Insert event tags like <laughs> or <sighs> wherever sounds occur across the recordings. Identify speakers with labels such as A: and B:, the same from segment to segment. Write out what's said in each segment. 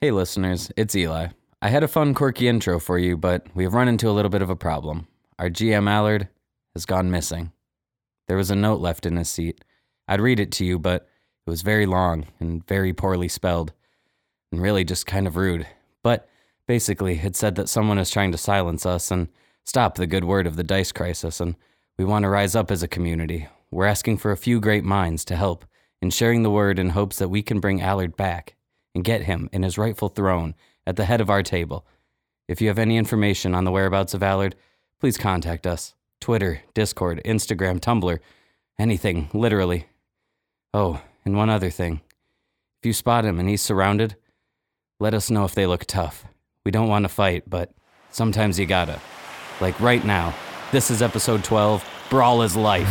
A: Hey, listeners, it's Eli. I had a fun, quirky intro for you, but we have run into a little bit of a problem. Our GM Allard has gone missing. There was a note left in his seat. I'd read it to you, but it was very long and very poorly spelled, and really just kind of rude. But basically, it said that someone is trying to silence us and stop the good word of the dice crisis, and we want to rise up as a community. We're asking for a few great minds to help in sharing the word in hopes that we can bring Allard back and get him in his rightful throne at the head of our table. If you have any information on the whereabouts of Allard, please contact us. Twitter, Discord, Instagram, Tumblr, anything, literally. Oh, and one other thing. If you spot him and he's surrounded, let us know if they look tough. We don't want to fight, but sometimes you gotta. Like right now, this is episode 12 Brawl is Life.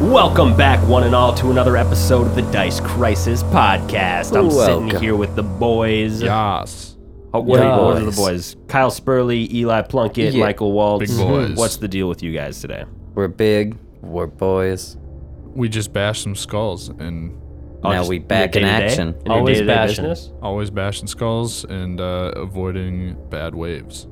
B: Welcome back, one and all, to another episode of the Dice Crisis Podcast. I'm sitting here with the boys.
C: Yes.
B: Oh, what are you- what
A: Yes.
B: are the boys? Kyle Spurley, Eli Plunkett, Michael Waltz.
C: Big boys.
B: What's the deal with you guys today?
A: We're big, we're boys.
C: We just bashed some skulls and
B: Oh,
A: Now
B: just
A: we back
B: your
A: in
B: day-to-day?
A: action.
B: your
D: Always
B: day-to-day
D: bashing.
B: business?
C: always bashing skulls and uh, avoiding bad waves.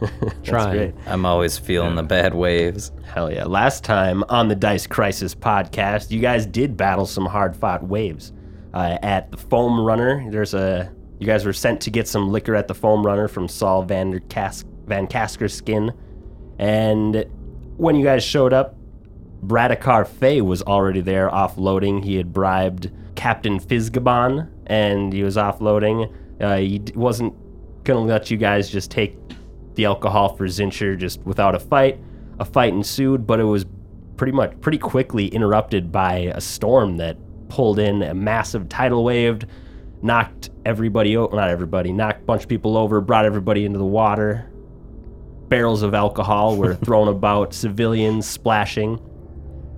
B: That's
D: trying.
B: great.
A: I'm always feeling the bad waves. <laughs>
B: Hell yeah. Last time on the Dice Crisis podcast, you guys did battle some hard fought waves. Uh, at the Foam Runner, there's a. You guys were sent to get some liquor at the Foam Runner from Saul Van, der Kas- Van Kaskerskin. And when you guys showed up, Bradikar Fay was already there offloading. He had bribed Captain Fizgabon and he was offloading. Uh, he d- wasn't going to let you guys just take the alcohol for Zincher just without a fight. A fight ensued, but it was pretty much pretty quickly interrupted by a storm that pulled in a massive tidal wave, knocked everybody o not everybody, knocked a bunch of people over, brought everybody into the water. Barrels of alcohol were thrown about, civilians splashing.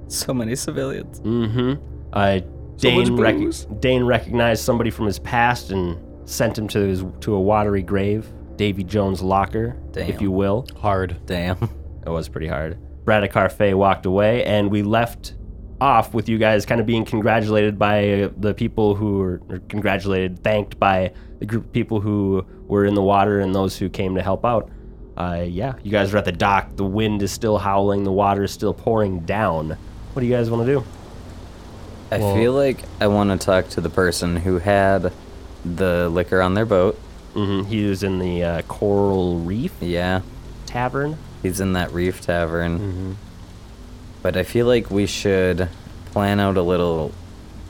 A: So many civilians.
B: Mm-hmm. Uh, Dane,
C: much
B: rec-
C: booze.
B: Dane recognized somebody from his past and sent him to his to a watery grave, Davy Jones' locker, if
A: Damn.
B: you will.
D: Hard.
A: Damn.
B: It was pretty hard. Braddock Fay walked away, and we left off with you guys kind of being congratulated by uh, the people who were or congratulated, thanked by the group of people who were in the water and those who came to help out. Uh, yeah, you guys are at the dock. The wind is still howling. The water is still pouring down. What do you guys want to do?
A: I
C: Well-
A: feel like I want to talk to the person who had the liquor on their boat.
B: hmm He was in the uh, Coral Reef
A: Yeah,
B: Tavern.
A: he's in that reef tavern. But I feel like we should plan out a little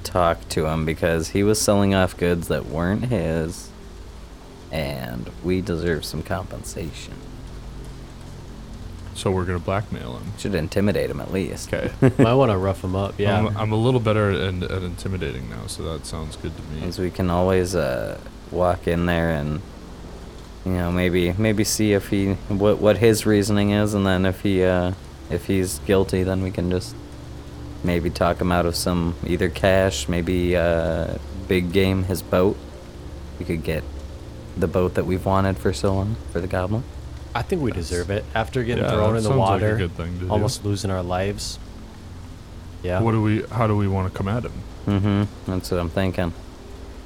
A: talk to him because he was selling off goods that weren't his, and we deserve some compensation.
C: So we're gonna blackmail him.
A: Should intimidate him at least. <laughs>
C: Okay.
D: Might want to rough them up. Yeah.
C: I'm, I'm a little better at, at intimidating now, so that sounds good to me.
A: Because we can always uh, walk in there and you know maybe maybe see if he what what his reasoning is, and then if he uh, if he's guilty, then we can just maybe talk him out of some either cash, maybe uh, big game, his boat. We could get the boat that we've wanted for so long for the goblin.
D: I think we deserve it after getting
C: Yeah,
D: thrown
C: that
D: in the
C: sounds like a
D: water,
C: good thing to do.
D: almost losing our lives. Yeah.
C: What do we? How do we want to come at him?
A: Mm-hmm. That's what I'm thinking.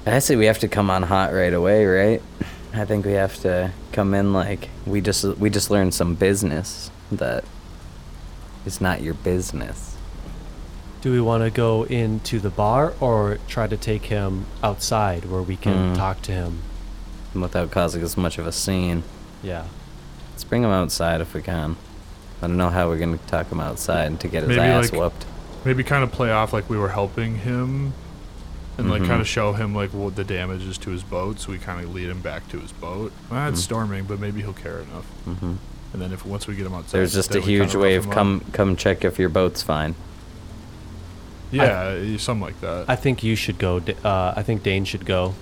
A: I say we have to come on hot right away, right? I think we have to come in like we just we just learned some business that is not your business.
D: do we want to go into the bar or try to take him outside where we can
A: Mm.
D: talk to him?
A: And without causing as much of a scene.
D: Yeah.
A: Let's bring him outside if we can. I don't know how we're gonna talk him outside to get his
C: Maybe,
A: ass
C: like-
A: whooped.
C: Maybe kind of play off like we were helping him, and like
A: Mm-hmm.
C: kind of show him like what the damage is to his boat, so we kind of lead him back to his boat. Ah,
A: Mm-hmm.
C: it's storming, but maybe he'll care enough. And then if once we get him outside,
A: There's just a
C: then we kinda
A: huge
C: rough
A: wave.
C: him up.
A: Come, come check if your boat's fine.
C: Yeah, eh, something like that.
D: I think you should go. D- Uh, I think Dane should go.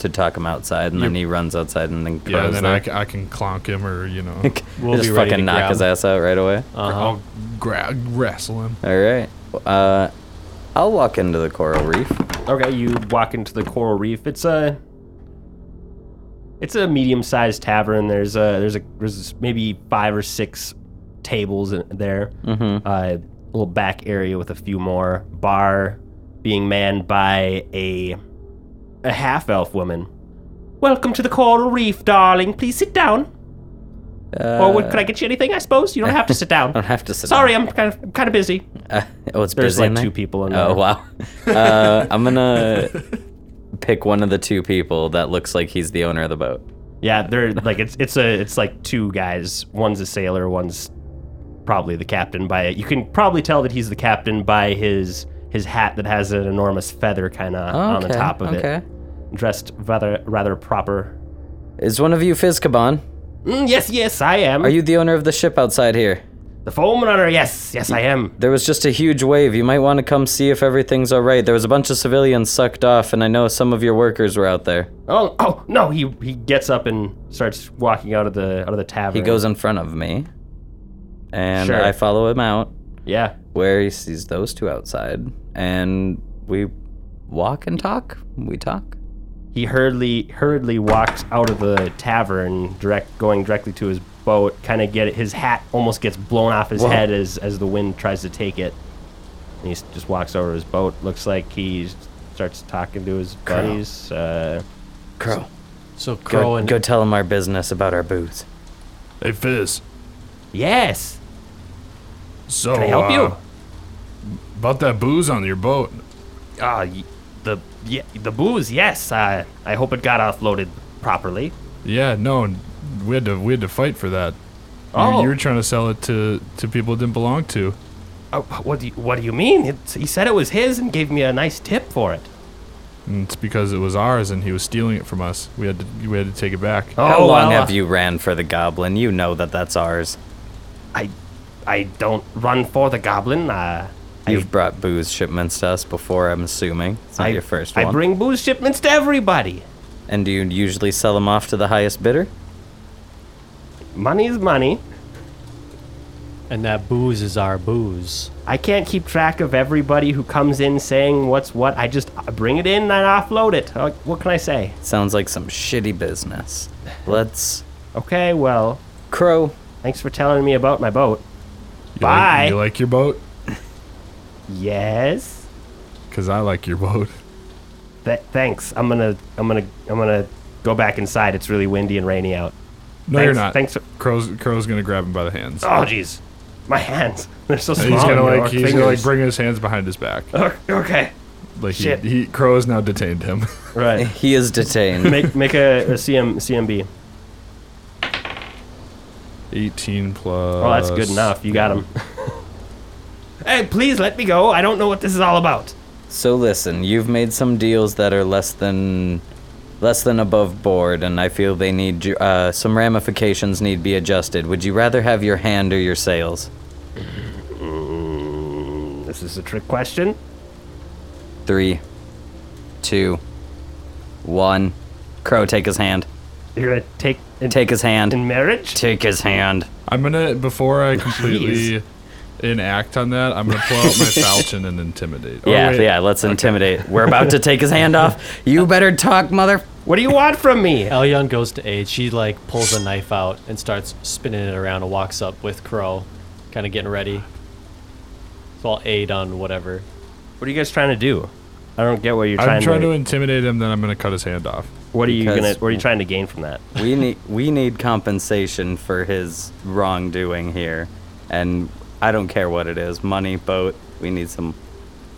A: To talk him outside, and then he runs outside, and then
C: yeah,
A: goes
C: and then
A: there.
C: I, c- I can clonk him or you <laughs> know,
A: <laughs>
D: We'll
A: just
D: be ready to
A: fucking knock
D: grab.
A: his ass out right away.
B: Uh-huh.
C: I'll grab wrestle him.
A: All right. Uh, I'll walk into the coral reef.
B: Okay, you walk into the coral reef. It's a it's a medium-sized tavern. There's a there's a there's maybe five or six tables in there. Mm-hmm. Uh, little back area with a few more bar being manned by a a half elf woman. Welcome to the coral reef, darling. Please sit down.
A: Uh,
B: or would, could I get you anything? I suppose you don't have to sit down.
A: I don't have to sit.
B: Sorry, I'm kind of I'm kind of busy.
A: down. <laughs> Uh, oh, it's
B: There's
A: busy
B: like
A: in there?
B: two people in there.
A: Oh
B: <laughs>
A: wow. Uh, I'm gonna pick one of the two people that looks like he's the owner of the boat.
B: Yeah, they're like it's it's a it's like two guys. One's a sailor, one's probably the captain by it. You can probably tell that he's the captain by his his hat that has an enormous feather kind of on the top of
A: okay.
B: it. Dressed rather rather proper.
A: Is one of you Fizkaban?
B: Mm, yes, yes, I am.
A: Are you the owner of the ship outside here?
B: the foam runner? Yes, yes, I am.
A: There was just a huge wave. You might want to come see if everything's all right. There was a bunch of civilians sucked off, and I know some of your workers were out there.
B: Oh, oh no! He he gets up and starts walking out of the out of the tavern.
A: He goes in front of me, and
B: Sure.
A: I follow him out
B: Yeah,
A: where he sees those two outside, and we walk and talk. We talk.
B: he hurriedly hurriedly walks out of the tavern direct going directly to his boat kind of get his hat almost gets blown off his head as as the wind tries to take it and he s- just walks over to his boat looks like he starts talking to his buddies uh,
A: Crow,
D: So Crow
A: go,
D: and
A: go tell him our business about our booze.
C: Hey Fizz,
B: yes
C: so
B: can i help you
C: uh, about that booze on your boat.
B: ah y- the yeah, the booze yes uh, i hope it got offloaded properly
C: Yeah, no, we had to we had to fight for that. You,
B: Oh.
C: you were trying to sell it to to people it didn't belong to.
B: oh, what do you, what do you mean It's he said it was his and gave me a nice tip for it
C: And it's because it was ours and he was stealing it from us. We had to we had to take it back.
B: oh
A: How long
B: well,
A: have
B: uh,
A: you ran for the goblin? You know that that's ours.
B: I, I don't run for the goblin. Uh,
A: You've brought booze shipments to us before, I'm assuming. It's not
B: I,
A: your first
B: I
A: one.
B: bring booze shipments to everybody.
A: and do you usually sell them off to the highest bidder?
B: Money is money.
D: and that booze is our booze.
B: I can't keep track of everybody who comes in saying what's what. I just I bring it in and I offload it. Uh, what can I say?
A: Sounds like some shitty business. Let's.
B: Okay, well,
A: Crow,
B: thanks for telling me about my boat.
C: You
B: bye.
C: Like, you like your boat?
B: Yes.
C: Cause I like your boat. <laughs>
B: Th- thanks. I'm gonna, I'm gonna, I'm gonna go back inside. It's really windy and rainy out.
C: No, you're
B: Thanks-
C: not.
B: thanks for-
C: Crow's Crow's gonna grab him by the hands.
B: Oh, jeez, my hands. <laughs> They're so small.
C: And he's gonna
B: Your
C: like he's gonna like
B: fingers.
C: bring his hands behind his back.
B: <laughs> Okay.
C: Like he,
B: shit.
C: he Crow has now detained him. <laughs>
B: Right.
A: he is detained.
B: make make a, a CM CMB.
C: 18 plus.
B: Oh, that's good enough. You got him. <laughs> hey, please let me go. I don't know what this is all about.
A: so listen, you've made some deals that are less than. Less than above board, and I feel they need ju- uh, some ramifications need be adjusted. Would you rather have your hand or your sails?
B: This is a trick question.
A: Three, two, one. Crow, take his hand.
B: You're gonna take in,
A: Take his hand.
B: in marriage.
A: Take his hand.
C: I'm gonna
A: <laughs>
C: before I completely enact on that. I'm gonna pull out
A: <laughs>
C: my falchion and intimidate. Or
A: yeah,
C: wait,
A: yeah, let's intimidate. We're about
C: <laughs>
A: to take his hand off. You better talk, mother.
B: What do you want from
A: <laughs>
B: me?
D: Elyon goes to aid. She like pulls a knife out and starts spinning it around and walks up with Crow, kind of getting ready. So I'll aid on whatever.
B: What are you guys trying to do? I don't get what you're
C: Oh, I'm
B: trying,
C: trying
B: to.
C: to intimidate him. Then I'm gonna cut his hand off.
B: what are you
A: Because-
B: gonna? What are you trying to gain from that?
A: We need we need compensation for his wrongdoing here, and I don't care what it is, money, boat. We need some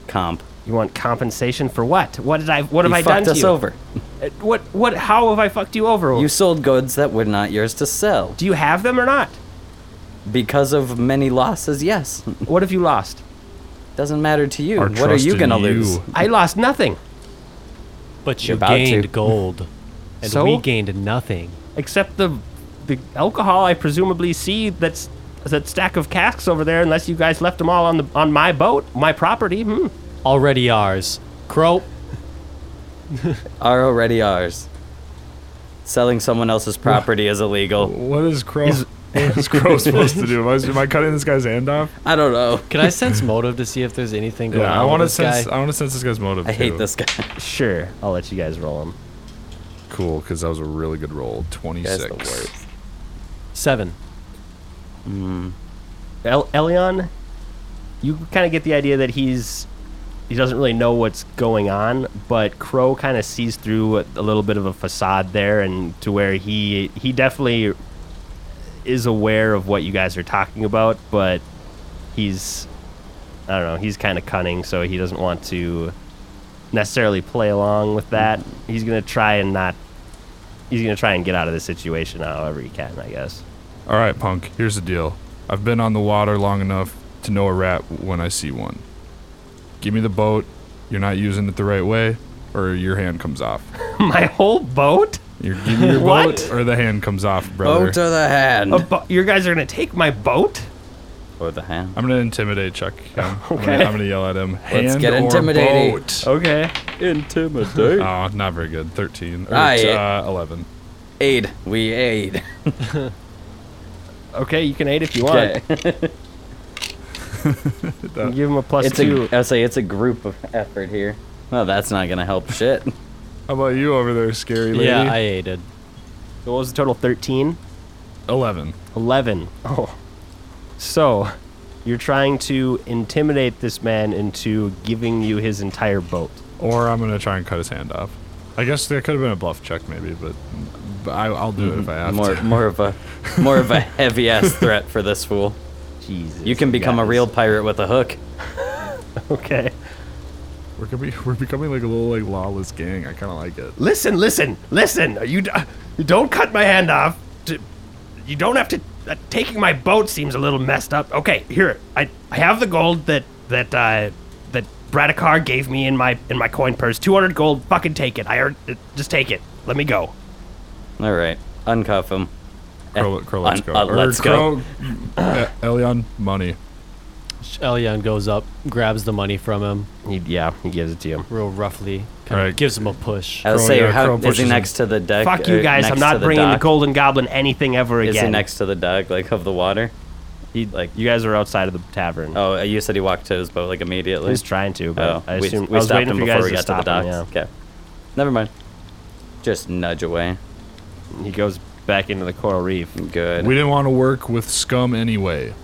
A: comp.
B: You want compensation for what? What did I? What have
A: you
B: I
A: fucked
B: done to
A: us
B: you?
A: over.
B: Uh, What? What? How have I fucked you over?
A: You sold goods that were not yours to sell
B: do you have them or not?
A: because of many losses. Yes, <laughs>
B: What have you lost?
A: doesn't matter to you.
C: Our
A: what are
C: trust
A: you
C: in
A: gonna
C: you.
A: lose?
B: I lost nothing.
D: But
E: You're
D: you
E: about to.
D: gained gold,
E: <laughs>
D: and
B: So?
D: we gained nothing.
B: Except the the alcohol I presumably see that's that stack of casks over there unless you guys left them all on the on my boat, my property. Hmm.
D: Already ours. Crow,
A: Are already ours. Selling someone else's property is illegal.
C: What is Crow? <laughs> what is
A: <laughs>
C: Crow supposed to do? Am I, am I cutting this guy's hand off?
A: I don't know.
D: can I sense motive to see if there's anything going
C: Yeah,
D: on?
C: I
D: want to
C: sense. uh,
D: Guy?
C: I want to sense this guy's motive.
A: I hate
C: too.
A: this guy.
B: Sure, I'll let you guys roll them.
C: Cool, because that was a really good roll. Twenty
A: That's the
C: six.
A: worst.
D: Seven.
B: El- Elion, you kind of get the idea that he's he doesn't really know what's going on, but Crow kind of sees through a, a little bit of a facade there, and to where he he definitely is aware of what you guys are talking about, but he's I don't know, he's kind of cunning, so he doesn't want to necessarily play along with that. He's gonna try and not. He's gonna try and get out of the situation however he can, I guess. <laughs>
C: All right, punk. Here's the deal. I've been on the water long enough to know a rat when I see one. Give me the boat. You're not using it the right way, or your hand comes off.
B: My whole boat.
C: You're
A: <laughs>
C: give me your boat,
B: What?
C: or the hand comes off, brother. Oh.
A: Boat to the hand.
B: A bo- you guys are gonna take my boat?
A: Or the hand.
C: I'm gonna
A: <laughs>
C: intimidate Chuck. Yeah, I'm, gonna,
B: Okay.
C: I'm gonna yell at him. Hand
A: Let's get
C: or
A: intimidated."
C: boat?"
B: Okay.
A: Intimidate.
C: Oh, not very good. Thirteen or
A: Ah,
C: t-
A: yeah.
C: uh, eleven.
A: aid. We aid.
B: Okay, you can aid if you want.
A: Okay.
B: You give him a plus
A: It's
B: two.
A: a, I'll say it's a group of effort here. Well, that's not gonna help
C: <laughs>
A: shit.
C: How about you over there, scary lady?
D: Yeah, I aided.
B: So what was the total? Thirteen.
C: eleven.
B: Eleven. Oh. So, you're trying to intimidate this man into giving you his entire boat.
C: Or I'm gonna try and cut his hand off. I guess there could have been a bluff check, maybe, but, but I, I'll do it if I have
A: More,
C: to.
A: more of a, more of
C: <laughs>
A: a heavy ass threat for this fool.
B: Jesus.
A: You can become a
B: guys.
A: real pirate with a hook.
B: <laughs> Okay.
C: We're, gonna be, <laughs> we're becoming like a little like lawless gang. I kind of like it.
B: Listen, listen, listen. Are you d- you don't cut my hand off. D- You don't have to. Uh, taking my boat seems a little messed up. Okay, here. I, I have the gold that that uh, that Braddockar gave me in my in my coin purse. Two hundred gold. Fucking take it. I earned, uh, just take it. Let me go.
A: All right, uncuff him.
C: Crow,
A: Eh,
C: crow let's
A: un-
C: go.
A: uh,
C: Or
A: let's
C: crow,
A: go.
C: Eh, <coughs> Elion, money.
D: Elion goes up, grabs the money from him,
B: yeah, he gives it to him.
D: real roughly, kind
C: Alright.
D: of gives him a push.
A: I'll
C: Crow,
A: say,
C: yeah, Crow
A: how, is he
C: pushes him.
A: next to the deck?
B: Fuck
A: or
B: you guys.
A: next
B: I'm
A: to
B: not bringing
A: dock?
B: the golden goblin anything ever
A: Is
B: again.
A: he next to the dock, like of the water? He like.
B: You guys are outside of the tavern.
A: Oh, you said he walked to his boat like immediately.
B: He was trying to, but
A: oh,
B: I
A: we,
B: assume
A: we
B: I was
A: stopped
B: waiting
A: him
B: for you
A: before
B: guys
A: we
B: to
A: got to the
B: stop
A: docks.
B: him, yeah.
A: Okay, never mind. Just nudge away.
B: He goes back into the coral reef.
A: Good.
C: We didn't want to work with scum anyway.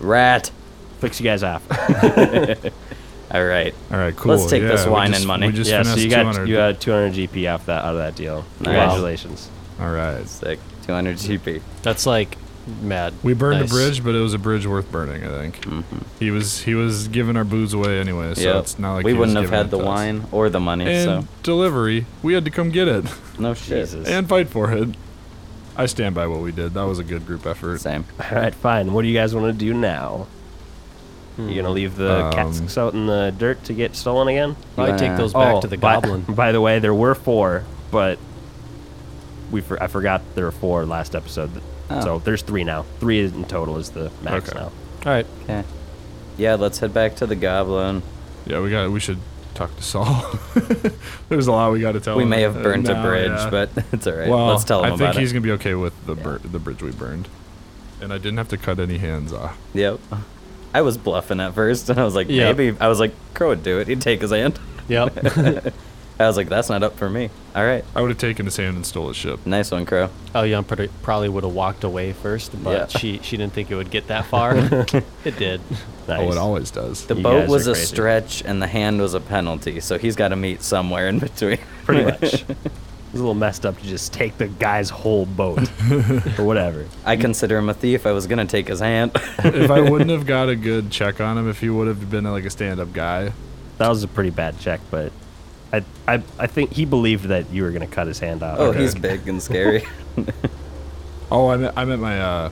A: Rat.
B: Flicks you guys off.
A: All right.
C: All right, cool.
A: take this
C: yeah, we
A: wine
C: just-
A: and money.
C: We just
B: yeah, so
C: finessed
B: you got
C: 200.
B: you got 200 GP off that out of that deal.
A: Nice.
B: Congratulations.
C: All right.
A: Sick. 200 GP.
D: That's like mad.
C: We burned
D: nice.
C: a bridge, but it was a bridge worth burning. I think
A: Mm-hmm.
C: he was he was giving our booze away anyway, so
A: Yep.
C: it's not like
A: we
C: he was
A: wouldn't have
C: giving
A: had
C: it
A: the
C: to us.
A: wine or the money,
C: And
A: so
C: delivery, we had to come get it
A: no shit.
B: Jesus.
C: <laughs> and fight for it. I stand by what we did. That was a good group effort.
A: Same.
B: All right, fine. What do you guys want to do now? You gonna leave the
C: Um,
B: casks out in the dirt to get stolen again?
D: Probably
A: Yeah.
D: take those back
B: Oh,
D: to the
B: by,
D: goblin.
B: <laughs> By the way, there were four, but we for, I forgot there were four last episode.
A: Oh.
B: So there's three now. Three in total is the max
C: Okay.
B: now.
D: All right.
A: Okay. Yeah, let's head back to the goblin.
C: Yeah, we got. We should talk to Saul. <laughs> There's a lot we got to tell.
A: we
C: him.
A: may have
C: Uh,
A: burnt
C: no,
A: a bridge,
C: yeah.
A: but <laughs> it's all right.
C: well,
A: let's tell him
C: I
A: about
C: think he's
A: it.
C: gonna be okay with the bur- the bridge we burned, and I didn't have to cut any hands off.
A: Yep. I was bluffing at first, <laughs> and I was like,
D: Yeah.
A: maybe. I was like, Crow would do it. He'd take his hand.
D: Yep. <laughs>
A: I was like, that's not up for me. All right.
C: I would have taken his hand and stole his ship.
A: Nice one, Crow.
D: Elion pretty, probably would have walked away first, but
A: Yeah.
D: she she didn't think it would get that far. it did.
C: Oh,
B: Nice.
C: it always does.
A: The
B: You
A: boat
B: guys
A: was
B: are
A: a
B: crazy.
A: stretch, and the hand was a penalty, so he's got to meet somewhere in between.
B: <laughs>
A: <laughs>
B: Pretty much. It's a little messed up to just take the guy's whole boat, or whatever.
A: I consider him a thief. I was going to take his hand.
C: <laughs>
A: <laughs>
C: if I wouldn't have got a good check on him, if he would have been like a stand-up guy,
B: That was a pretty bad check, but I I, I think he believed that you were gonna cut his hand off.
A: Oh,
C: Okay.
A: he's big and scary.
C: <laughs> Oh, I meant, I meant my uh,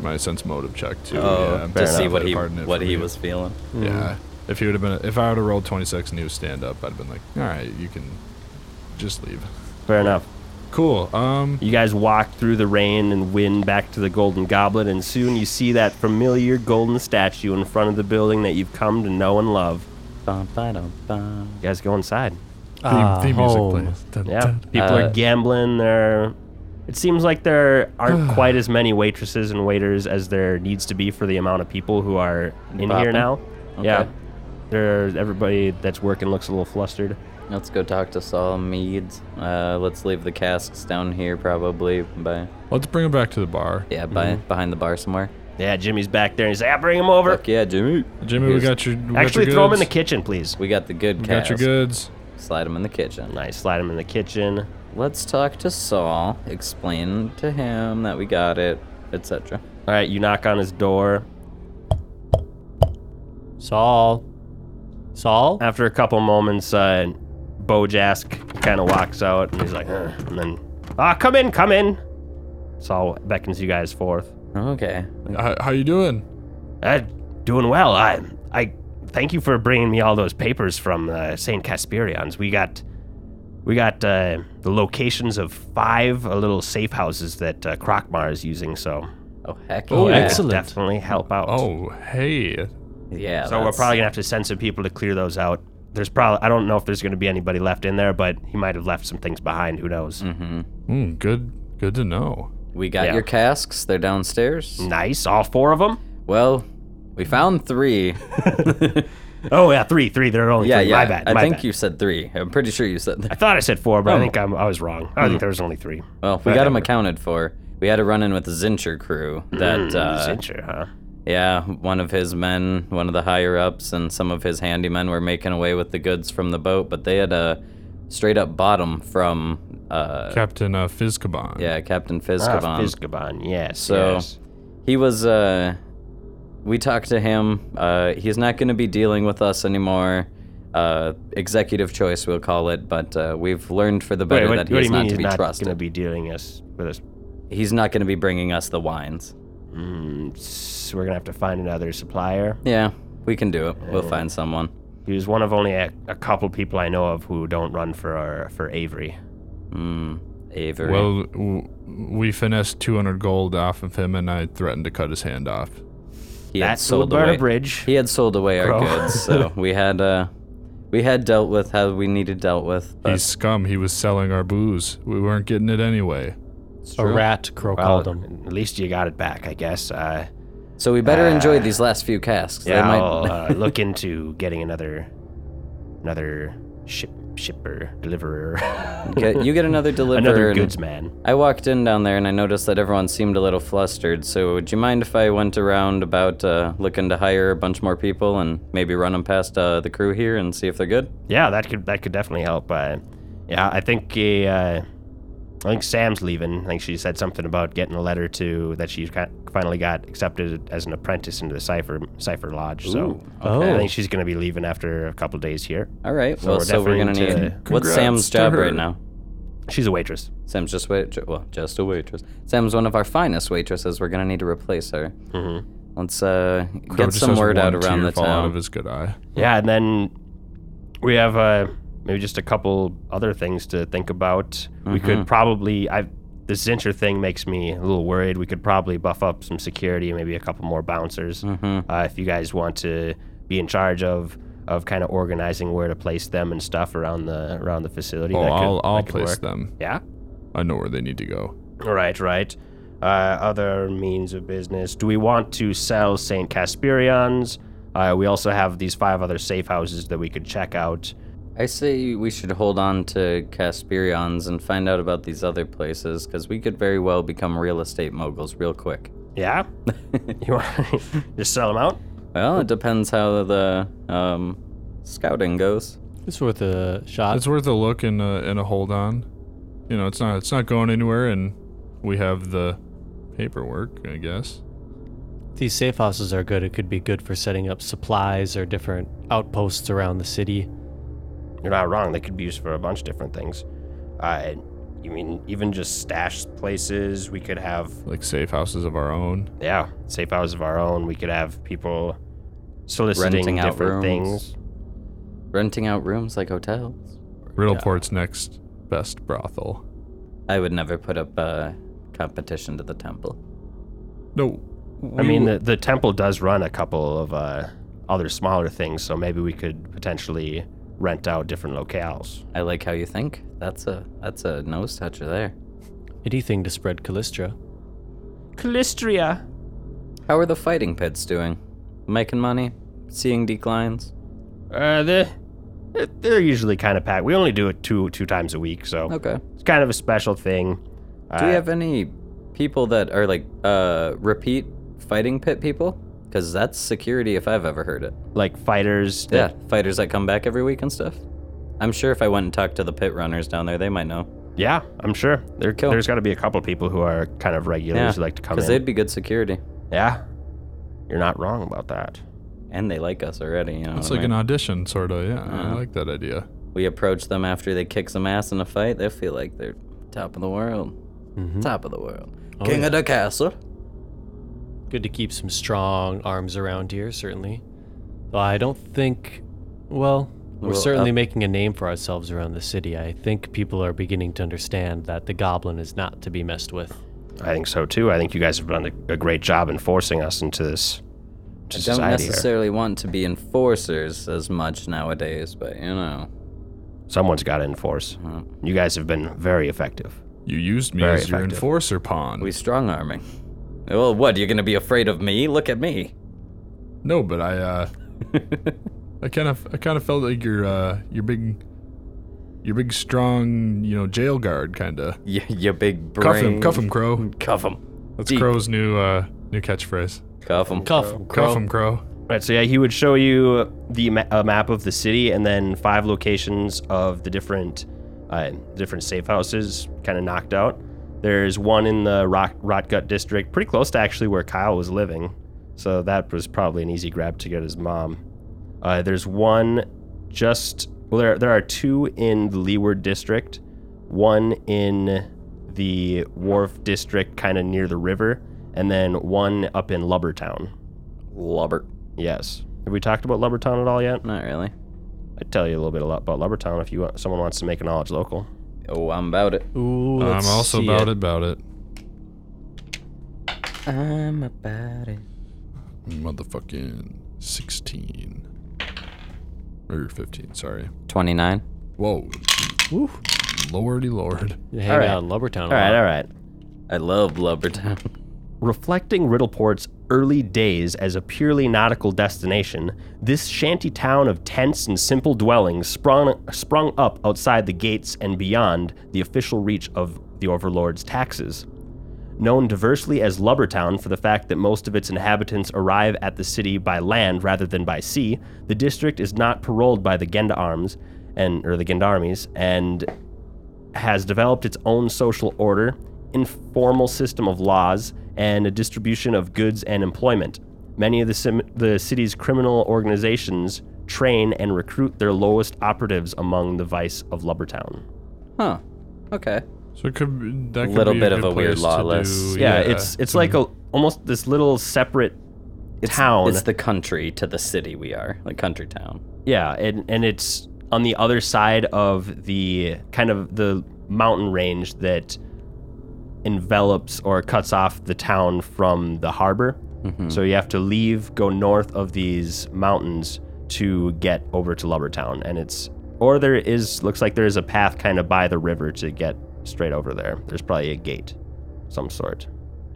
C: my sense motive check too.
A: oh,
C: yeah,
A: to see
C: Pardon
A: what
C: it
A: he
C: for me.
A: what he was feeling.
C: Yeah, if he would have been, if I would have rolled twenty six and he was stand up, I'd have been like, all right, you can Just leave.
B: Fair enough.
C: Cool. Um,
B: You guys walk through the rain and wind back to the Golden Goblet, and soon you see that familiar golden statue in front of the building that you've come to know and love.
A: Bum, ba-dum, bum.
B: You guys go inside.
C: theme, theme music plays. Ah, Dun,
B: Yeah,
C: dun.
B: people
A: Uh,
B: are gambling. They're. It seems like there
C: <sighs>
B: aren't quite as many waitresses and waiters as there needs to be for the amount of people who are in
A: Bopping?
B: here now. Yeah,
A: Okay.
B: there. Everybody that's working looks a little flustered.
A: Let's go talk to Saul Meads. Uh, let's leave the casks down here, probably by
C: Let's bring it back to the bar.
A: yeah, by
C: Mm-hmm.
A: behind the bar somewhere.
B: Yeah, Jimmy's back there. and He's like, "Ah, bring him over."
A: Fuck yeah, Jimmy.
C: Jimmy,
A: Here's-
C: we got your. We got
B: Actually,
C: your
B: throw him in
C: goods.
B: the kitchen, please.
A: We got the good
C: We
A: cask.
C: got your goods.
A: Slide him in the kitchen.
B: Nice. Slide him in the kitchen.
A: Let's talk to Saul. Explain to him that we got it, etc.
B: All right, you knock on his door.
D: Saul. Saul?
B: After a couple moments, uh, Bojask kind of walks out and he's like, "Ugh," and then, ah, come in, come in. Saul beckons you guys forth.
A: Okay.
C: How, how you doing?
B: Uh, doing well. I, I thank you for bringing me all those papers from uh, St. Casperian's. We got, we got uh, the locations of five uh, little safe houses that uh, Krokmar is using. So
A: Oh heck
C: Oh,
A: yeah.
D: excellent.
B: definitely help out.
C: Oh, hey.
A: Yeah.
B: So we're
A: that's-
B: probably gonna have to send some people to clear those out. There's probably I don't know if there's gonna be anybody left in there, but he might have left some things behind. Who knows?
A: Mm-hmm.
C: Mm, good. Good to know.
A: we got
B: yeah.
A: your casks. They're downstairs.
B: Nice, all four of them.
A: Well, we found three.
B: Oh yeah, three, three. There are only
A: yeah,
B: three.
A: yeah.
B: My bad.
A: I
B: my
A: think
B: bad.
A: you said three. I'm pretty sure you said
B: I
A: that.
B: thought I said four, but I think I'm, I was wrong. I think there was only three.
A: Hmm. Well, we got them accounted for. We had a run in with the Zincher crew. That
B: Mm,
A: uh,
B: Cincher, Hmm, huh?
A: Yeah, one of his men, one of the higher ups, and some of his handymen were making away with the goods from the boat, but they had a straight up bottom from, uh,
C: Captain uh, Fizkaban.
A: yeah, Captain
B: Ah,
A: Fizkaban.
B: Fizkaban, yes.
A: So-
B: yes.
A: he was, uh, we talked to him. Uh, he's not going to be dealing with us anymore. Uh, executive choice, we'll call it, but uh, we've learned for the
B: Wait,
A: better
B: what,
A: that
B: what do
A: he's
B: you mean
A: not
B: he's
A: to be
B: not
A: trusted.
B: gonna be dealing us with us?
A: He's not going to be bringing us the wines.
B: Mm, so we're gonna have to find another supplier.
A: Yeah, we can do it. We'll find someone.
B: He was one of only a, a couple people I know of who don't run for our, for Avery.
A: Mm, Avery.
C: Well, w- we finessed 200 gold off of him, and I threatened to cut his hand off.
A: he had
B: That's
A: sold
B: burn
A: away.
B: a bridge.
A: He had sold away our
B: Bro.
A: goods,
B: <laughs>
A: so we had uh, we had dealt with how we needed dealt with. But
C: He's scum. He was selling our booze. We weren't getting it anyway.
D: A rat crow
B: Well,
D: called him.
B: at least you got it back, I guess. Uh,
A: so we better enjoy these last few casks.
B: yeah,
A: they
B: I'll
A: might,
B: uh, look into getting another, another ship, shipper, deliverer, <laughs>
A: <laughs> get, you get another deliverer.
B: another
A: and-
B: goods man.
A: I walked in down there and I noticed that everyone seemed a little flustered. So would you mind if I went around about uh, looking to hire a bunch more people and maybe run them past uh, the crew here and see if they're good?
B: Yeah, that could that could definitely help. Uh, yeah, I think uh, uh, I think Sam's leaving. I think she said something about getting a letter to that she got, finally got accepted as an apprentice into the Cipher Cipher Lodge. So oh,
A: Oh.
B: I think she's gonna be leaving after a couple days here.
A: All right.
B: So
A: well,
B: we're
A: so we're gonna
B: definitely
A: need.
B: into-
A: What's
C: Congrats
A: Sam's
C: to
A: job
C: her.
A: right now?
B: She's a waitress.
A: Sam's just wait. Well, just a waitress. Sam's one of our finest waitresses. We're gonna need to replace her. Mm-hmm. Let's uh,
C: Crow
A: get
C: just
A: some
C: has
A: word out
C: one
A: around
C: tear
A: the
C: fall out of
A: town.
C: his good eye.
B: Yeah, and then we have uh, maybe just a couple other things to think about. We
C: Mm-hmm.
B: could probably I the Zincher thing makes me a little worried. We could probably buff up some security, maybe a couple more bouncers,
C: Mm-hmm.
B: uh, if you guys want to be in charge of of kind of organizing where to place them and stuff around the around the facility.
C: Oh,
B: that could,
C: I'll,
B: that
C: I'll
B: could
C: place
B: work.
C: them.
B: Yeah.
C: I know where they need to go.
B: Right, right. Uh, other means of business. Do we want to sell St. Casperian's? Uh, we also have these five other safe houses that we could check out.
A: I say we should hold on to Casperion's and find out about these other places, because we could very well become real estate moguls real quick. <laughs>
B: Yeah? you want <laughs> just sell them out?
A: Well, it depends how the um, scouting goes.
D: It's worth a shot.
C: It's worth a look and a, and a hold on. You know, it's not it's not going anywhere, and we have the paperwork, I guess.
D: These safe houses are good. It could be good for setting up supplies or different outposts around the city.
B: You're not wrong. They could be used for a bunch of different things. Uh, you mean even just stash places? We could have,
C: Like safe houses of our own.
B: yeah, safe houses of our own. We could have people soliciting
A: Renting out
B: different
A: rooms.
B: things.
A: Renting out rooms like hotels.
C: Riddleport's next best brothel.
A: I would never put up a competition to the temple.
C: No.
B: I
C: we
B: mean, uh,
C: will-
B: the, the temple does run a couple of uh, other smaller things, so maybe we could potentially rent out different locales.
A: I like how you think. That's a that's a nose toucher there.
D: Anything to spread Callistra.
B: Calistria.
A: How are the fighting pits doing? Making money? Seeing declines?
B: Uh, they they're usually kind of packed. We only do it two two times a week, so
A: Okay.
B: it's kind of a special thing. Uh,
A: Do we have any people that are like uh repeat fighting pit people? Because that's security if I've ever heard it.
B: like fighters?
A: Yeah,
B: that-
A: fighters that come back every week and stuff. I'm sure if I went and talked to the pit runners down there, they might know.
B: yeah, I'm sure. There,
A: Cool.
B: There's got to be a couple people who are kind of regulars
A: Yeah,
B: who like to come in.
A: Because they'd be good security,
B: Yeah, you're not wrong about that.
A: and they like us already. You know,
C: It's
A: what I
C: like an
A: mean?
C: audition, sort of. Yeah, I like that idea.
A: we approach them after they kick some ass in a fight. They feel like they're top of the world, top of the world, king of the castle.
D: Good to keep some strong arms around here, certainly. Though I don't think, well, we're
A: Well,
D: certainly
A: uh,
D: making a name for ourselves around the city. I think people are beginning to understand that the goblin is not to be messed with.
B: I think so too. I think you guys have done a, a great job in forcing us into this to
A: I don't
B: society. here.
A: necessarily want to be enforcers as much nowadays, but you know,
B: Someone's got to enforce. You guys have been very effective.
C: You used me
B: Very
C: as your
B: effective.
C: enforcer pawn.
A: we strong arming. Well, what? You're gonna be afraid of me? Look at me.
C: No, but
A: <laughs>
C: I uh I kind of I kind of felt like your uh your big your big strong, you know, jail guard kind of.
A: You, you big brain.
C: Cuff him, cuff him, crow.
A: cuff him,
C: That's
A: Deep.
C: crow's new uh new catchphrase.
A: cuff him.
D: Cuff,
C: Cuff him, crow.
B: Right, so yeah, he would show you the ma- a map of the city and then five locations of the different uh, different safe houses, kind of knocked out. There's one in the Rock Rotgut district, pretty close to actually where Kyle was living, so that was probably an easy grab to get his mom. Uh, there's one just well, there there are two in the Leeward district, one in the Wharf district, kind of near the river, and then one up in Lubbertown.
A: Lubbert.
B: Yes. Have we talked about Lubbertown at all yet?
A: Not really.
B: I'd tell you a little bit about Lubbertown if you want, someone wants to make a knowledge local.
A: Oh, I'm about it.
D: Ooh, let's
C: I'm also
D: see
C: about it.
D: it.
C: about it.
A: I'm about it.
C: Motherfucking 16 or 15, sorry.
A: 29.
C: Whoa.
D: Ooh.
C: Lordy lord.
D: Hang
B: All right.
D: out in Lubbertown.
B: All right, all right.
A: I love Lubbertown.
B: Reflecting Riddleport's early days as a purely nautical destination, this shanty town of tents and simple dwellings sprung, sprung up outside the gates and beyond the official reach of the Overlord's taxes. Known diversely as Lubbertown for the fact that most of its inhabitants arrive at the city by land rather than by sea, the district is not paroled by the Genda Arms and or the Gendarmes and has developed its own social order, informal system of laws, and a distribution of goods and employment. Many of the, sim- the city's criminal organizations train and recruit their lowest operatives among the vice of Lubbertown.
A: Huh. Okay.
C: So it could be, that could
A: Little
C: be
A: bit
C: a
A: of
C: good
A: a weird
C: place
A: law
C: to
A: list.
C: do-
B: Yeah, it's it's
C: to
B: like a almost this little separate
A: It's,
B: town.
A: It's the country to the city we are, like country town.
B: Yeah, and and it's on the other side of the kind of the mountain range that envelops or cuts off the town from the harbor. So you have to leave, go north of these mountains to get over to Lubbertown, and it's or there is looks like there is a path kind of by the river to get straight over there. There's probably a gate, some sort.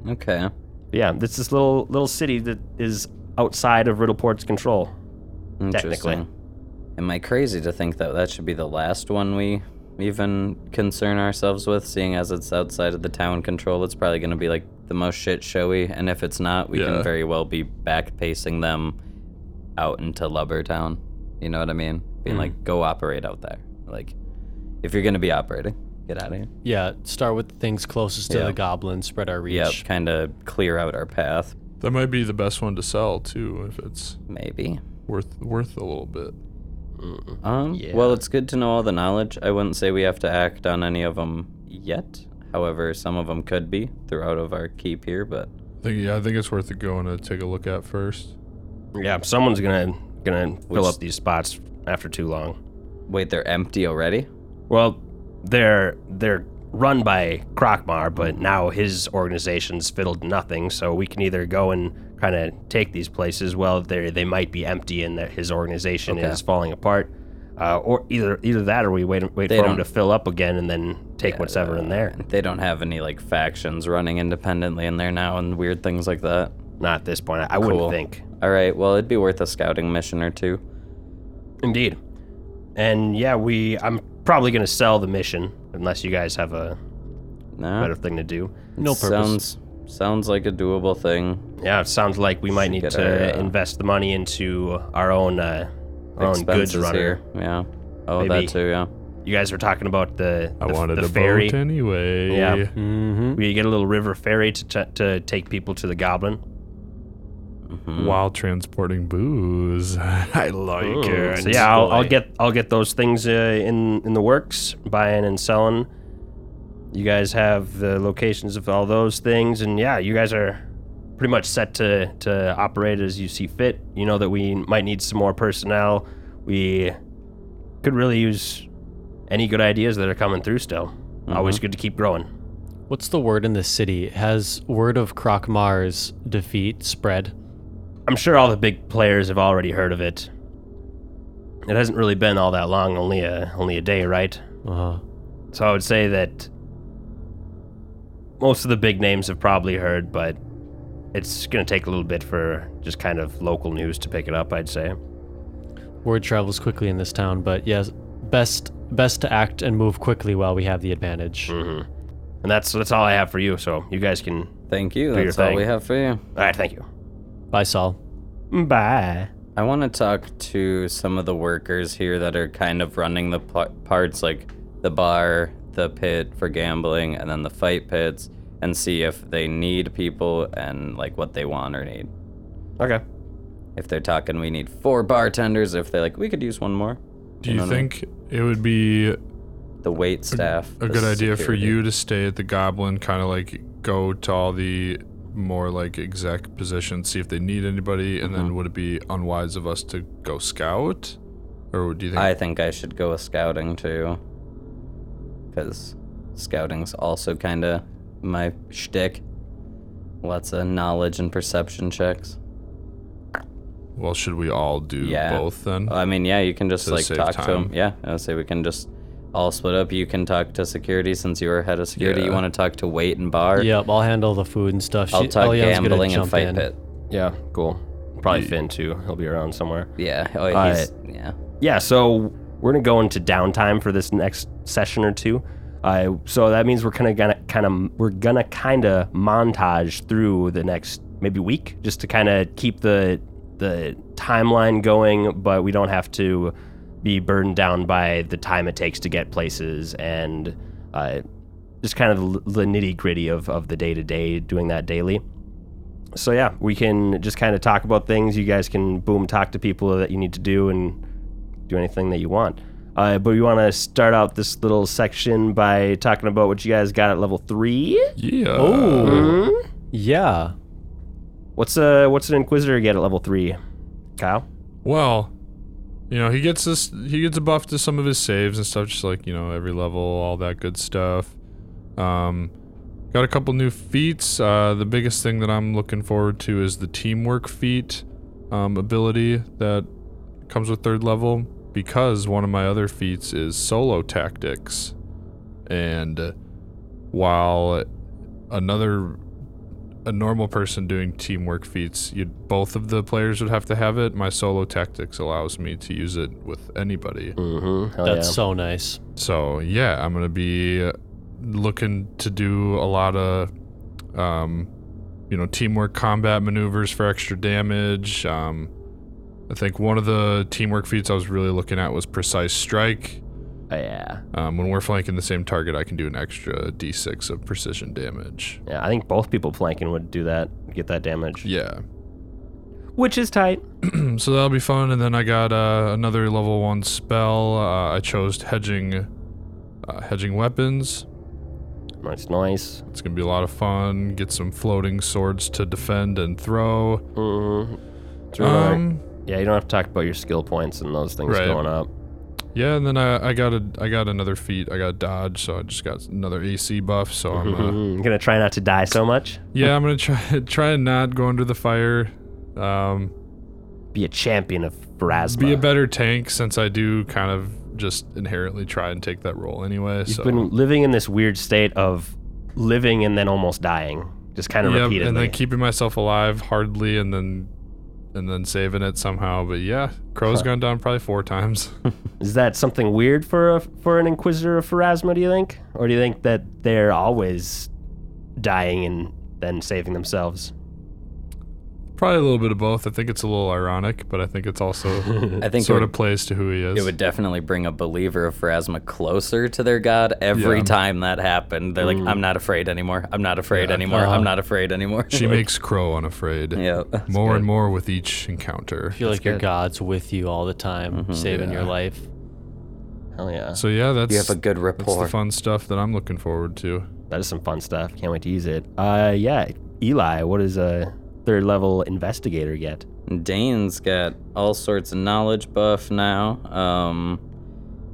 A: Okay.
B: But yeah, it's this little little city that is outside of Riddleport's control.
A: Interesting.
B: Technically.
A: Am I crazy to think that that should be the last one we even concern ourselves with, seeing as it's outside of the town control? It's probably going to be like the most shit showy, and if it's not, we
C: Yeah.
A: can very well be back pacing them out into Lubbertown. You know what I mean? Being like, go operate out there. Like, if you're going to be operating, get out of here.
D: Yeah, start with the things closest to
A: Yeah.
D: the goblin, spread our reach.
A: Yep. Kind of clear out our path,
C: That might be the best one to sell too if it's
A: maybe.
C: worth worth a little bit.
A: Um, Well, it's good to know all the knowledge. I wouldn't say we have to act on any of them yet. However, some of them could be throughout of our keep here, but
C: I think yeah, I think it's worth it going to take a look at first.
B: Yeah, someone's gonna gonna fill
A: Which-
B: up these spots after too long.
A: wait, they're empty already?
B: Well, they're they're run by Krokmar, but now his organization's fiddled nothing. So we can either go and kind of take these places. Well, they they might be empty, and that his organization
A: Okay.
B: is falling apart. Uh, or either either that, or we wait wait
A: They
B: for him
A: don't-
B: to fill up again, and then take what's ever in there.
A: They don't have any like factions running independently in there now and weird things like that.
B: Not at this point. I, I wouldn't
A: Cool.
B: think.
A: All right, well, it'd be worth a scouting mission or two.
B: Indeed. And yeah, we. I'm probably gonna sell the mission unless you guys have a
A: No.
B: better thing to do.
D: No purpose.
A: Sounds sounds like a doable thing.
B: Yeah, it sounds like we might need
A: get
B: to
A: our, uh,
B: invest the money into our own uh, our own goods
A: Expenses
B: runner.
A: here. Yeah. Oh,
B: Maybe.
A: that too, yeah.
B: You guys were talking about the
C: I
B: the,
C: wanted
B: the
C: a
B: ferry.
C: boat anyway.
B: Yeah.
D: Mm-hmm.
B: We get a little river ferry to t- to take people to the Goblin.
A: Mm-hmm.
C: While transporting booze. <laughs> I like it.
B: so yeah, I'll, I'll
D: boy.
B: get I'll get those things uh, in in the works, buying and selling. You guys have the locations of all those things, and yeah, you guys are pretty much set to to operate as you see fit. You know that we might need some more personnel. We could really use any good ideas that are coming through. Still,
C: Mm-hmm.
B: always good to keep growing.
D: What's the word in the city? Has word of Krokmar's defeat spread?
B: I'm sure all the big players have already heard of it. It hasn't really been all that long, only a only a day, right?
D: Uh,
B: So I would say that most of the big names have probably heard, but it's going to take a little bit for just kind of local news to pick it up, I'd say.
D: word travels quickly in this town, but yes, best best to act and move quickly while we have the advantage.
B: And that's that's all I have for you, so you guys can All
A: Thank you.
B: your
A: That's all we
B: thing.
A: have for you.
B: right, thank you.
D: Bye, Saul.
B: Bye.
A: I want to talk to some of the workers here that are kind of running the pa- parts, like the bar, the pit for gambling, and then the fight pits, and see if they need people and like what they want or need.
B: Okay.
A: If they're talking, we need four bartenders. If they're like, we could use one more.
C: Do
A: No,
C: you
A: no.
C: think it would be
A: The wait staff.
C: a good idea for you to stay at the Goblin, kind of like go to all the more like exec positions, see if they need anybody, and
A: Mm-hmm.
C: then would it be unwise of us to go scout? Or do you think
A: I think I should go with scouting too. Because scouting's also kind of my shtick. Lots of knowledge and perception checks.
C: Well, should we all do
A: Yeah. Uh,
C: both then?
A: I mean, yeah, you can just
C: To
A: like
C: save
A: talk to him.
C: time.
A: Yeah, I would say we can just all split up. You can talk to security since you were head of security. You
C: Yeah.
A: want to talk to wait and bar.
D: Yep, I'll handle the food and stuff.
A: I'll
D: She- oh,
A: talk
D: Eliane's gonna
A: gambling and
D: jump
A: fight
D: in.
A: pit.
B: Yeah, cool. Probably Finn too. He'll be around somewhere.
A: Yeah. Oh,
B: All
A: he's, yeah.
B: Yeah, so we're gonna go into downtime for this next session or two. Uh, so that means we're kind of gonna kind of we're gonna kind of montage through the next maybe week just to kind of keep the the timeline going, but we don't have to be burdened down by the time it takes to get places and uh, just kind of the, the nitty gritty of of the day to day doing that daily so yeah, we can just kind of talk about things. You guys can boom talk to people that you need to do and do anything that you want. Uh, but we want to start out this little section by talking about what you guys got at level three.
C: Yeah.
D: Oh,
B: Mm-hmm.
D: yeah.
B: What's a what's an inquisitor get at level three, Kyle?
C: Well, you know, he gets this he gets a buff to some of his saves and stuff, just like, you know, every level, all that good stuff. Um got a couple new feats. Uh the biggest thing that I'm looking forward to is the teamwork feat um ability that comes with third level because one of my other feats is solo tactics. And while another a normal person doing teamwork feats, you'd both of the players would have to have it. My solo tactics allows me to use it with anybody.
B: Mm-hmm.
A: Oh,
B: Hell
D: That's so nice.
C: So yeah, I'm gonna be looking to do a lot of, um, you know, teamwork combat maneuvers for extra damage. Um, I think one of the teamwork feats I was really looking at was precise strike.
B: yeah. Oh, yeah.
C: Um, when we're flanking the same target, I can do an extra d6 of precision damage.
B: Yeah, I think both people flanking would do that, get that damage,
C: Yeah,
B: which is tight.
C: so that'll be fun. And then I got uh, another level one spell. Uh, I chose hedging, uh, hedging weapons.
B: Nice, nice.
C: It's gonna be a lot of fun. Get some floating swords to defend and throw.
B: Mm-hmm.
C: Um,
B: yeah, you don't have to talk about your skill points and those things
C: Right.
B: going up.
C: Yeah, and then I, I got a I got another feat. I got dodge, so I just got another AC buff. So
B: <laughs>
C: I'm uh,
B: Mm, gonna try not to die so much.
C: yeah, I'm gonna try <laughs> try and not go under the fire. Um,
B: Be a champion of Phrasma.
C: be a better tank since I do kind of just inherently try and take that role anyway.
B: You've
C: so
B: been living in this weird state of living and then almost dying, just kind of
C: yeah,
B: repeatedly.
C: and then keeping myself alive hardly, and then and then saving it somehow. But yeah, crow's gone down probably
A: <laughs>
C: four times.
B: Is that something weird for a, for an Inquisitor of Pharasma, do you think? Or do you think that they're always dying and then saving themselves?
C: probably a little bit of both. I think it's a little ironic, but I think
A: <laughs>
C: it's also
A: I think
C: sort
A: it
C: of
A: would,
C: plays to who he is.
A: it would definitely bring a believer of Phrasma closer to their god every
C: Yeah.
A: time that happened. They're like, I'm not afraid anymore. I'm not afraid anymore. I'm not afraid anymore. <laughs>
C: she makes Crow unafraid.
A: yeah.
C: More and more with each encounter.
D: feel like your God's with you all the time,
A: Mm-hmm.
D: saving your life.
B: Hell yeah.
C: So yeah, that's
A: You have a good
C: that's the
A: rapport.
C: fun stuff that I'm looking forward to.
B: That is some fun stuff. Can't wait to use it. Uh, yeah, Eli, what is a third level investigator get?
A: Dane's got all sorts of knowledge buff now. Um,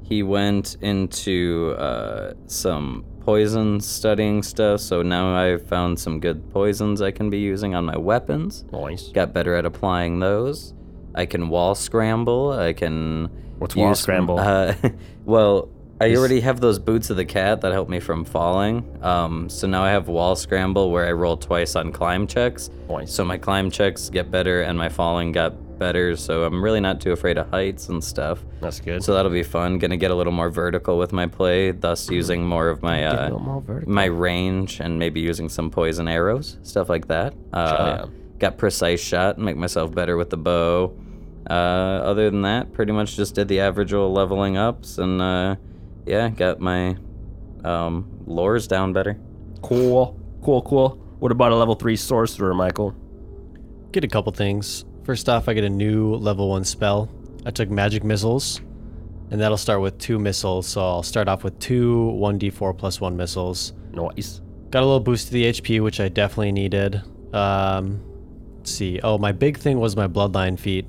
A: he went into uh, some poison studying stuff, so now I've found some good poisons I can be using on my weapons.
B: Nice.
A: Got better at applying those. I can wall scramble. I can.
B: What's wall
A: use-
B: scramble?
A: Uh, <laughs> well, I already have those boots of the cat that help me from falling. Um, so now I have wall scramble where I roll twice on climb checks.
B: Nice.
A: So my climb checks get better and my falling got better. So I'm really not too afraid of heights and stuff.
B: That's good.
A: So that'll be fun. Gonna get a little more vertical with my play, thus using more of my
B: a
A: uh,
B: little more vertical.
A: my range and maybe using some poison arrows, stuff like that. Uh,
B: yeah.
A: Got precise shot, make myself better with the bow. Uh, other than that, pretty much just did the average roll leveling ups and uh, yeah, got my um, lores down better.
B: cool. Cool, cool. What about a level three sorcerer, Michael?
D: Get a couple things. First off, I get a new level one spell. I took magic missiles, and that'll start with two missiles. So I'll start off with two 1d4 plus one missiles.
B: Nice.
D: Got a little boost to the HP, which I definitely needed. Um, let's see. Oh, my big thing was my bloodline feat.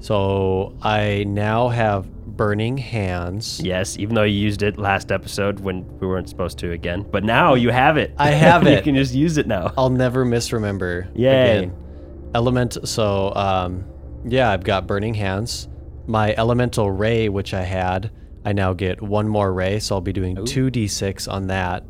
D: So I now have burning hands.
B: Yes, even though you used it last episode when we weren't supposed to again. But now you have it.
D: I have
B: <laughs> you
D: it.
B: can just use it now.
D: I'll never misremember.
B: Yay.
D: Again. Element. So, um, yeah, I've got burning hands. My elemental ray, which I had, I now get one more ray, so I'll be doing two d6 on that,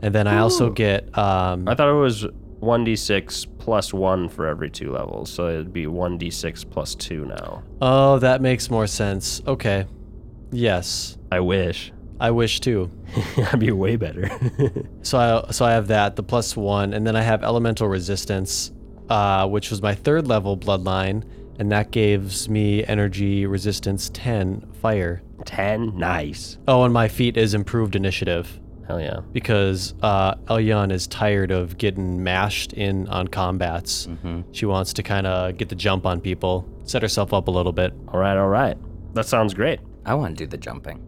D: and then I also get um,
B: I thought it was 1d6 plus 1 for every two levels. So it'd be 1d6 plus 2 now.
D: Oh, that makes more sense. Okay. Yes,
B: I wish. <laughs>
D: I wish too.
B: That'd be way better. <laughs>
D: So I so I have that the plus one, and then I have elemental resistance, uh, which was my third level bloodline, and that gives me energy resistance ten fire.
B: 10. Nice.
D: Oh, and my feat is improved initiative
B: Hell yeah.
D: because uh, Elyon is tired of getting mashed in on combats.
A: Mm-hmm.
D: She wants to kind of get the jump on people, set herself up a little bit.
B: All right, all right. That sounds great.
A: I want to do the jumping.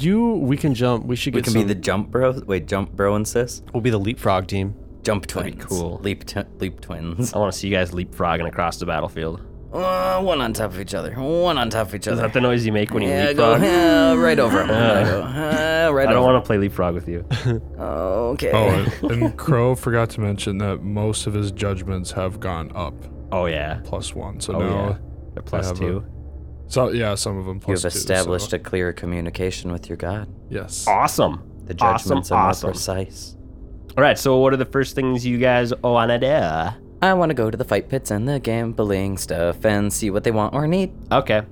D: You, we can jump. We should
A: We
D: get
A: can
D: some.
A: be the jump bro. Wait, jump bro and sis.
D: we'll be the leapfrog team.
A: Jump twins.
B: cool.
A: Leap t- leap twins.
B: I want to see you guys leapfrogging across the battlefield.
A: Uh, one on top of each other. One on top of each
B: Is
A: other.
B: that the noise you make when you
A: Yeah, go
B: leapfrog?
A: uh, right over
B: <laughs>
A: him. Uh, right
B: I
A: over.
B: don't want to play leapfrog with you.
A: Okay.
C: Oh,
A: <laughs>
C: and- and Crow forgot to mention that most of his judgments have gone up
B: Oh, <laughs> yeah.
C: plus one. So
B: Oh,
C: now,
B: yeah. They're plus
C: have a-
B: 2.
C: so yeah, some of them
A: you
C: plus
A: have established a clear communication with your god.
C: a yes.
B: Awesome.
A: The
B: Awesome,
A: judgments are more
B: awesome.
A: precise.
B: All right, so what are the first things you guys want to do?
A: I want to go to the fight pits and the gambling stuff and see what they want or need
B: Okay.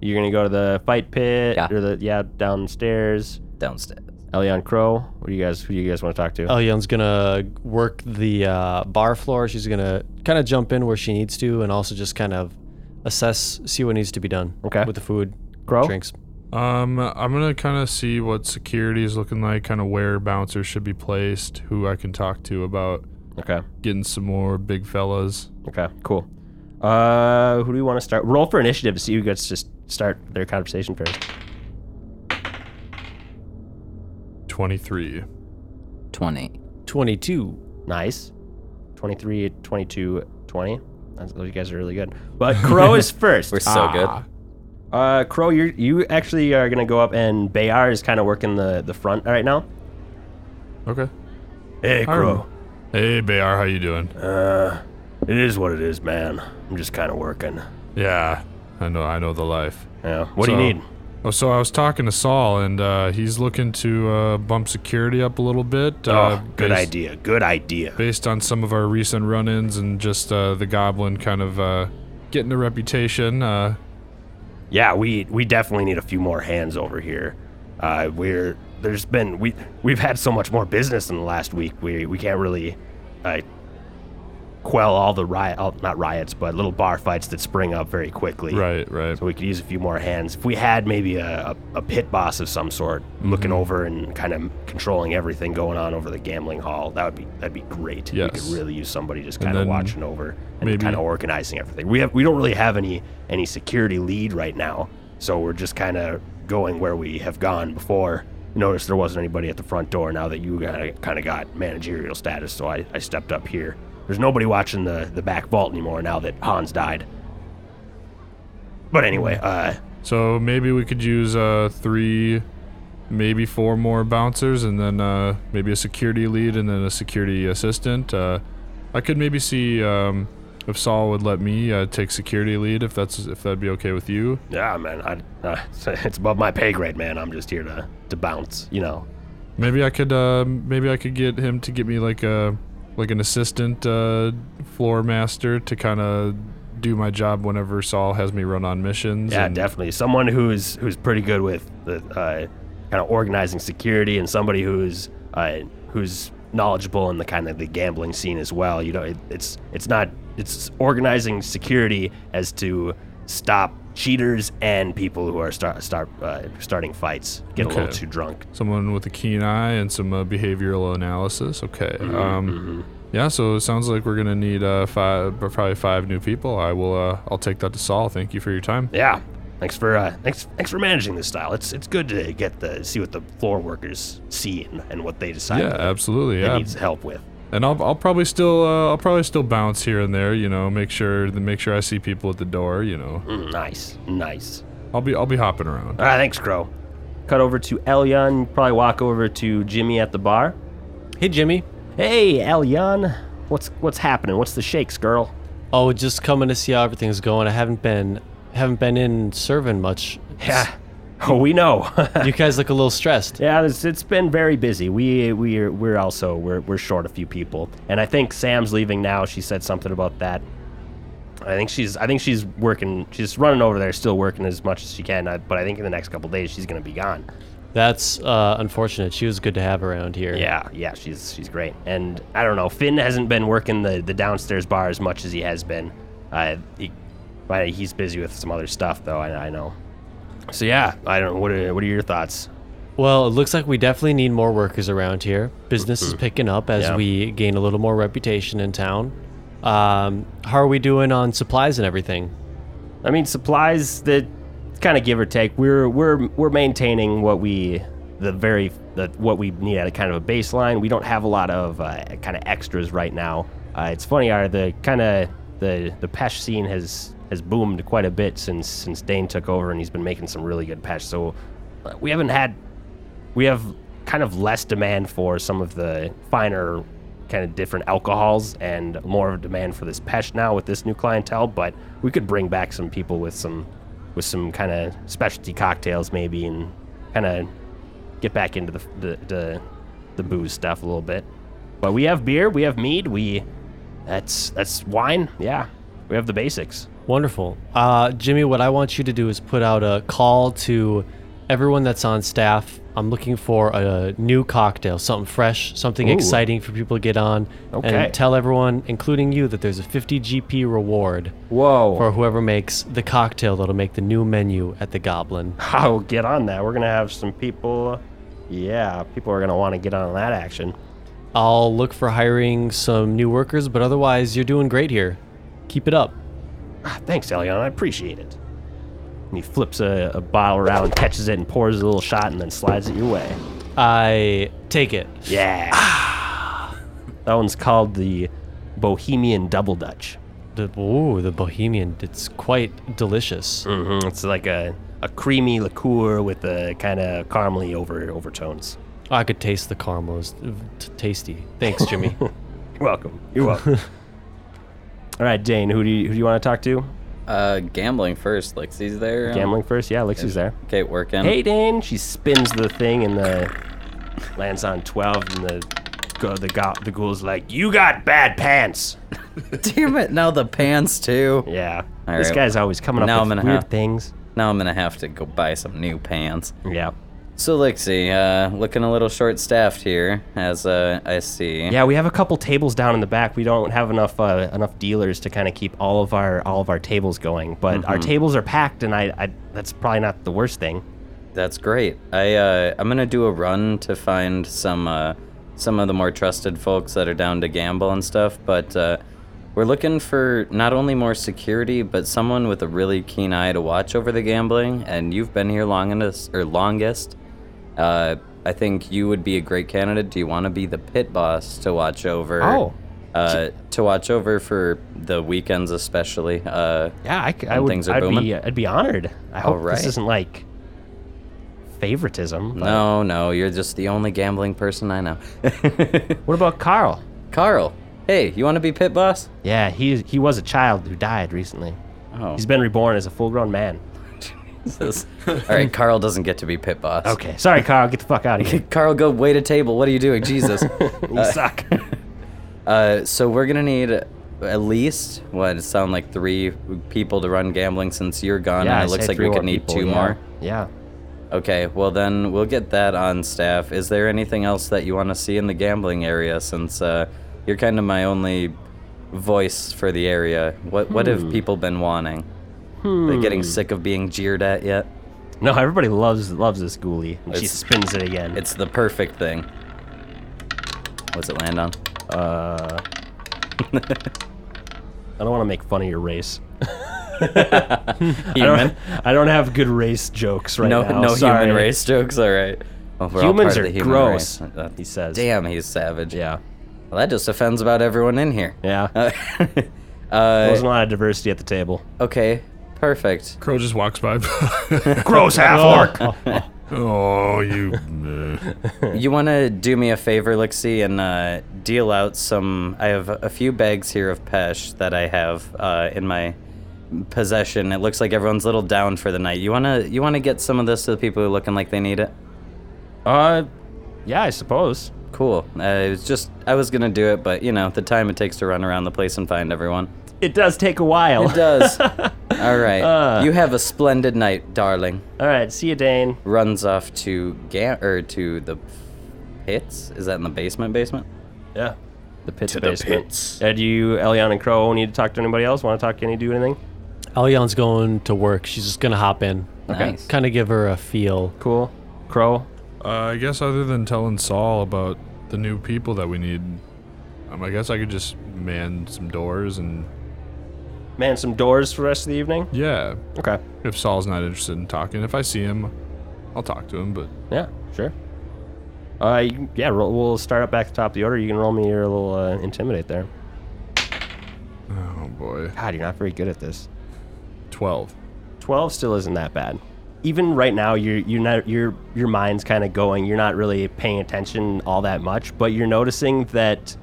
B: You're gonna go to the fight pit
A: Yeah.
B: or the yeah downstairs.
A: downstairs.
B: Elion Crow. What do you guys? Who do you guys want to talk to?
D: Elion's gonna work the uh, bar floor. She's gonna kind of jump in where she needs to, and also just kind of assess, see what needs to be done.
B: Okay.
D: With the food,
B: Crow.
D: drinks.
C: Um, I'm gonna kind of see what security is looking like, kind of where bouncers should be placed, who I can talk to about
B: Okay.
C: getting some more big fellas.
B: Okay. Cool. Uh, who do you want to start? Roll for initiative. to See who gets to s- start their conversation first.
C: Twenty-three.
A: Twenty.
D: Twenty-two.
B: Nice. 23, 22, 20. That's, those you guys are really good. But Crow is first.
A: We're so good.
B: Ah. Uh, Crow, you you actually are gonna go up, and Bayar is kind of working the the front right now.
C: Okay.
B: Hey,
C: Crow. Hey, Bayar, how you doing?
B: Uh, It is what it is, man. I'm just kind of working.
C: yeah, I know. I know the life.
B: Yeah. What
C: So-
B: do you need?
C: Oh, so I was talking to Saul, and uh, he's looking to uh, bump security up a little bit. Uh,
B: oh, good
C: based-
B: idea. Good idea.
C: Based on some of our recent run-ins and just uh, the goblin kind of uh, getting a reputation. Uh,
B: Yeah, we we definitely need a few more hands over here. Uh, we're there's been we we've had so much more business in the last week. We we can't really uh, quell all the riot, all, not riots, but little bar fights that spring up very quickly.
C: right, right.
B: So we could use a few more hands. If we had maybe a, a, a pit boss of some sort looking
C: Mm-hmm.
B: over and kind of controlling everything going on over the gambling hall, that would be that'd be great. We
C: Yes.
B: could really use somebody just kind of
C: then
B: watching over and
C: maybe-
B: kind of organizing everything. We have we don't really have any any security lead right now, so we're just kind of going where we have gone before. Notice there wasn't anybody at the front door. Now that you kind of got managerial status, so I, I stepped up here. There's nobody watching the, the back vault anymore now that Hans died. But anyway, uh,
C: So maybe we could use uh, three, maybe four more bouncers, and then uh, maybe a security lead, and then a security assistant. Uh, I could maybe see um, if Saul would let me uh, take security lead, if that's if that'd be okay with you.
B: Yeah, man, I, uh, <laughs> it's above my pay grade, man. I'm just here to, to bounce, you know.
C: Maybe I could uh, maybe I could get him to get me like a like an assistant uh, floor master to kind of do my job whenever Saul has me run on missions.
B: Yeah,
C: and-
B: definitely. Someone who's who's pretty good with the uh, kind of organizing security, and somebody who's uh, who's knowledgeable in the kind of the gambling scene as well. You know, it, it's it's not it's organizing security as to stop cheaters and people who are start start uh, starting fights get a
C: Okay.
B: little too drunk.
C: someone with a keen eye and some uh, behavioral analysis. Okay.
B: Mm-hmm,
C: Um, yeah. So it sounds like we're gonna need uh, five, probably five new people. I will. Uh, I'll take that to Saul. Thank you for your time.
B: Yeah. Thanks for uh, thanks thanks for managing this style. It's it's good to get the see what the floor workers see and, and what they decide
C: Yeah, absolutely.
B: that
C: Yeah,
B: needs help with.
C: and I'll, I'll probably still uh, I'll probably still bounce here and there. You know, make sure make sure I see people at the door. You know,
B: Mm, nice, nice.
C: I'll be I'll be hopping around.
B: All right, thanks, Crow. Cut over to Elyon. Probably walk over to Jimmy at the bar.
D: Hey, Jimmy.
B: Hey, Elyon, what's what's happening? What's the shakes, girl?
D: Oh, just coming to see how everything's going. I haven't been haven't been in
B: <laughs>
D: serving much.
B: Yeah, oh, we know. <laughs>
D: You guys look a little stressed.
B: yeah, it's, it's been very busy. We we're we're also we're we're short a few people, and I think Sam's leaving now. She said something about that. I think she's I think she's working. She's running over there, still working as much as she can. I, but I think in the next couple days she's gonna be gone.
D: That's uh, unfortunate. She was good to have around here.
B: Yeah, yeah, she's she's great. And I don't know, Finn hasn't been working the, the downstairs bar as much as he has been. Uh, he, but he's busy with some other stuff though. I, I know. So yeah, I don't. What are what are your thoughts?
D: Well, it looks like we definitely need more workers around here. Business is picking up as
B: Mm-hmm. Yeah.
D: we gain a little more reputation in town. Um, how are we doing on supplies and everything?
B: I mean, supplies that kind of give or take. We're we're we're maintaining what we the very the, what we need at a kind of a baseline. We don't have a lot of uh, kind of extras right now. Uh, it's funny, our the kind of the the pesh scene has has boomed quite a bit since since Dane took over, and he's been making some really good pesh. So uh, we haven't had we have kind of less demand for some of the finer kind of different alcohols and more of a demand for this pesh now with this new clientele but we could bring back some people with some with some kind of specialty cocktails maybe and kind of get back into the, the the the booze stuff a little bit but we have beer we have mead we that's that's wine yeah we have the basics
D: Wonderful. Uh, Jimmy, what I want you to do is put out a call to everyone that's on staff. I'm looking for a new cocktail, something fresh, something
B: Ooh.
D: exciting for people to get on.
B: Okay.
D: And tell everyone, including you, that there's a 50 GP reward
B: whoa <laughs>
D: for whoever makes the cocktail that'll make the new menu at the Goblin.
B: I'll get on that. We're gonna have some people. Yeah, people are gonna want to get on that action.
D: I'll look for hiring some new workers, but otherwise, you're doing great here. Keep it up.
B: Ah, thanks, Elion. I appreciate it. And he flips a, a bottle around, catches it, and pours a little shot, and then slides it your way.
D: I take it.
B: Ah. Yeah. that one's called the Bohemian Double Dutch.
D: the ooh, the Bohemian. It's quite delicious.
B: hmm It's like a, a creamy liqueur with a kind of caramely over overtones.
D: I could taste the caramel. It's t- tasty. Thanks, Jimmy.
B: You're welcome. You're welcome. <laughs> All right, Dane, who do you, who do you want to talk to?
A: Uh, gambling first. Lixie's there. um,
B: Gambling first? Yeah, Lixie's there.
A: Okay, working.
B: Hey, Dane. She spins the thing and the lands on 12 and the go, the, go, the ghoul's like, "You got bad pants."
A: <laughs> Damn it! Now the pants too.
B: <laughs> Yeah.
A: All
B: this
A: right.
B: guy's always coming up
A: Now I'm
B: with
A: gonna
B: weird
A: have-
B: things.
A: Now I'm gonna have to go buy some new pants.
B: Yeah.
A: So Lixie, uh, looking a little short-staffed here, as uh, I see.
B: Yeah, we have a couple tables down in the back. We don't have enough uh, enough dealers to kind of keep all of our all of our tables going, but our tables are packed, and I, I that's probably not the worst thing.
A: That's great. I uh, I'm gonna do a run to find some uh, some of the more trusted folks that are down to gamble and stuff. But uh, we're looking for not only more security, but someone with a really keen eye to watch over the gambling. And you've been here long enough, or longest. Uh, I think you would be a great candidate. Do you want to be the pit boss to watch over?
B: Oh.
A: Uh, to watch over for the weekends, especially. Uh,
B: Yeah, I, c- I
A: When
B: would.
A: things are
B: I'd
A: booming.
B: be I'd be honored. I
A: All
B: hope
A: right.
B: this isn't like favoritism. but-
A: no, no, you're just the only gambling person I know. <laughs>
B: What about Carl?
A: Carl, hey, you want to be pit boss?
B: Yeah, he he was a child who died recently.
A: Oh,
B: He's been reborn as a full-grown man.
A: Jesus. all right. Carl doesn't get to be pit boss.
B: Okay, sorry, Carl. Get the fuck out of
A: <laughs>
B: here.
A: Carl, go wait a table. What are you doing,
B: <laughs>
A: Jesus?
B: You suck.
A: <laughs> uh, so we're gonna need at least what it sound like three people to run gambling since you're gone,
B: I
A: and it looks
B: said
A: like
B: three
A: we
B: more
A: could need
B: people,
A: two
B: yeah.
A: more.
B: Yeah.
A: Okay, well then we'll get that on staff. Is there anything else that you want to see in the gambling area? Since uh, you're kind of my only voice for the area, what what
B: Hmm.
A: have people been wanting? They're getting sick of being jeered at yet?
B: No, everybody loves loves this ghoulie. And she
A: It's-
B: spins it again.
A: It's the perfect thing. What's it land on?
B: Uh, I don't want to make fun of
A: <laughs>
B: your race. <gasps> I <laughs> don't,
A: Human?
B: I don't have good race jokes right
A: No,
B: now.
A: no
B: sorry.
A: human race jokes. All right. Well, we're all
B: Humans
A: part of
B: are
A: the human
B: gross.
A: race. Uh,
B: He says.
A: Damn, he's savage.
B: Yeah,
A: Well, that just offends about everyone in here.
B: yeah.
A: <laughs> Uh,
B: there
A: uh,
B: wasn't a lot of diversity at the table.
A: okay. Perfect.
C: Crow just walks by. <laughs>
B: Gross half orc.
C: oh, you.
A: <laughs> You want to do me a favor, Lixie, and uh, deal out some. I have a few bags here of Pesh that I have uh, in my possession. It looks like everyone's a little down for the night. You wanna you wanna get some of this to the people who are looking like they need it.
B: <laughs> Uh, yeah, I suppose.
A: Cool. Uh, it was just I was gonna do it, but you know the time it takes to run around the place and find everyone.
B: It does take a while.
A: It does. All right. you have a splendid night, darling.
B: All right, see you, Dane.
A: Runs off to ga- or to the pits. Is that in the basement? Basement.
B: Yeah. The pits to basement. The pits. Uh, do you, Elion and Crow, need to talk to anybody else? Want to talk to any? Do anything?
D: Alion's going to work. She's just gonna hop in.
A: Nice.
D: Kind of give her a feel.
B: Cool. Crow.
C: Uh, I guess other than telling Saul about the new people that we need, um, I guess I could just man some doors and
B: Man, some doors for the rest of the evening.
C: yeah.
B: Okay.
C: If Saul's not interested in talking, if I see him, I'll talk to him. But
B: Yeah, sure. Uh, you- yeah, roll, we'll start up back at the top of the order. You can roll me your little uh, intimidate there.
C: oh boy,
B: God, you're not very good at this.
C: twelve.
B: Twelve still isn't that bad. Even right now, you're you're not your your mind's kind of going. You're not really paying attention all that much, but you're noticing that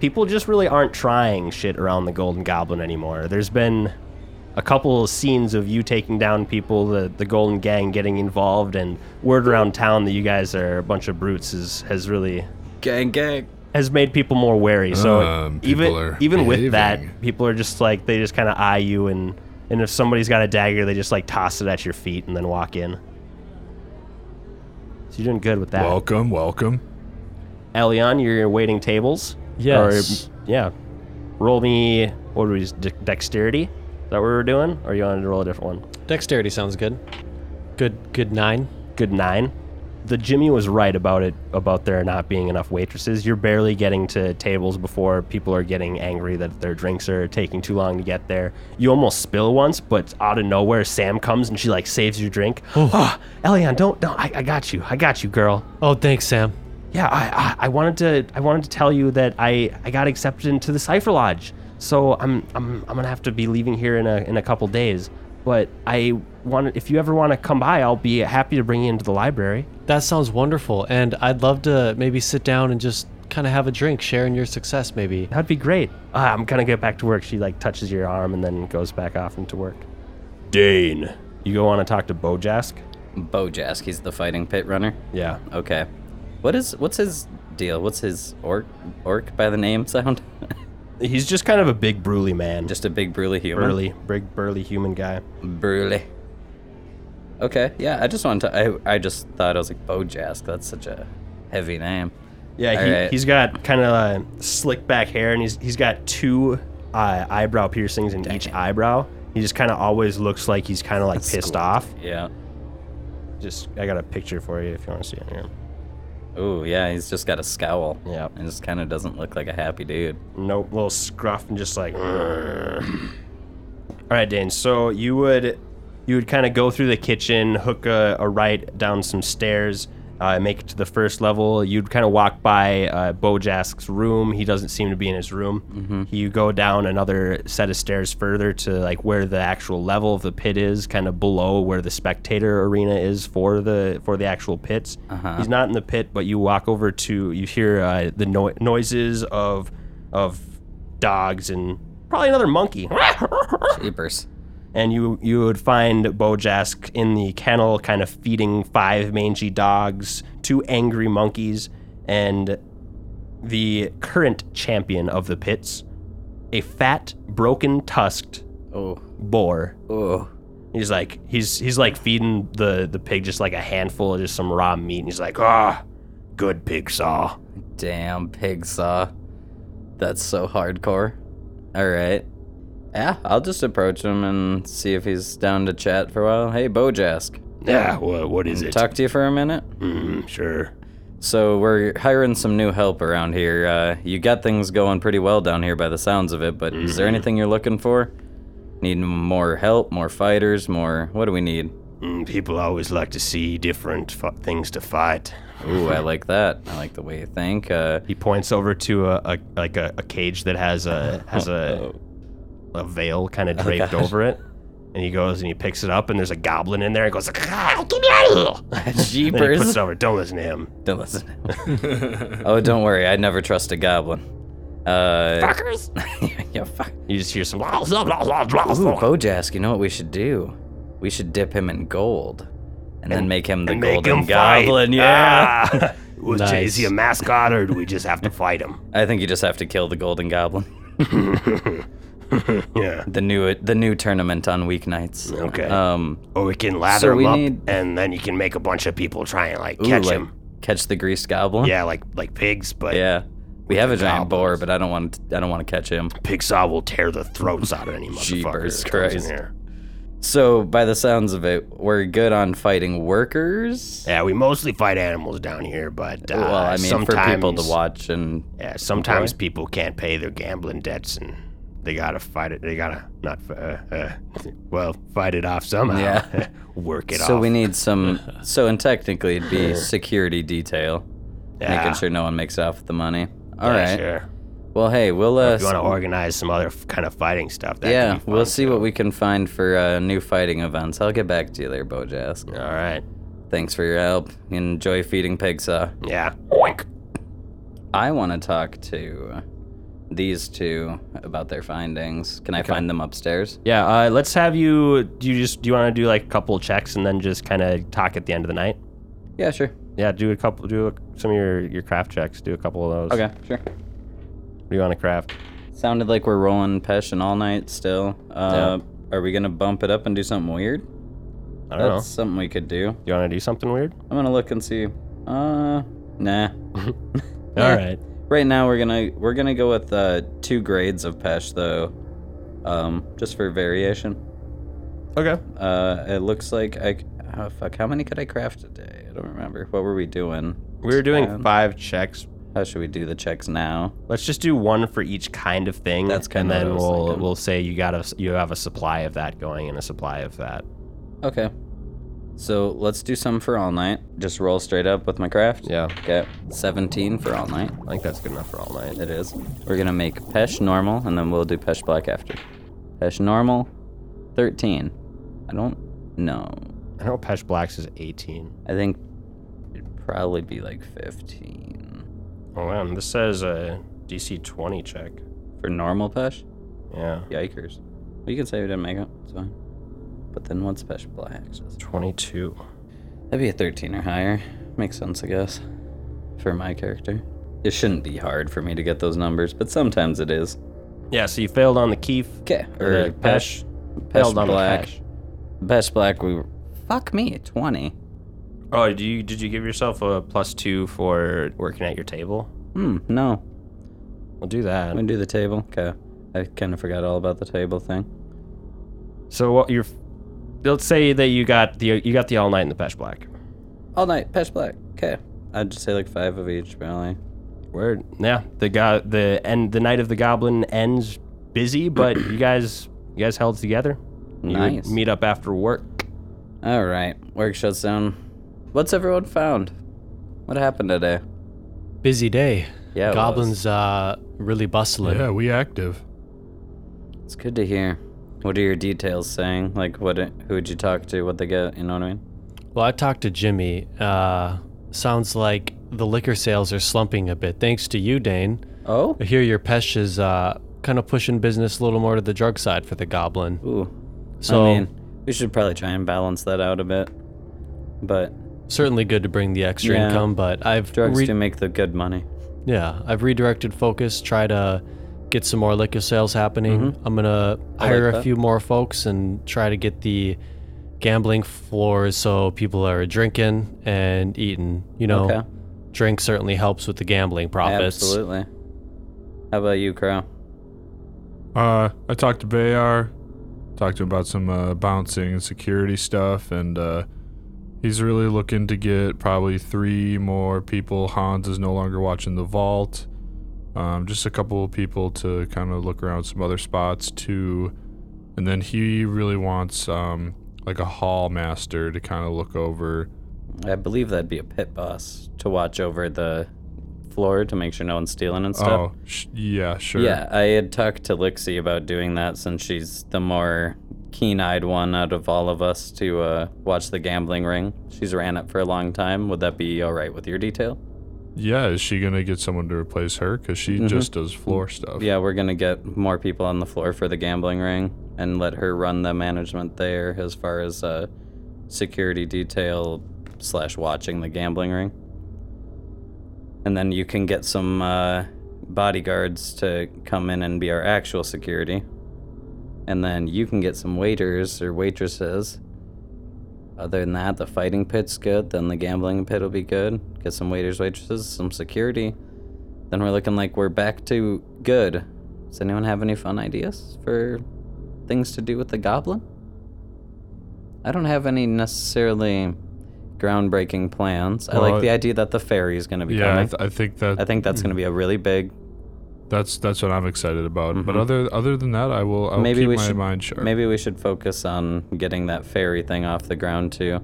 B: people just really aren't trying shit around the Golden Goblin anymore. There's been a couple of scenes of you taking down people, the, the Golden Gang getting involved, and word around town that you guys are a bunch of brutes is, has really
A: Gang, gang.
B: has made people more wary. So
C: Um,
B: even
C: people are
B: even with
C: behaving.
B: that, people are just like they just kind of eye you, and and if somebody's got a dagger, they just like toss it at your feet and then walk in. So you're doing good with that.
C: Welcome, welcome.
B: Elion, you're waiting tables.
D: Yes.
B: Or, yeah. Roll me. What was de- dexterity? Is that what we were doing? Or you wanted to roll a different one?
D: Dexterity sounds good. Good. Good nine.
B: Good nine. The Jimmy was right about it about there not being enough waitresses. You're barely getting to tables before people are getting angry that their drinks are taking too long to get there. You almost spill once, but out of nowhere, Sam comes and she like saves your drink. Oh, Elion, don't don't. I, I got you. I got you, girl.
D: Oh, thanks, Sam.
B: Yeah, I, I I wanted to I wanted to tell you that I I got accepted into the Cipher Lodge. So I'm I'm I'm gonna have to be leaving here in a in a couple days. But I want if you ever want to come by, I'll be happy to bring you into the library.
D: That sounds wonderful, and I'd love to maybe sit down and just kind of have a drink, sharing your success, maybe.
B: That'd be great. Ah, I'm gonna get back to work. She like touches your arm and then goes back off into work. Dane, you go on to talk to Bojask.
A: Bojask, he's the fighting pit runner.
B: Yeah.
A: Okay. What is what's his deal? What's his orc orc by the name sound? <laughs>
B: He's just kind of a big bruley man. Just
A: Just a big burly human.
B: burly, big burly human guy.
A: Burly. Okay, yeah, I just wanted to I I just thought I was like Bojask, that's such a heavy name.
B: Yeah,
A: All
B: he,
A: right.
B: he's got kind of uh, slick back hair, and he's he's got two uh, eyebrow piercings in each eyebrow. He just kind of always looks like he's kind of like pissed off.
A: Yeah.
B: Just I got a picture for you if you want to see it here.
A: Ooh, yeah, he's just got a scowl.
B: Yeah.
A: And just kinda doesn't look like a happy
B: <laughs>
A: dude.
B: Nope, little scruff and just like. "Grr." All right, Dane. So you would you would kind of go through the kitchen, hook a, a right down some stairs, uh, make it to the first level. You'd kind of walk by uh, Bojask's room. He doesn't seem to be in his room. You go down another set of stairs further to like where the actual level of the pit is, kind of below where the spectator arena is for the for the actual pits. He's not in the pit, but you walk over to you hear uh, the no- noises of of dogs and probably another monkey. <laughs>
A: Jeepers.
B: and you you would find Bojask in the kennel, kind of feeding five mangy dogs, two angry monkeys, and the current champion of the pits, a fat, broken tusked
A: Oh.
B: boar.
A: Oh.
B: He's like he's he's like feeding the the pig just like a handful of just some raw meat, and he's like, ah, good pig saw.
A: Damn pig saw. That's so hardcore. Alright. Yeah, I'll just approach him and see if he's down to chat for a while. Hey Bojask.
B: Yeah, what what is
A: Talk to you for a minute.
B: Mm, sure.
A: So we're hiring some new help around here. Uh, you got things going pretty well down here by the sounds of it, but is there anything you're looking for? Need more help, more fighters, more. What do we need?
B: Mm, people always like to see different f- things to fight.
A: Ooh, I like that. I like the way you think. Uh,
B: He points over to a, a like a, a cage that has a
A: <laughs>
B: has a
A: Oh.
B: a veil kind of draped over it, and he goes and he picks it up and there's a goblin in there and goes. "Ah, Jeepers. Then
A: <laughs>
B: he puts
A: Jeepers!
B: it over. Don't listen to him.
A: Don't listen. oh, don't worry. I'd never trust a goblin. <laughs> Uh,
B: Fuckers.
A: yeah, fuck.
B: You just hear some.
A: Ooh, Bojask, you know what we should do? We should dip him in gold, and, then make him the
B: and make
A: golden
B: him fight.
A: goblin. Yeah.
B: Ah. <laughs> Was-
D: Nice.
B: Is he a mascot or do we just have to fight
A: <laughs>
B: him?
A: I think you just have to kill the golden goblin.
B: Yeah.
A: The new the new tournament on weeknights.
B: Okay.
A: Um,
B: Or we can lather
A: So
B: him
A: we
B: up
A: need-
B: and then you can make a bunch of people try and like
A: ooh,
B: catch
A: like,
B: him.
A: Catch the greased goblin.
B: Yeah, like like pigs, but
A: Yeah. We have a giant boar, but I don't want I don't want to catch him.
B: pig saw will tear the throats out of any
A: <laughs>
B: motherfucker
A: Jeepers
B: that comes in
A: Christ.
B: here.
A: So by the sounds of it, we're good on fighting workers.
B: Yeah, we mostly fight animals down here, but uh,
A: well, I mean for
B: sometimes,
A: people to watch and
B: Yeah, sometimes people can't pay their gambling debts and they gotta fight it. They gotta not, fi- uh, uh, <laughs> well, fight it off somehow.
A: Yeah.
B: <laughs> work it off.
A: so we need
B: <laughs>
A: some. so and technically it'd be security detail,
B: Yeah.
A: making sure no one makes off with the money. All
B: Yeah,
A: right.
B: Sure.
A: Well, hey, we'll uh,
B: If you want to organize some other f- kind of fighting stuff, that
A: yeah,
B: could be
A: we'll
B: fun,
A: see what we can find for uh, new fighting events. I'll get back to you there, Bojask.
B: too. All right.
A: Thanks for your help. Enjoy feeding pig saw.
B: Yeah. Oink.
A: I want to talk to these two about their findings. Can I find them upstairs?
B: Yeah. Uh, let's have you. Do you just do you want to do like a couple checks and then just kind of talk at the end of the night?
A: Yeah, sure.
B: Yeah, do a couple, do a, some of your your craft checks. Do a couple of those.
A: Okay, sure.
B: What do you want to craft?
A: Sounded like we're rolling Pesh and all night still. Uh, Are we gonna bump it up and do something weird?
B: I don't
A: That's something we could do.
B: know. Do you want to do something weird?
A: I'm gonna look and see. Uh, nah.
B: All right.
A: Right now we're gonna we're gonna go with uh, two grades of Pesh though, um, just for variation.
B: Okay.
A: Uh, it looks like I. c- Oh, fuck. How many could I craft a day? I don't remember. What were we doing?
B: We were doing
A: Um,
B: five checks.
A: How should we do the checks now?
B: Let's just do one for each kind of thing.
A: That's kinda
B: and
A: what I
B: then
A: was
B: we'll
A: thinking.
B: we'll say you got a you have a supply of that going and a supply of that.
A: Okay. So let's do some for all night. Just roll straight up with my craft.
B: Yeah.
A: Okay. 17 for all night.
B: I think that's good enough for all night.
A: It is. We're gonna make Pesh normal, and then we'll do Pesh black after. Pesh normal, 13. I don't know.
B: I know Pesh Blacks is 18.
A: I think it'd probably be like 15
B: Oh, man. This says a DC 20 check.
A: for normal Pesh.
B: Yeah.
A: Yikers. Well, you can say we didn't make it. It's fine. But then what's Pesh black?
B: 22.
A: That'd be a 13 or higher. Makes sense, I guess, for my character. It shouldn't be hard for me to get those numbers, but sometimes it is.
B: Yeah, so you failed on the Keef.
A: Okay.
B: Or
A: Or
B: the
A: Pesh.
B: Pesh.
A: Pesh
B: Failed on the
A: black.
B: Pesh.
A: Pesh black. We. Fuck me. 20.
B: Oh, did you, did you give yourself a plus two for working at your table?
A: Hmm. No.
B: We'll do that.
A: I'm gonna do the table. Okay. I kind of forgot all about the table thing.
B: So what you're let's say that you got the you got the all night in the Pesh Black.
A: All night, Pesh Black. Okay. I'd just say like five of each, probably.
B: Word. Yeah. The go- the end the night of the goblin ends busy, but
D: <coughs>
B: you guys you guys held together. You
A: Nice.
B: meet up after work.
A: All right. Work shuts down. What's everyone found? What happened today?
D: Busy day.
A: Yeah, it
D: Goblins uh really bustling.
C: Yeah, we active.
A: It's good to hear. What are your details saying? Like, what? Who'd you talk to? What they get? You know what I mean?
D: Well, I talked to Jimmy. Uh sounds like the liquor sales are slumping a bit thanks to you, Dane.
A: Oh.
D: I hear your Pesh is uh kind of pushing business a little more to the drug side for the goblin.
A: Ooh.
D: So
A: I mean, we should probably try and balance that out a bit. But
D: certainly good to bring the extra
A: Yeah.
D: income, but I've
A: drugs
D: re-
A: do make the good money.
D: Yeah, I've redirected focus, try to get some more liquor sales happening. I'm gonna
A: Mm-hmm. I
D: hire
A: like
D: a
A: that.
D: few more folks and try to get the gambling floors so people are drinking and eating. You know,
A: Okay.
D: drink certainly helps with the gambling profits.
A: Absolutely. How about you, Crow?
C: Uh, I talked to Bayar, talked to him about some uh, bouncing and security stuff, and uh, he's really looking to get probably three more people. Hans is no longer watching the vault. Um, just a couple of people to kind of look around some other spots too, and then he really wants um, like a hall master to kind of look over.
A: I believe that'd be a pit boss to watch over the floor to make sure no one's stealing and stuff.
C: Oh, sh- yeah, sure.
A: Yeah, I had talked to Lixie about doing that since she's the more keen eyed one out of all of us to uh, watch the gambling ring. She's ran it for a long time. Would that be all right with your detail?
C: Yeah, is she gonna get someone to replace her? Cause she just does floor stuff.
A: Mm-hmm. Yeah, we're going to get more people on the floor for the gambling ring and let her run the management there as far as uh, security detail slash watching the gambling ring. And then you can get some uh, bodyguards to come in and be our actual security. And then you can get some waiters or waitresses. Other than that, the fighting pit's good. Then the gambling pit will be good. Get some waiters, waitresses, some security. Then we're looking like we're back to good. Does anyone have any fun ideas for things to do with the goblin? I don't have any necessarily groundbreaking plans. I
C: Well,
A: like the idea that the fairy is going to be
C: Yeah, I,
A: coming.
C: th- I think that
A: I think that's going to be a really big.
C: That's that's what I'm excited about. But
A: Mhm.
C: other other than that, I will. I'll
A: Maybe
C: keep
A: we
C: my
A: should-
C: mind sharp.
A: Maybe we should focus on getting that fairy thing off the ground too.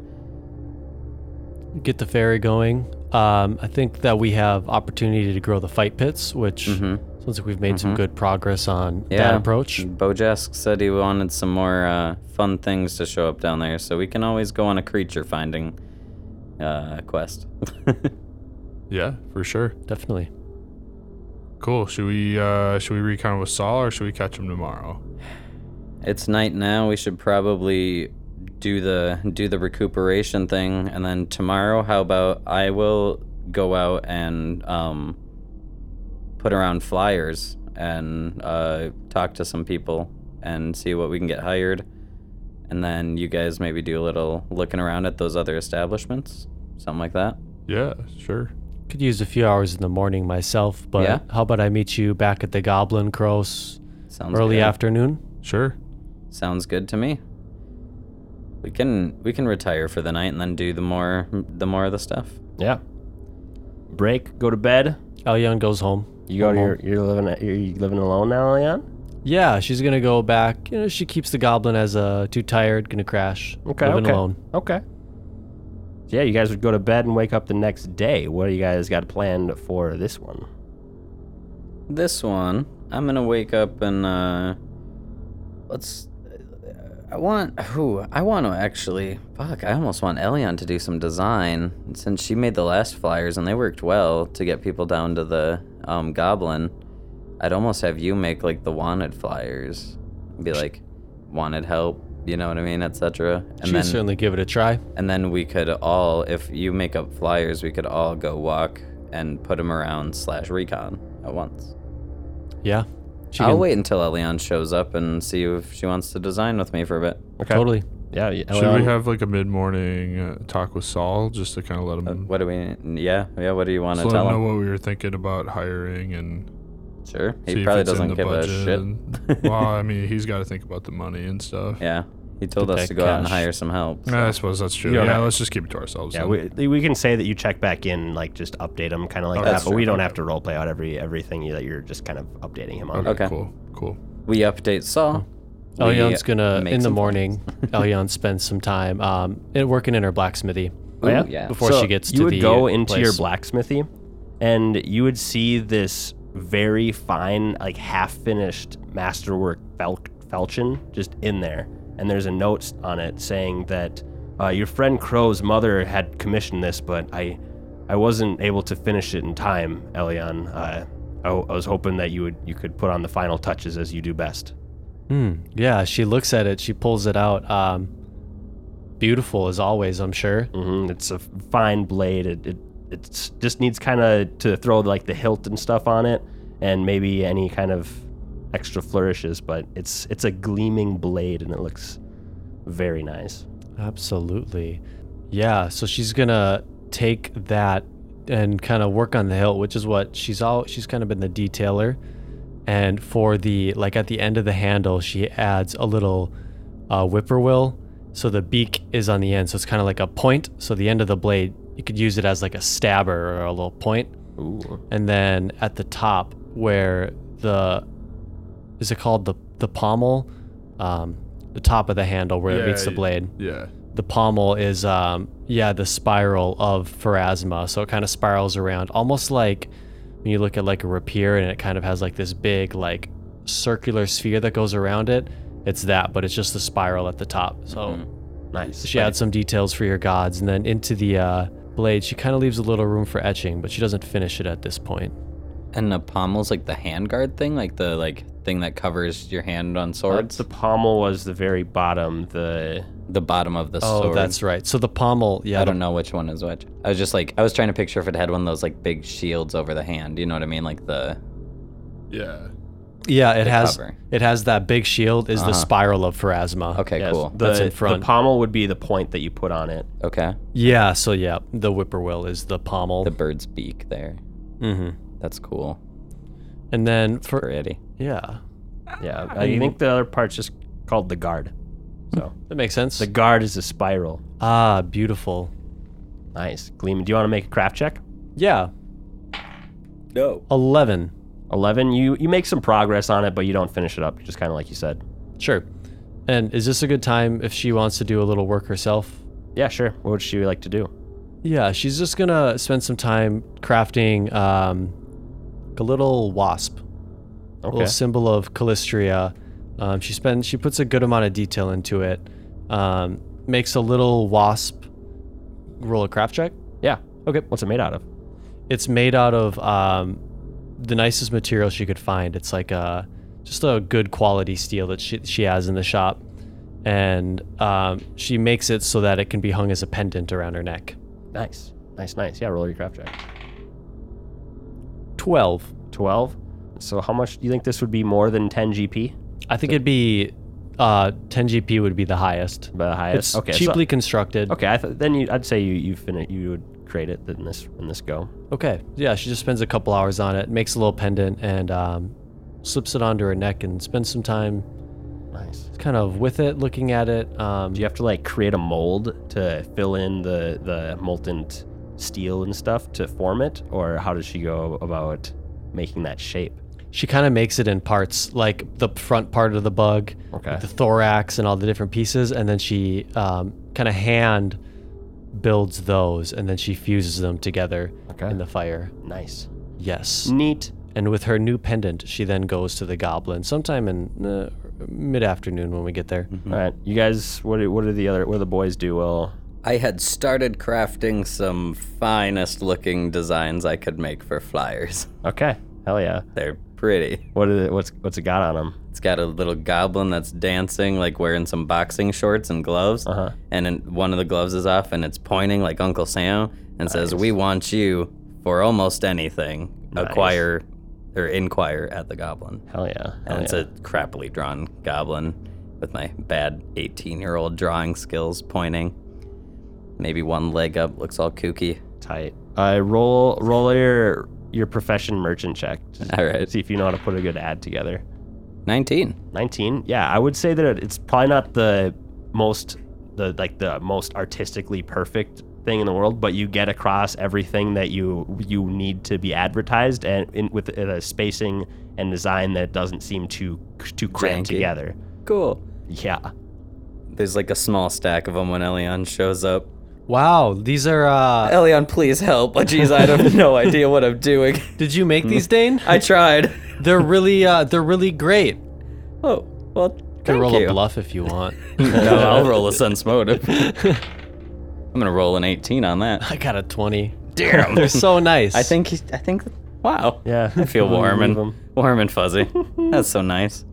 D: Get the ferry going. Um, I think that we have opportunity to grow the fight pits, which sounds like we've made some good progress on that
A: Mm-hmm. Yeah. Mm.
D: approach.
A: Bojask said he wanted some more uh, fun things to show up down there, so we can always go on a creature finding uh, quest. <laughs>
C: Yeah, for sure.
D: Definitely.
C: Cool. Should we uh should we recon with Saul or should we catch him tomorrow?
A: it's night now. We should probably do the do the recuperation thing, and then tomorrow, how about I will go out and um, put around flyers and uh, talk to some people and see what we can get hired, and then you guys maybe do a little looking around at those other establishments, something like that.
C: Yeah, sure.
D: Could use a few hours in the morning myself, but
A: Yeah?
D: how about I meet you back at the Goblin Cross
A: Sounds
D: early
A: good.
D: afternoon?
C: Sure.
A: Sounds good to me. We can we can retire for the night and then do the more the more of the stuff.
B: Yeah. Break, go to bed.
D: Elyon goes home.
B: You go to your you're living at- you're you living alone now, Leon?
D: Yeah, she's gonna go back. You know, she keeps the Goblin as a too uh, tired, gonna crash,
B: Okay.
D: living
B: okay.
D: alone.
B: Okay. So yeah, you guys would go to bed and wake up the next day. What do you guys got planned for this one?
A: This one, I'm gonna wake up and uh, let's. I want who? I want to actually. Fuck! I almost want Elion to do some design since she made the last flyers and they worked well to get people down to the um, goblin. I'd almost have you make like the wanted flyers, be like, wanted help. You know what I mean, etc. And
D: She'd certainly give it a try.
A: and then we could all, if you make up flyers, we could all go walk and put them around slash recon at once.
D: Yeah. She
A: I'll
D: can-
A: wait until Elion shows up and see if she wants to design with me for a bit.
B: Okay.
D: Totally.
B: Yeah. yeah
C: Should
B: Elion-
C: we have like a mid morning uh, talk with Saul just to kind of let him,
A: Uh, What do we? Yeah, yeah. What do you want
C: just
A: to
C: let him
A: tell
C: know
A: him?
C: what we were thinking about hiring and
A: Sure.
C: see
A: He
C: if
A: probably
C: it's in
A: doesn't
C: the
A: give a
C: budget.
A: shit. <laughs>
C: and- well, I mean, he's got to think about the money and stuff. Yeah,
A: Yeah. He told us
D: take
A: to go out and
D: cash.
A: hire some help. so-
C: I suppose that's true.
B: You
C: Yeah,
B: don't have-
C: let's just keep it to ourselves.
B: Yeah,
C: then.
B: we, we can say that you check back in, like just update him, kind of like
C: Okay.
B: that.
C: Oh, That's
B: But we
C: true.
B: don't have to roleplay out every everything you, that you're just kind of updating him on.
A: Okay.
C: Cool. Cool.
A: We update Saul. We
D: Elyon's gonna
A: uh, make
D: in the
A: some-
D: morning.
A: <laughs>
D: Elion spends some time um, in- working in her blacksmithy.
A: Ooh, yeah.
D: Before she gets
B: you
D: to
B: would
D: the
B: go into your
D: place.
B: blacksmithy, and you would see this very fine, like half finished masterwork fel- falchion just in there, and there's a note on it saying that uh, your friend Crow's mother had commissioned this, but I, I wasn't able to finish it in time, Elion. Uh, I, I was hoping that you would you could put on the final touches as you do best.
D: Hmm. Yeah, she looks at it. She pulls it out. Um, beautiful as always, I'm sure.
B: hmm It's a fine blade. It it it's, just needs kind of to throw like the hilt and stuff on it, and maybe any kind of extra flourishes. But it's it's a gleaming blade, and it looks very nice.
D: Absolutely. Yeah, so she's gonna take that and kind of work on the hilt, which is what she's all she's kind of been the detailer. And for the like at the end of the handle, she adds a little uh, whippoorwill. So the beak is on the end, so it's kind of like a point. So the end of the blade, you could use it as like a stabber or a little point.
B: Ooh.
D: And then at the top where the is it called the the pommel, um, the top of the handle where
C: Yeah,
D: it meets the
C: y-
D: blade
C: Yeah.
D: the pommel is um yeah the spiral of pharasma so it kind of spirals around almost like when you look at like a rapier and it kind of has like this big like circular sphere that goes around it it's that but it's just the spiral at the top so
B: Nice.
D: Mm. she adds some details for your gods and then into the uh, blade she kind of leaves a little room for etching but she doesn't finish it at this point
A: And the pommel's like the handguard thing, like the like thing that covers your hand on swords.
B: The pommel was the very bottom. The
A: the bottom of the
D: oh
A: sword.
D: that's right so the pommel
A: I
D: yeah the-
A: don't know which one is which. I was just like, I was trying to picture if it had one of those like big shields over the hand. You know what I mean? Like the
C: Yeah.
D: yeah it has
A: cover. Uh-huh.
D: it has that big shield is the spiral of pharasma
A: okay,
B: yes,
A: cool,
B: The,
D: That's in front.
B: The pommel would be the point that you put on it.
A: okay.
D: Yeah, so yeah, the whippoorwill is the pommel.
A: The bird's beak there.
D: mm-hmm.
A: That's cool.
D: And then for
A: Pretty.
D: yeah,
B: Yeah. I think the other part's just called the guard. So
D: that makes sense.
B: the guard is a spiral.
D: ah, beautiful.
B: Nice gleaming. Do you want to make a craft check?
D: Yeah,
A: No.
D: eleven.
B: 11 you you make some progress on it but you don't finish it up just kind of like you said
D: Sure. And is this a good time if she wants to do a little work herself?
B: yeah sure what would she like to do
D: Yeah, she's just gonna spend some time crafting um, a little wasp, a
B: okay
D: little symbol of Callistria. Um, she spends she puts a good amount of detail into it. Um, makes a little wasp. Roll a craft check.
B: yeah
D: Okay.
B: what's it made out of
D: it's made out of um, the nicest material she could find. It's like a just a good quality steel that she, she has in the shop, and um, she makes it so that it can be hung as a pendant around her neck.
B: nice nice nice yeah roll your craft check
D: Twelve.
B: 12 so how much do you think this would be more than 10 gp
D: I think it'd be uh, 10 GP would be the highest.
B: the highest
D: It's
B: okay so-
D: cheaply constructed.
B: okay I th- then you, i'd say you you finish you would create it in this in this go
D: Okay. Yeah, she just spends a couple hours on it, makes a little pendant, and um, slips it onto her neck, and spends some time
B: nice
D: kind of with it, looking at it. Um,
B: do you have to like create a mold to fill in the the molten t- steel and stuff to form it or how does she go about making that shape
D: She kind of makes it in parts, like the front part of the bug,
B: Okay.
D: like the thorax, and all the different pieces, and then she um, kind of hand builds those, and then she fuses them together
B: Okay.
D: in the fire.
B: Nice.
D: Yes.
B: Neat.
D: And with her new pendant, she then goes to the goblin sometime in uh, mid afternoon when we get there.
A: Mm-hmm. Hmm.
B: All right, you guys. What do, what do the other what do the boys do? Well,
A: I had started crafting some finest looking designs I could make for flyers. <laughs>
B: okay, hell yeah.
A: They're pretty.
B: What is it, what's what's it got on them?
A: It's got a little goblin that's dancing, like wearing some boxing shorts and gloves.
B: Uh huh.
A: And in, one of the gloves is off and it's pointing like Uncle Sam and says, We want you for almost anything. Acquire or inquire at the goblin.
B: Hell yeah.
A: And
B: Hell
A: it's
B: yeah.
A: a crappily drawn goblin with my bad 18 year old drawing skills pointing. Maybe one leg up looks all kooky.
B: tight. Uh, roll roll your your profession merchant check. Just
A: All right.
B: See if you know how to put a good ad together.
A: 19.
B: 19 yeah i would say that it- it's probably not the most the like the most artistically perfect thing in the world but you get across everything that you you need to be advertised and in, with a spacing and design that doesn't seem too too crammed
A: Janky.
B: together
A: Cool.
B: yeah
A: There's like a small stack of them when Elion shows up.
D: Wow, these are. Uh,
A: Elion, please help. Jeez, I have <laughs> no idea what I'm doing.
D: did you make these, Dane?
A: Mm-hmm. I tried.
D: They're really, uh, they're really great. You
A: Oh, well,
D: can
A: thank
D: roll
A: you.
D: a bluff if you want. <laughs>
A: no, I'll roll a sense motive. I'm gonna roll an 18 on
D: <laughs>
A: that.
D: I got
A: <laughs>
D: a twenty.
A: Damn.
D: They're so nice.
A: I think he's, I think. Wow.
B: Yeah.
A: I feel warm and
B: Leave 'em.
A: warm and
D: <laughs>
A: fuzzy. That's so nice.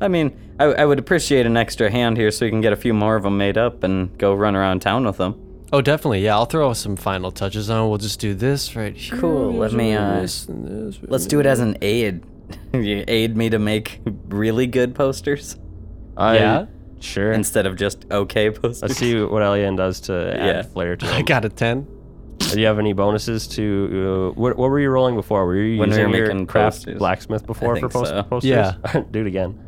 A: I mean, I, I would appreciate an extra hand here so we can get a few more of them made up and go run around town with them.
D: Oh, definitely. Yeah, I'll throw some final touches on. it. We'll just do this right here.
A: Cool, let me, uh,
D: This and this.
A: Let's do it as an aid. <laughs> you aid me to make really good posters
B: I-
D: Yeah?
B: sure
A: instead of just okay
B: let's
A: posters.
B: see what Elian does to
A: Yeah.
B: add flair to
D: <laughs> I
B: it.
D: got a ten.
B: Do you have any bonuses to uh, what, what were you rolling before? Were you
A: When we were
B: using your
A: making
B: craft
A: posters.
B: blacksmith before
A: think
B: for post-
A: so.
B: posters?
D: Yeah.
B: <laughs> do it again.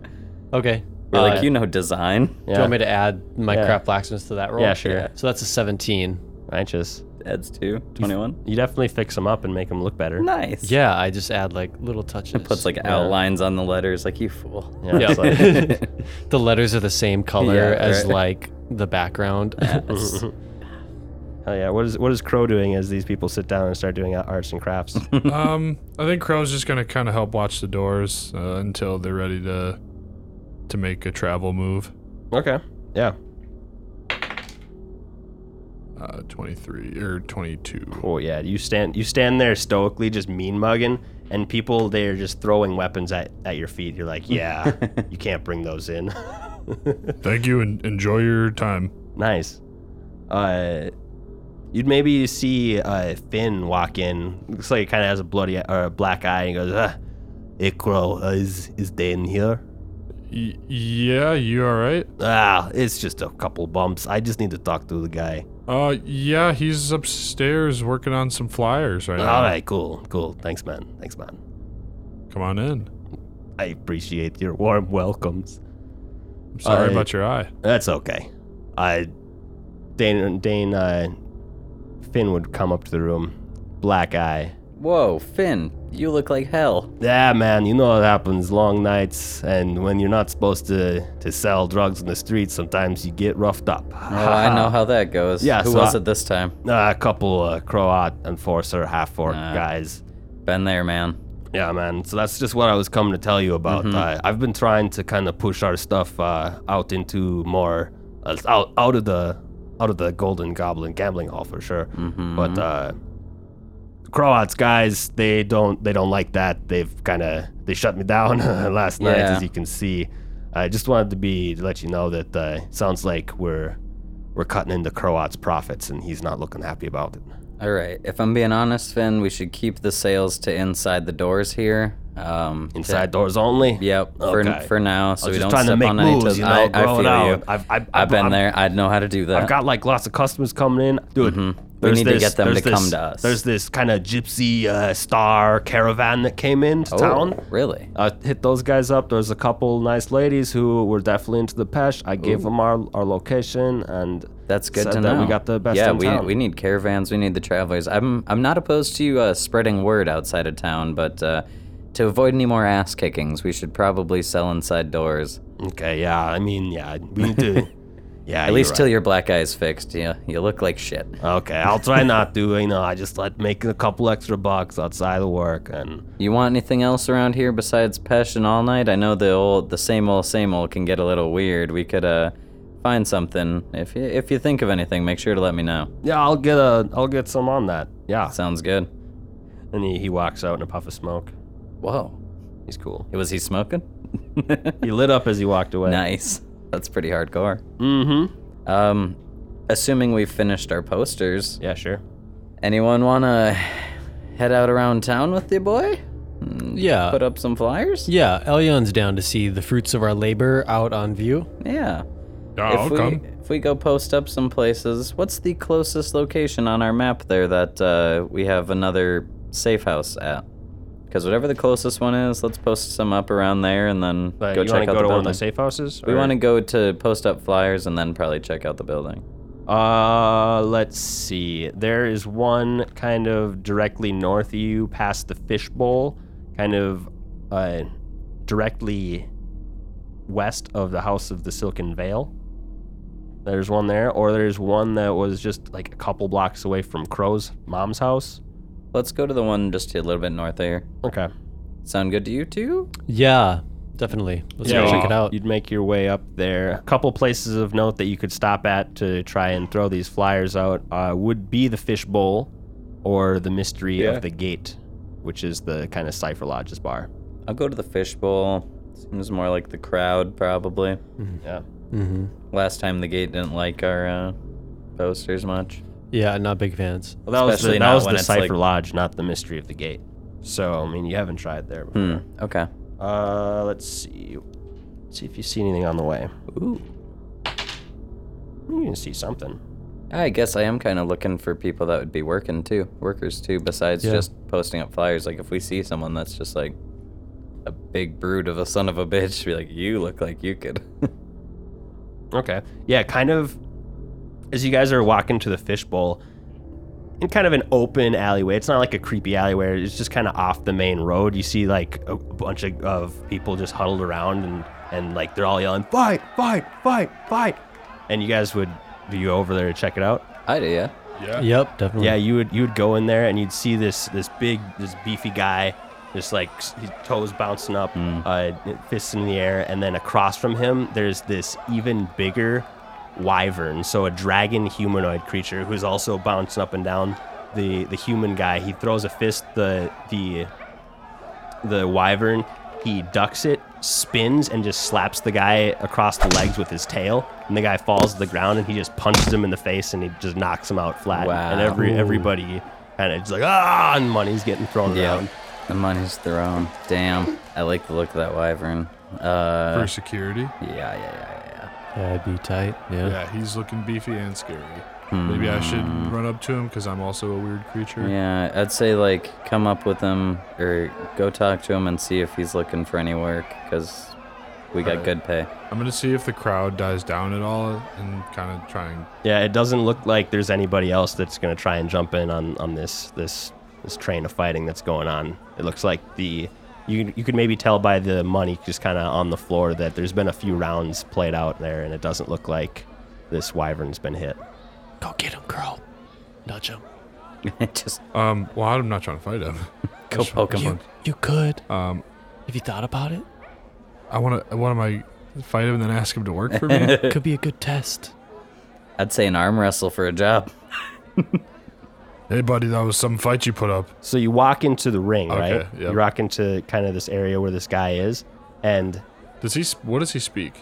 D: Okay.
A: We're
D: Uh,
A: like, you know, design. <laughs>
D: Do you want me to add my
B: Yeah.
D: craft blacksmith to that roll?
B: Yeah, sure.
D: So that's a seventeen.
B: Righteous.
A: Ed's two, 21.
B: You definitely fix them up and make them look better.
A: Nice.
D: Yeah, I just add like little touches. It
A: Puts like outlines on the letters, like, you fool.
B: Yeah.
D: Yeah.
B: it's like-
D: the letters are the same color
A: Yeah,
D: as
A: right.
D: like the background.
A: Yes.
B: <laughs> hell yeah. What is what is Crow doing as these people sit down and start doing uh, arts and crafts?
C: um, I think Crow's just gonna kind of help watch the doors uh, until they're ready to to make a travel move.
B: okay. Yeah.
C: Uh, 23
A: <laughs>
C: or 22.
B: Cool. Oh, Yeah. You stand you stand there stoically, just mean mugging, and people they're just throwing weapons at at your feet. You're like, yeah, you can't bring those in. <laughs>
C: Thank you and enjoy your time.
B: nice. Uh. You'd maybe see uh, Finn walk in. Looks like he kind of has a bloody or a black eye and goes, ah, "Hey, Crow, uh, is is Dan here?"
C: Y- yeah, you all right?
B: Ah, it's just a couple bumps. I just need to talk to the guy.
C: Uh, yeah, he's upstairs working on some flyers right now.
B: All right, cool, cool. Thanks, man. Thanks, man.
C: Come on in.
B: I appreciate your warm welcomes.
C: I'm sorry
B: I-
C: about your eye.
B: That's okay. I, Dane, Dane, uh, Finn would come up to the room, black eye.
A: <laughs> Whoa, Finn, you look like hell.
B: Yeah, man. You know what happens? Long nights, and when you're not supposed to to sell drugs in the streets, sometimes you get roughed up.
A: <laughs> Oh, I know how that goes.
B: Ah. Yeah,
A: Who
B: so
A: was
B: I-
A: it this time?
B: Uh, <laughs> a couple uh, Croat enforcer, half orc guys.
A: Been there, man.
B: Yeah, man. So that's just what I was coming to tell you about.
A: Mm-hmm.
B: Uh, I've been trying to kind of push our stuff uh, out into more uh, out out of the out of the Golden Goblin gambling hall for sure.
A: Mm-hmm.
B: But uh, Croats guys, they don't they don't like that. They've kind of they shut me <laughs> down last night,
A: Yeah.
B: as you can see. I just wanted to be to let you know that uh, sounds like we're we're cutting into Croat's profits, and he's not looking happy about it.
A: All right. If I'm being honest, Finn, we should keep the sales to inside the doors here. Um, to-
B: Inside doors only.
A: yep. For
B: Okay.
A: for now, so
B: I was
A: we
B: just
A: don't
B: trying
A: step
B: to make
A: on any
B: moves,
A: toes.
B: you
A: I,
B: know,
A: I
B: grow it
A: feel
B: out.
A: you.
B: I've, I've,
A: I've been
B: I've-
A: there. I know how to do that.
B: I've got like lots of customers coming in, dude.
A: Mm-hmm. We
B: there's
A: need to get them
B: there's
A: to come
B: this-
A: to us.
B: There's this kind of gypsy uh, star caravan that came into
A: Oh,
B: town.
A: Really?
B: I hit those guys up. There's a couple nice ladies who were definitely into the pesh. I gave them our, our location, and
A: That's good
B: said
A: to
B: that
A: know.
B: We got the best.
A: Yeah,
B: in
A: we
B: town.
A: we need caravans. We need the travelers. I'm I'm not opposed to uh, spreading word outside of town, but uh, to avoid any more ass kickings, we should probably sell inside doors. <laughs>
B: Okay, yeah. I mean, yeah, we need to. Yeah,
A: At
B: you're
A: least
B: right.
A: till your black eye's fixed. Yeah, you look like shit.
B: Okay, I'll try not to. You know, I just like making a couple extra bucks outside of work, and
A: You want anything else around here besides Pesh and All Night? I know the old, the same old, same old can get a little weird. We could uh find something. If you, if you think of anything, make sure to let me know.
B: yeah, I'll get a, I'll get some on that. Yeah.
A: Sounds good.
B: And he, he walks out in a puff of smoke.
A: Whoa,
B: He's cool.
A: was he smoking? <laughs>
B: He lit up as he walked away.
A: nice. That's pretty hardcore.
B: Mm-hmm.
A: Um, assuming we've finished our posters,
B: Yeah, sure.
A: anyone wanna head out around town with you, boy?
D: <laughs> Yeah.
A: Put up some flyers?
D: yeah, Elyon's down to see the fruits of our labor out on view.
A: Yeah.
C: Yeah,
A: if
B: Oh,
C: I'll
A: we
C: come.
A: if we go post up some places, what's the closest location on our map there that uh, we have another safe house at? Because whatever the closest one is, let's post some up around there and then
B: But
A: go
B: you
A: check
B: want
A: out
B: to go
A: the
B: to one
A: building.
B: of the safe houses?
A: we
B: or-
A: want to go to post up flyers and then probably check out the building.
B: Uh, let's see. There is one kind of directly north of you, past the fishbowl, kind of uh, directly west of the house of the Silken Veil. There's one there, or there's one that was just like a couple blocks away from Crow's mom's house.
A: Let's go to the one just a little bit north of here.
B: Okay.
A: Sound good to you two?
D: Yeah, definitely. Let's
B: Yeah,
D: go check
B: you-
D: it out.
B: You'd make your way up there. A couple places of note that you could stop at to try and throw these flyers out uh, would be the fishbowl or the mystery
C: Yeah.
B: of the gate, which is the kind of Cypher Lodge's bar.
A: I'll go to the fishbowl. Seems more like the crowd, probably.
B: Yeah.
D: Mm-hmm.
A: Last time the gate didn't like our uh, posters much.
D: Yeah, not big fans.
B: Well, that was
A: Especially
B: the,
A: not
B: that was
A: when
B: the
A: it's like-
B: Cypher Lodge, not the mystery of the gate. So, I mean, you haven't tried there. before.
A: Hmm. Okay.
B: Uh, let's see. see if you see anything on the way.
A: Ooh.
B: You can see something.
A: I guess I am kind of looking for people that would be working too, workers too, besides
D: Yeah.
A: just posting up flyers. Like if we see someone that's just like a big brood of a son of a bitch, be like, you look like you could. <laughs>
B: Okay. Yeah, kind of as you guys are walking to the fishbowl, in kind of an open alleyway. It's not like a creepy alleyway. It's just kind of off the main road. You see like a bunch of, of people just huddled around and and like they're all yelling, "Fight! Fight! Fight! Fight!" And you guys would you go over there to check it out?
A: I do, yeah.
C: Yeah.
D: Yep, definitely.
B: Yeah, you would you would go in there and you'd see this this big this beefy guy, just like s- his toes bouncing up, uh, fists in the air, and then across from him there's this even bigger wyvern, so a dragon humanoid creature who's also bouncing up and down. The the human guy he throws a fist the the the wyvern he ducks it spins and just slaps the guy across the legs with his tail and the guy falls to the ground and he just punches him in the face and he just knocks him out flat and
A: Wow.
B: every everybody kind of just like ah and money's getting thrown around
A: The money's thrown. Damn. I like the look of that wyvern. Uh,
C: For security.
A: yeah, yeah, yeah, yeah.
D: That'd be tight. Yeah.
C: Yeah, he's looking beefy and scary. Maybe I should run up to him because I'm also a weird creature.
A: Hmm. Mm. Yeah, I'd say like come up with him or go talk to him and see if he's looking for any work because we got
C: Alright.
A: good pay. <laughs>
C: I'm gonna see if the crowd dies down at all and kind of try and
B: yeah it doesn't look like there's anybody else that's going to try and jump in on on this this this train of fighting that's going on it looks like the you, you could maybe tell by the money just kind of on the floor that there's been a few rounds played out there and it doesn't look like this wyvern's been hit
D: Go get him, girl. Nudge him.
A: Just
C: Um, well, I'm not trying to fight him.
B: <laughs>
A: go
B: oh,
A: poke him.
D: You, you could.
C: Um,
D: If you thought about <laughs> it,
C: I want to. What am I? Fight him and then ask him to work for me?
B: <laughs>
D: could be a good test.
A: I'd say an arm wrestle for a job.
C: hey, buddy, that was some fight you put up.
B: So you walk into the ring,
C: Okay,
B: right?
C: yep.
B: You walk into kind of this area where this guy is, and
C: Does he? sp- What does he speak?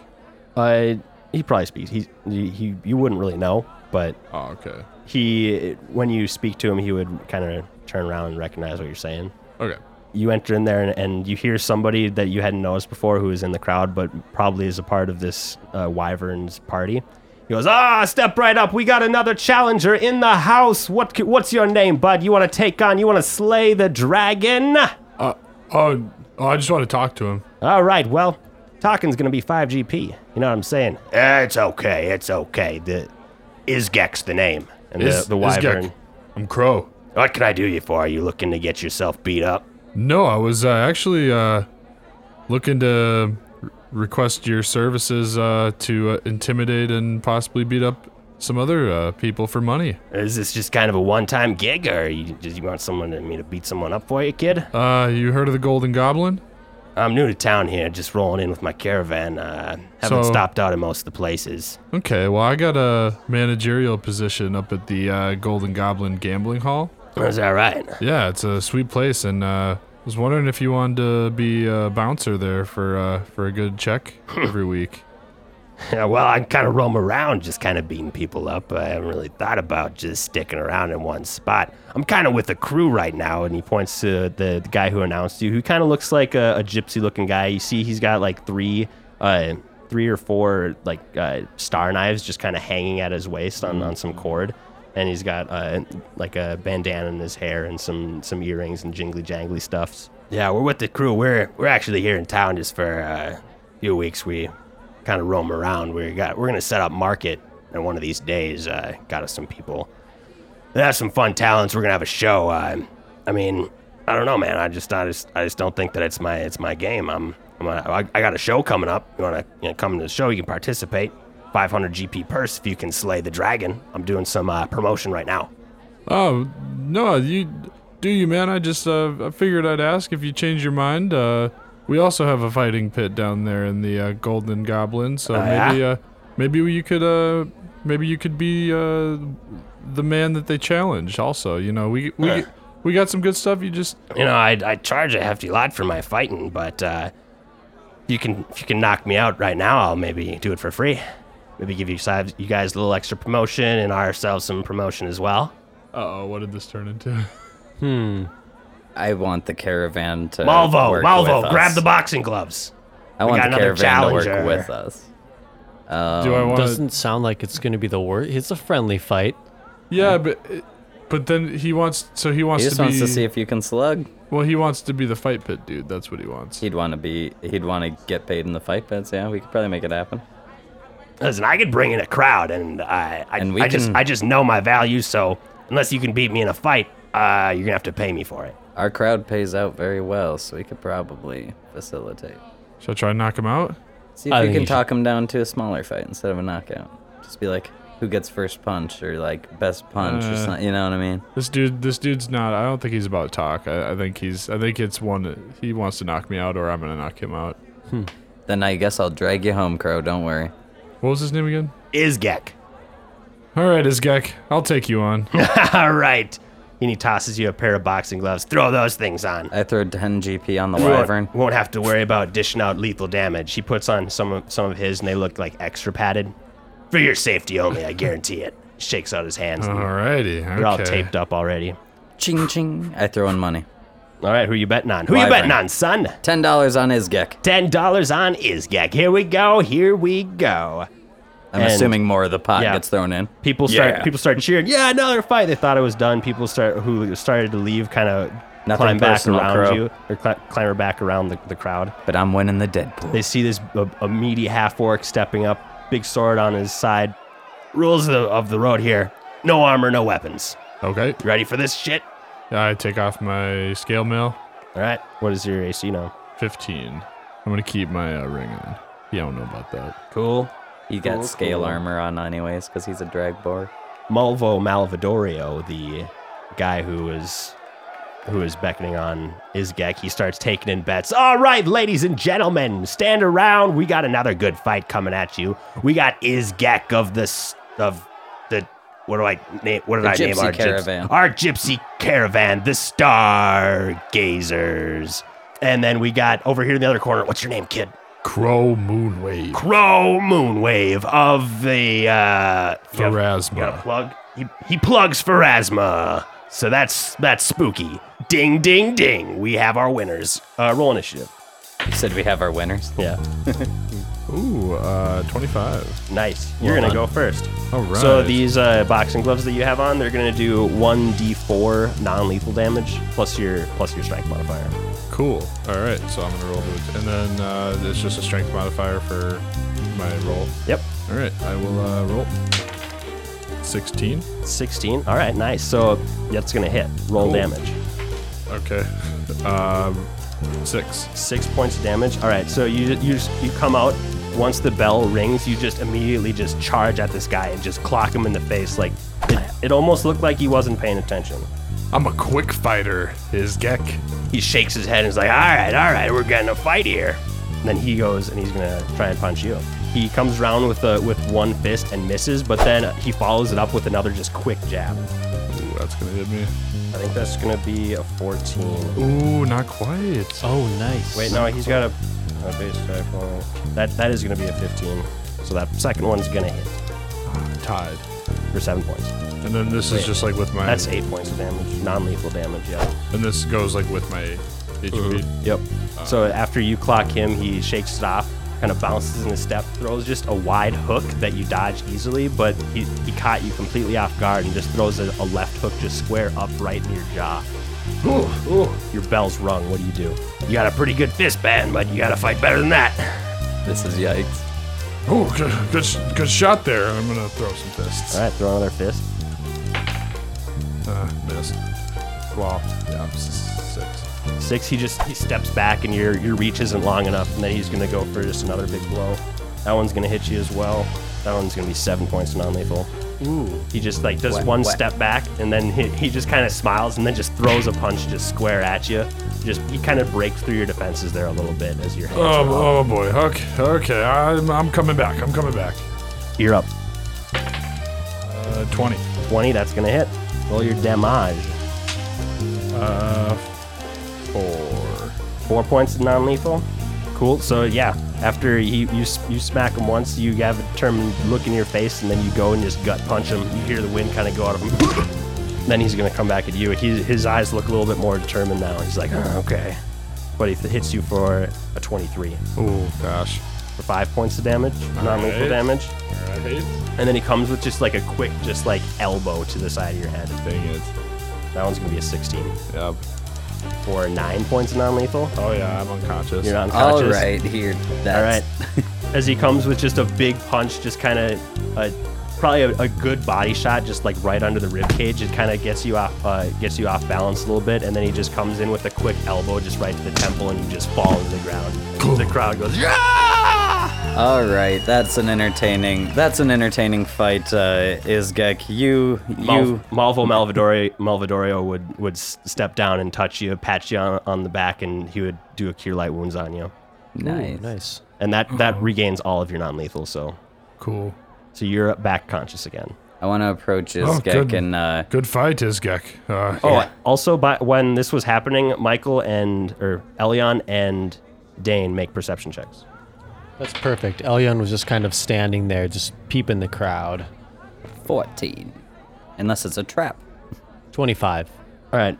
B: uh, he probably speaks. He, he, he, you wouldn't really know, but
C: Oh, okay.
B: he, when you speak to him, he would kind of turn around and recognize what you're saying.
C: Okay.
B: You enter in there and, and you hear somebody that you hadn't noticed before who is in the crowd, but probably is a part of this uh, Wyvern's party. He goes, ah, step right up. We got another challenger in the house. What? c- What's your name, bud? You want to take on? You want to slay the dragon?
C: Uh, oh, oh, I just want to talk to him.
B: All right, well, talking's gonna be 5GP. You know what I'm saying? It's okay, it's okay. The Isgek's the name. And
C: Is-
B: the, the
C: is Gek-
B: wyvern.
C: I'm Crow.
B: What can I do you for? Are you looking to get yourself beat up?
C: No, I was uh, actually uh, looking to r- request your services uh, to uh, intimidate and possibly beat up some other uh, people for money.
B: Or Is this just kind of a one-time gig, or you, did you want someone to, me to beat someone up for you, kid?
C: Uh, you heard of the Golden Goblin?
B: I'm new to town here, just rolling in with my caravan. Uh, haven't
C: So-
B: stopped out at most of the places.
C: Okay, well, I got a managerial position up at the uh, Golden Goblin Gambling Hall.
B: Is that right?
C: Yeah, it's a sweet place, and uh, was wondering if you wanted to be a bouncer there for uh, for a good check every week.
B: Yeah, <laughs> well, I kind of roam around, just kind of beating people up. I haven't really thought about just sticking around in one spot. I'm kind of with a crew right now, and he points to the, the guy who announced you, who kind of looks like a, a gypsy-looking guy. You see, he's got like three, uh, three or four like uh, star knives just kind of hanging at his waist on, on some cord, and he's got uh, like a bandana in his hair and some some earrings and jingly jangly stuffs. Yeah, we're with the crew. We're we're actually here in town just for uh, a few weeks. We kind of roam around. We got we're gonna set up market, and one of these days, uh, got us some people. They have some fun talents. We're gonna have a show. Uh, I mean, I don't know, man. I just I just I just don't think that it's my it's my game. I'm, I'm a, I, I got a show coming up. You wanna you know, come to the show? You can participate. 500 GP purse if you can slay the dragon. I'm doing some uh, promotion right now.
C: Oh no, you do you, man. I just uh, I figured I'd ask if you change your mind. Uh, we also have a fighting pit down there in the uh, Golden Goblin, so
B: Oh, yeah?
C: maybe uh, maybe you could uh, maybe you could be uh, the man that they challenge. Also, you know, we we. We got some good stuff. You just
B: You know, I, I charge a hefty lot for my fighting, but uh, you can if you can knock me out right now, I'll maybe do it for free. Maybe give you sides, you guys a little extra promotion and ourselves some promotion as well.
C: Uh oh, what did this turn into? <laughs>
D: Hmm.
A: I want the caravan to
B: Malvo,
A: work with
B: Malvo, grab
A: us.
B: the boxing gloves.
A: I want
B: got
A: the
B: another
A: caravan to
B: challenger.
A: work with us.
C: Do
A: Um,
C: I want?
D: Doesn't sound like it's going to be the worst. It's a friendly fight.
C: Yeah, but uh, but then he wants. So he wants
A: He
C: to
A: just
C: be.
A: wants to see if you can slug.
C: well, he wants to be the fight pit dude. That's what he wants.
A: He'd want to be. He'd want to get paid in the fight pits. Yeah, we could probably make it happen.
B: Listen, I could bring in a crowd, and I I,
A: And we
B: I just
A: can-
B: I just know my value. So unless you can beat me in a fight, uh, you're gonna have to pay me for it.
A: Our crowd pays out very well, so we could probably facilitate.
C: Should I try and knock him out?
A: See if
D: I
A: we
D: think
A: can
D: you should-
A: talk him down to a smaller fight instead of a knockout. Just be like, who gets first punch or like best punch or
C: Uh,
A: something. You know what I mean?
C: This dude, this dude's not. I don't think he's about talk. I, I think he's. I think it's one. He wants to knock me out, or I'm gonna knock him out.
A: Then I guess I'll drag you home, Crow. Don't worry.
C: What was his name again?
B: Is Gek? <laughs>
C: All right, Izgek, I'll take you on.
B: All right. And he tosses you a pair of boxing gloves. Throw those things on.
A: I throw 10 GP on the
B: won't-
A: wyvern.
B: Won't, have to worry about dishing out lethal damage. He puts on some of some of his, and they look like extra padded. For your safety only, I
A: <laughs>
B: guarantee it. Shakes out his hands.
A: Uh,
B: and
C: Alrighty. Okay.
B: They're all taped up already.
A: Ching ching. I throw in money.
B: All right, who you betting on? Who you
A: Wyvern.
B: betting on, son?
A: Ten dollars on Izgek.
B: Ten dollars on Isgak. Here we go. Here we go.
A: I'm
B: And-
A: assuming more of the pot
B: yeah.
A: gets thrown in.
B: People start
A: Yeah.
B: people start cheering. Yeah, another fight. They thought it was done. People start who started to leave, kind of
A: Nothing
B: climb back
A: personal,
B: around
A: Crow.
B: you or cl- clamber back around the, the crowd.
A: But I'm winning the Deadpool.
B: They see this a, a meaty half orc stepping up, big sword on his side. Rules of the, of the road here: no armor, no weapons.
C: Okay.
B: You ready for this shit?
C: I take off my scale mail.
B: All right. What is your AC now?
C: Fifteen. I'm gonna keep my uh, ring on. Yeah, I don't know about that.
B: Cool.
A: He got
B: Cool,
A: scale
B: cool.
A: armor on anyways, because he's a drag bar.
B: Malvo Malvadorio, the guy who is who is beckoning on Isgek, he starts taking in bets. All right, ladies and gentlemen, stand around. We got another good fight coming at you. We got Isgek of the s- of the what do I name? What did
A: The
B: I name
A: gypsy
B: our
A: caravan.
B: Gyps- our gypsy caravan, the Stargazers. And then we got over here in the other corner. What's your name, kid?
C: Crow Moonwave.
B: Crow Moonwave of the uh yeah,
C: Pharasma.
B: Got a plug. He, he plugs Pharasma. So that's that's spooky. Ding ding ding. We have our winners. Uh, roll initiative.
A: You said we have our winners.
B: Yeah.
C: Ooh, uh, 25.
B: Nice. You're gonna go first.
C: All right.
B: So these uh, boxing gloves that you have on, they're gonna do one d4 non-lethal damage plus your plus your strength modifier.
C: Cool. All right. So I'm gonna roll to it, and then uh, it's just a strength modifier for my roll.
B: Yep.
C: All right. I will uh, roll. 16.
B: 16. All right. Nice. So that's gonna hit. Roll
C: Cool.
B: damage.
C: Okay. <laughs> Um, Six.
B: six points of damage. All right, so you you just, you come out. Once the bell rings, you just immediately just charge at this guy and just clock him in the face. Like it, it almost looked like he wasn't paying attention.
C: I'm a quick fighter, is Gek.
B: He shakes his head and is like, "All right, all right, we're getting a fight here." And then he goes and he's gonna try and punch you. He comes around with a, with one fist and misses, but then he follows it up with another just quick jab.
C: Ooh, that's gonna hit me.
B: I think that's gonna be a 14.
C: Ooh, not quite.
D: Oh, nice.
B: Wait, no, he's got a, a base attack roll. That that is gonna be a 15. So that second one's gonna hit.
C: Tied.
B: for seven points.
C: And then this is just like with my.
B: That's eight points of damage, non-lethal damage. Yeah.
C: And this goes like with my HP.
B: Yep. so after you clock him, he shakes it off, kind of bounces in his step, throws just a wide hook that you dodge easily, but he, he caught you completely off guard and just throws a, a left hook just square up right in your jaw. Ooh, ooh. Your bell's rung. What do you do? You got a pretty good fist band, but you got to fight better than that.
A: This is yikes.
C: Oh, good, good, sh- good shot there. I'm gonna throw some fists.
B: All right, throw another fist.
C: Uh, missed. Well, yeah, s- six.
B: Six. He just he steps back, and your your reach isn't long enough, and then he's gonna go for just another big blow. That one's gonna hit you as well. That one's gonna be seven points non-lethal. Ooh. He just like does one step back, and then he, he just kind of smiles, and then just throws a punch just square at you. Just he kind of breaks through your defenses there a little bit as your hands are up.
C: Oh, oh boy. Okay, okay. I'm, I'm coming back. I'm coming back.
B: You're up.
C: Uh, 20.
B: Twenty. That's gonna hit. Roll your damage.
C: Uh, four.
B: four points of non-lethal. Cool. So yeah, after you you, s- you smack him once, you have a determined look in your face, and then you go and just gut punch him. You hear the wind kind of go out of him. <coughs> then he's gonna come back at you. He, his eyes look a little bit more determined now. He's like, "Uh, okay, but he th- hits you for a 23
C: Oh, gosh.
B: for five points of damage, non-lethal
C: Alright.
B: damage,
C: All right.
B: and then he comes with just like a quick, just like elbow to the side of your head.
C: Dang it.
B: That one's gonna be a 16
C: Yep.
B: for nine points of non-lethal.
C: Oh, yeah, I'm unconscious.
B: You're
A: All
B: unconscious.
A: right, here.
B: All
A: That's <laughs>
B: right. As he comes with just a big punch, just kind of uh, probably a, a good body shot, just like right under the rib cage. It kind of gets you off, uh, gets you off balance a little bit, and then he just comes in with a quick elbow, just right to the temple, and you just fall to the ground. The crowd goes, yeah!
A: All right, that's an entertaining. That's an entertaining fight, uh, Isgek. You, you.
B: Mal- Malvo Malvadorio, Malvadorio would would s- step down and touch you, pat you on, on the back, and he would do a cure light wounds on you,
A: Nice.
D: Nice.
B: and that that regains all of your non-lethal. So
C: Cool.
B: so you're back conscious again.
A: I want to approach
C: Oh,
A: Isgek
C: good.
A: and uh,
C: Good fight, Isgek. Uh,
B: Oh, also, by, when this was happening, Michael and or Elion and Dane make perception checks.
D: That's perfect. Elion was just kind of standing there, just peeping the crowd.
A: 14. Unless it's a trap.
D: 25.
B: All right,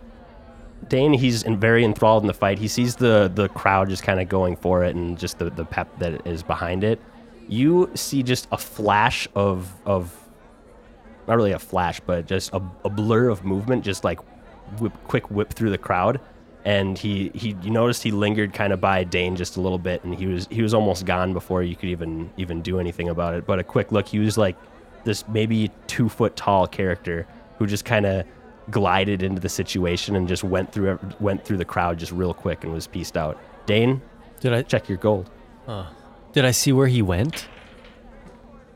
B: Dane, he's in, very enthralled in the fight. He sees the the crowd just kind of going for it, and just the the pep that is behind it. You see just a flash of of not really a flash, but just a, a blur of movement, just like whip, quick whip through the crowd. And he, he, you noticed he lingered kind of by Dane just a little bit, and he was he was almost gone before you could even even do anything about it. But a quick look, he was like this maybe two foot tall character who just kind of glided into the situation and just went through ev- went through the crowd just real quick and was pieced out. Dane,
D: Did I
B: check your gold.
D: did I see where he went?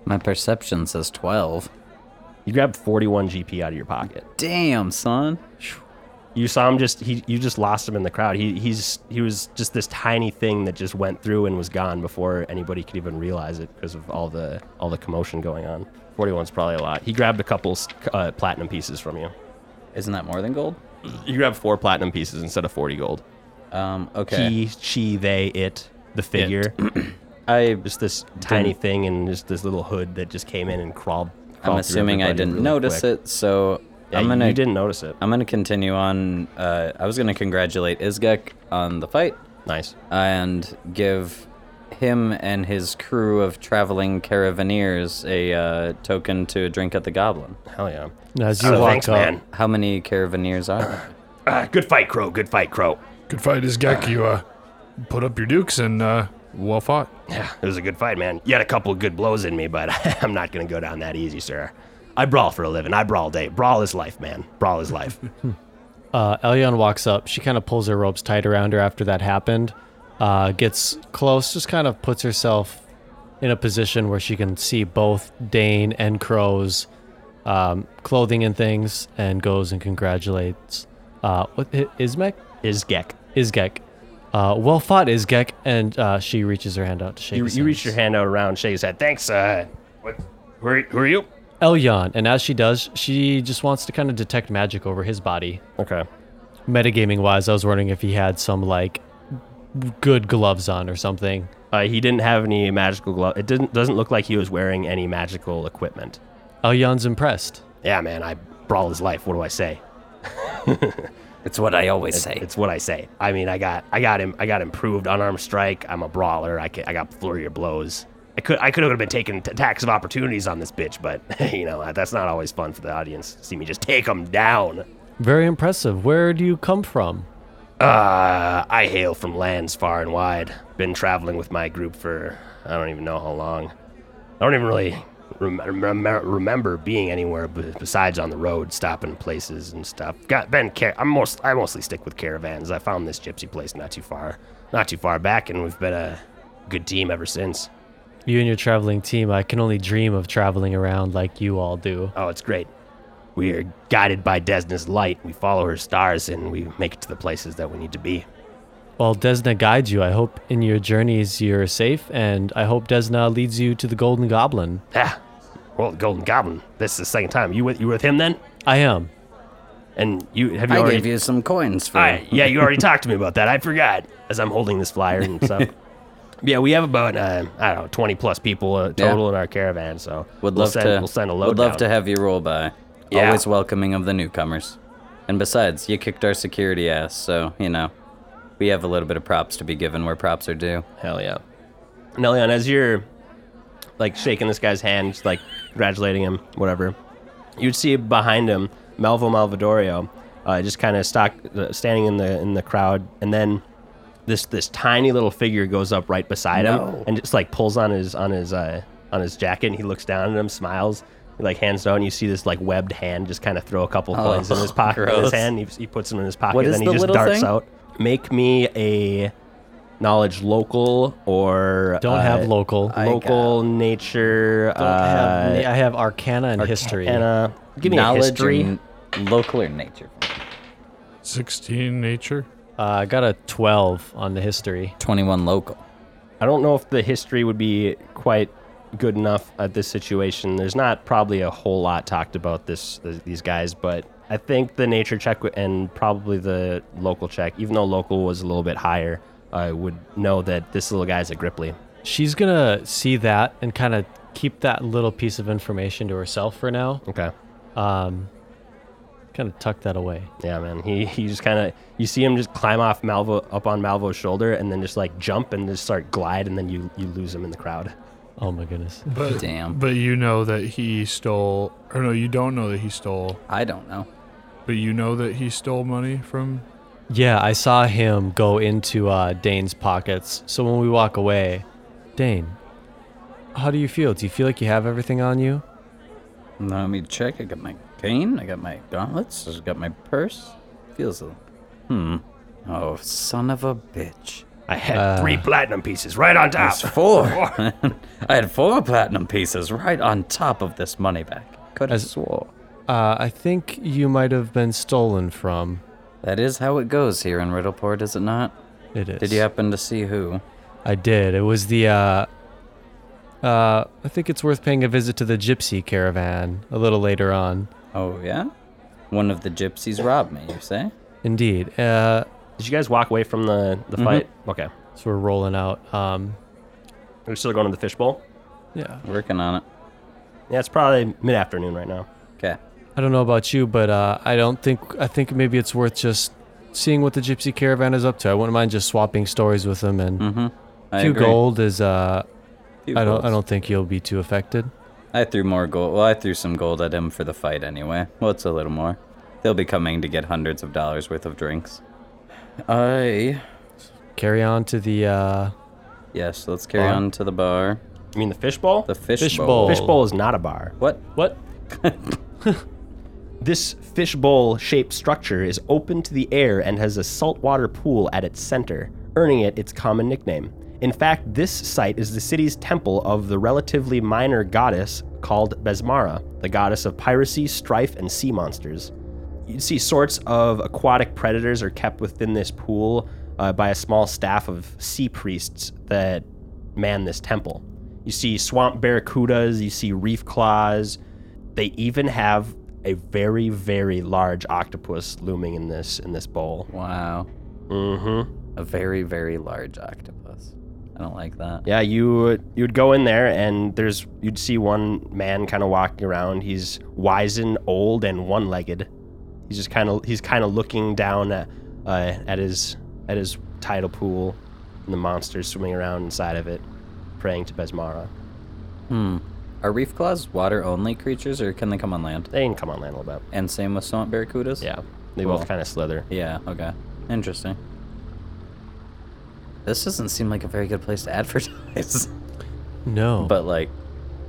A: My perception says 12.
B: You grabbed 41 GP out of your pocket.
A: Damn, son.
B: you saw him just he you just lost him in the crowd. He he's he was just this tiny thing that just went through and was gone before anybody could even realize it because of all the all the commotion going on. 41's probably a lot. He grabbed a couple uh, platinum pieces from you.
A: Isn't that more than gold?
B: You grabbed four platinum pieces instead of 40 gold.
A: Um, okay.
B: He, she, they, it,
A: <clears throat>
B: the figure.
A: I,
B: just this tiny thing and just this little hood that just came in and crawled.
A: I'm assuming I didn't notice it, so I'm gonna.
B: You didn't notice it.
A: I'm gonna continue on. Uh, I was gonna congratulate Isgek on the fight
B: Nice.
A: and give him and his crew of traveling caravaneers a uh, token to drink at the Goblin.
B: Hell yeah.
D: And As you
B: Oh,
D: walk
B: thanks,
D: up,
B: man.
A: How many caravaneers are there?
B: Ah, good fight, Crow. Good fight, Crow.
C: Good fight, Isgek. You uh, put up your dukes and uh, well fought.
B: Yeah, it was a good fight, man. You had a couple of good blows in me, but <laughs> I'm not gonna go down that easy, sir. I brawl for a living. I brawl day. Brawl is life, man. Brawl is life.
D: Uh, Elion walks up. She kind of pulls her ropes tight around her after that happened. Uh, gets close, just kind of puts herself in a position where she can see both Dane and Crow's um, clothing and things, and goes and congratulates. Uh, what I- Ismek?
B: <laughs> Is Gek.
D: Isgek. Uh, well fought, Isgek. And uh, she reaches her hand out to shake.
B: You,
D: his
B: you reach
D: hands.
B: your hand out around, shake his head. Thanks. Uh, what? Who are, who are you?
D: Elyon, and as she does, she just wants to kind of detect magic over his body.
B: Okay.
D: Metagaming wise, I was wondering if he had some like good gloves on or something.
B: Uh, he didn't have any magical glove. It didn't doesn't look like he was wearing any magical equipment.
D: Elyon's impressed.
B: Yeah, man, I brawl his life. What do I say?
A: <laughs> It's what I always say.
B: It's what I say. I mean, I got, I got him, I got improved unarmed strike. I'm a brawler. I can, I got flurry of blows. I could, I could have been taking t- attacks of opportunities on this bitch, but <laughs> you know that's not always fun for the audience. to See me just take him down.
D: Very impressive. Where do you come from?
B: Uh, I hail from lands far and wide. Been traveling with my group for I don't even know how long. I don't even really rem- rem- remember being anywhere b- besides on the road, stopping places and stuff. Got been car- I'm most I mostly stick with caravans. I found this gypsy place not too far, not too far back, and we've been a good team ever since.
D: You and your traveling team, I can only dream of traveling around like you all do.
B: Oh, it's great. We are guided by Desna's light. We follow her stars, and we make it to the places that we need to be.
D: Well, Desna guides you. I hope in your journeys you're safe, and I hope Desna leads you to the Golden Goblin.
B: Ah, well, Golden Goblin. This is the second time. You with you with him then?
D: I am.
B: And you have you
A: I
B: already?
A: gave you some coins for.
B: I- yeah, you already talked to me about that. I forgot as I'm holding this flyer and
A: <laughs>
B: stuff. yeah, we have about uh, I don't know 20 plus people uh, total in our caravan, so
A: <laughs> Would
B: we'll
A: love
B: send,
A: to.
B: We'll send a load.
A: would love to have you roll by.
B: Yeah.
A: Always welcoming of the newcomers. And besides, you kicked our security ass, so you know, we have a little bit of props to be given where props are due.
B: Hell yeah. Now, Leon, as you're like shaking this guy's hand, just, like congratulating him, whatever, you'd see behind him Malvo Malvadorio, uh, just kind of stock uh, standing in the in the crowd, and then this this tiny little figure goes up right beside him and just like pulls on his on his uh, on his jacket, and he looks down at him, smiles. He, like hands down, and you see this like webbed hand just kind of throw a couple coins in his pocket. In his
A: Oh, gross.
B: hand, he, he puts them in his pocket,
A: What is
B: then he
A: the
B: just
A: little
B: darts
A: thing?
B: out. Make me a knowledge local or
D: Don't
B: uh,
D: have local. I,
B: local nature
D: don't
B: uh,
D: have, I have Arcana and History.
B: and uh give me a
A: Knowledge
B: history
A: and local or nature.
C: 16 nature.
D: Uh, I got a 12 on the history.
A: Twenty-one local.
B: i don't know if the history would be quite good enough at this situation there's not probably a whole lot talked about this th- these guys but i think the nature check w- and probably the local check even though local was a little bit higher i would know that this little guy's a gripply
D: She's going to see that and kind of keep that little piece of information to herself for now.
B: okay
D: Um, kind of tuck that away.
B: Yeah, man. He he just kind of you see him just climb off Malvo up on Malvo's shoulder and then just like jump and just start glide and then you you lose him in the crowd.
D: Oh my goodness.
C: But,
A: Damn.
C: But you know that he stole, or no, you don't know that he stole,
A: I don't know.
C: but you know that he stole money from.
D: Yeah, I saw him go into uh, Dane's pockets. So when we walk away, Dane, how do you feel? Do you feel like you have everything on you?
A: Let me check. I got my cane. I got my gauntlets. I got my purse. Feels a. Hmm. Oh, son of a
D: <laughs>
A: bitch.
B: I had three platinum pieces right on top.
A: It's Uh, four. <laughs> I had four platinum pieces right on top of this money bag. Could have
D: As-
A: swore.
D: Uh, I think you might have been stolen from.
A: That is how it goes here in Riddleport, is it not?
D: It is.
A: Did you happen to see who?
D: I did. It was the. Uh, uh, I think it's worth paying a visit to the Gypsy Caravan a little later on.
A: Oh, yeah? One of the gypsies robbed me, you say?
D: Indeed. Uh,
B: Did you guys walk away from the the
A: Mm-hmm.
B: fight? Okay,
D: so we're rolling out. Um,
B: we're still going to the fishbowl.
D: yeah.
A: Working on it.
B: Yeah, it's probably mid afternoon right now.
A: Okay.
D: I don't know about you, but uh, I don't think I think maybe it's worth just seeing what the Gypsy Caravan is up to. I wouldn't mind just swapping stories with them, and
A: Mm hmm. I
D: two
A: agree.
D: gold is. Uh,
A: Few
D: I don't. I
A: golds.
D: don't think you'll be too affected.
A: I threw more gold. Well, I threw some gold at him for the fight anyway. Well, it's a little more. They'll be coming to get hundreds of dollars worth of drinks. I.
D: Carry on to the. Uh,
A: Yes, let's carry
D: Bar?
A: on to the bar.
B: You mean the fishbowl?
A: The fish,
D: Fish
A: bowl.
D: bowl.
B: fishbowl is not a bar.
A: What?
D: what?
B: This fishbowl shaped structure is open to the air and has a saltwater pool at its center, earning it its common nickname. In fact, this site is the city's temple of the relatively minor goddess called Besmara, the goddess of piracy, strife, and sea monsters. You'd see sorts of aquatic predators are kept within this pool uh, by a small staff of sea priests that man this temple. You see swamp barracudas, you see reef claws. They even have a very, very large octopus looming in this in this bowl.
A: Wow.
B: Mm-hmm.
A: A very, very large octopus. I don't like that.
B: Yeah, you would you'd go in there and there's you'd see one man kind of walking around. He's wizened, old, and one-legged. He's just kind of he's kind of looking down at, uh, at his at his tidal pool, and the monsters swimming around inside of it, praying to Besmara.
A: Hmm. Are reef claws water only creatures or can they come on land?
B: They can come on land a little bit.
A: And same with swamp barracudas?
B: Yeah, they
A: Cool.
B: both kind of slither.
A: Yeah, okay. Interesting. This doesn't seem like a very good place to advertise. <laughs>
D: No.
A: but like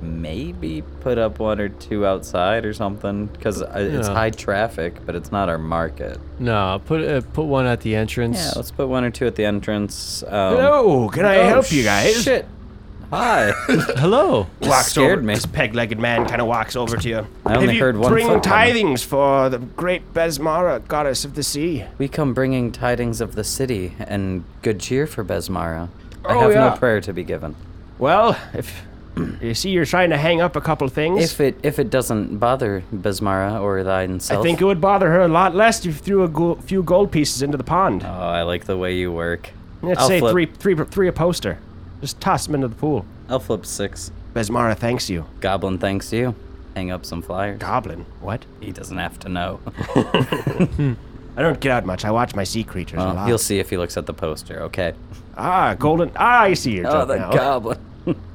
A: maybe put up one or two outside or something because it's
D: Yeah.
A: high traffic but it's not our market
D: no, put uh, put one at the entrance.
A: yeah let's put one or two at the entrance um,
B: Hello, can I
A: oh,
B: help you guys?
A: shit
B: <laughs>
A: hi
D: Hello.
B: Walks
A: scared
B: over,
A: me.
B: This peg-legged man kind of walks over to you.
A: I only
B: Have you
A: heard one
B: Bring
A: foot coming.
B: tithings for the great Besmara, goddess of the sea.
A: we come bringing tidings of the city and good cheer for besmara i
B: Oh,
A: have
B: yeah.
A: no prayer to be given
B: Well, if <clears throat> you see you're trying to hang up a couple things,
A: if it if it doesn't bother besmara or thine self
B: I think it would bother her a lot less if you threw a go- few gold pieces into the pond.
A: oh i like the way you work
B: Let's
A: I'll
B: say
A: flip.
B: three, three, three a poster. Just toss them into the pool.
A: i'll flip six
B: Besmara thanks you.
A: goblin thanks you hang up some flyers
B: Goblin? What?
A: he doesn't have to know <laughs>
B: I don't get out much. I watch my sea creatures a
A: Well,
B: lot.
A: Oh, you'll Uh, see if he looks at the poster, okay?
B: Ah, golden. Ah, I see your
A: Oh,
B: joke
A: the
B: now.
A: goblin.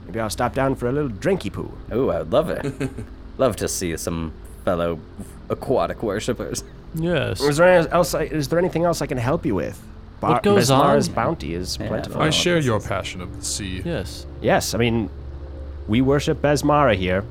B: Maybe I'll stop down for a little drinky poo.
A: <laughs> Ooh, I would love
B: <laughs>
A: it. love to see some fellow aquatic worshippers.
D: Yes.
B: Is there, any- else I, is there anything else I can help you with? Bar-
D: What goes
B: Mesmara's
D: on?
B: bounty is plentiful.
C: I share your passion of the sea.
D: Yes.
B: Yes, I mean, we worship Besmara here.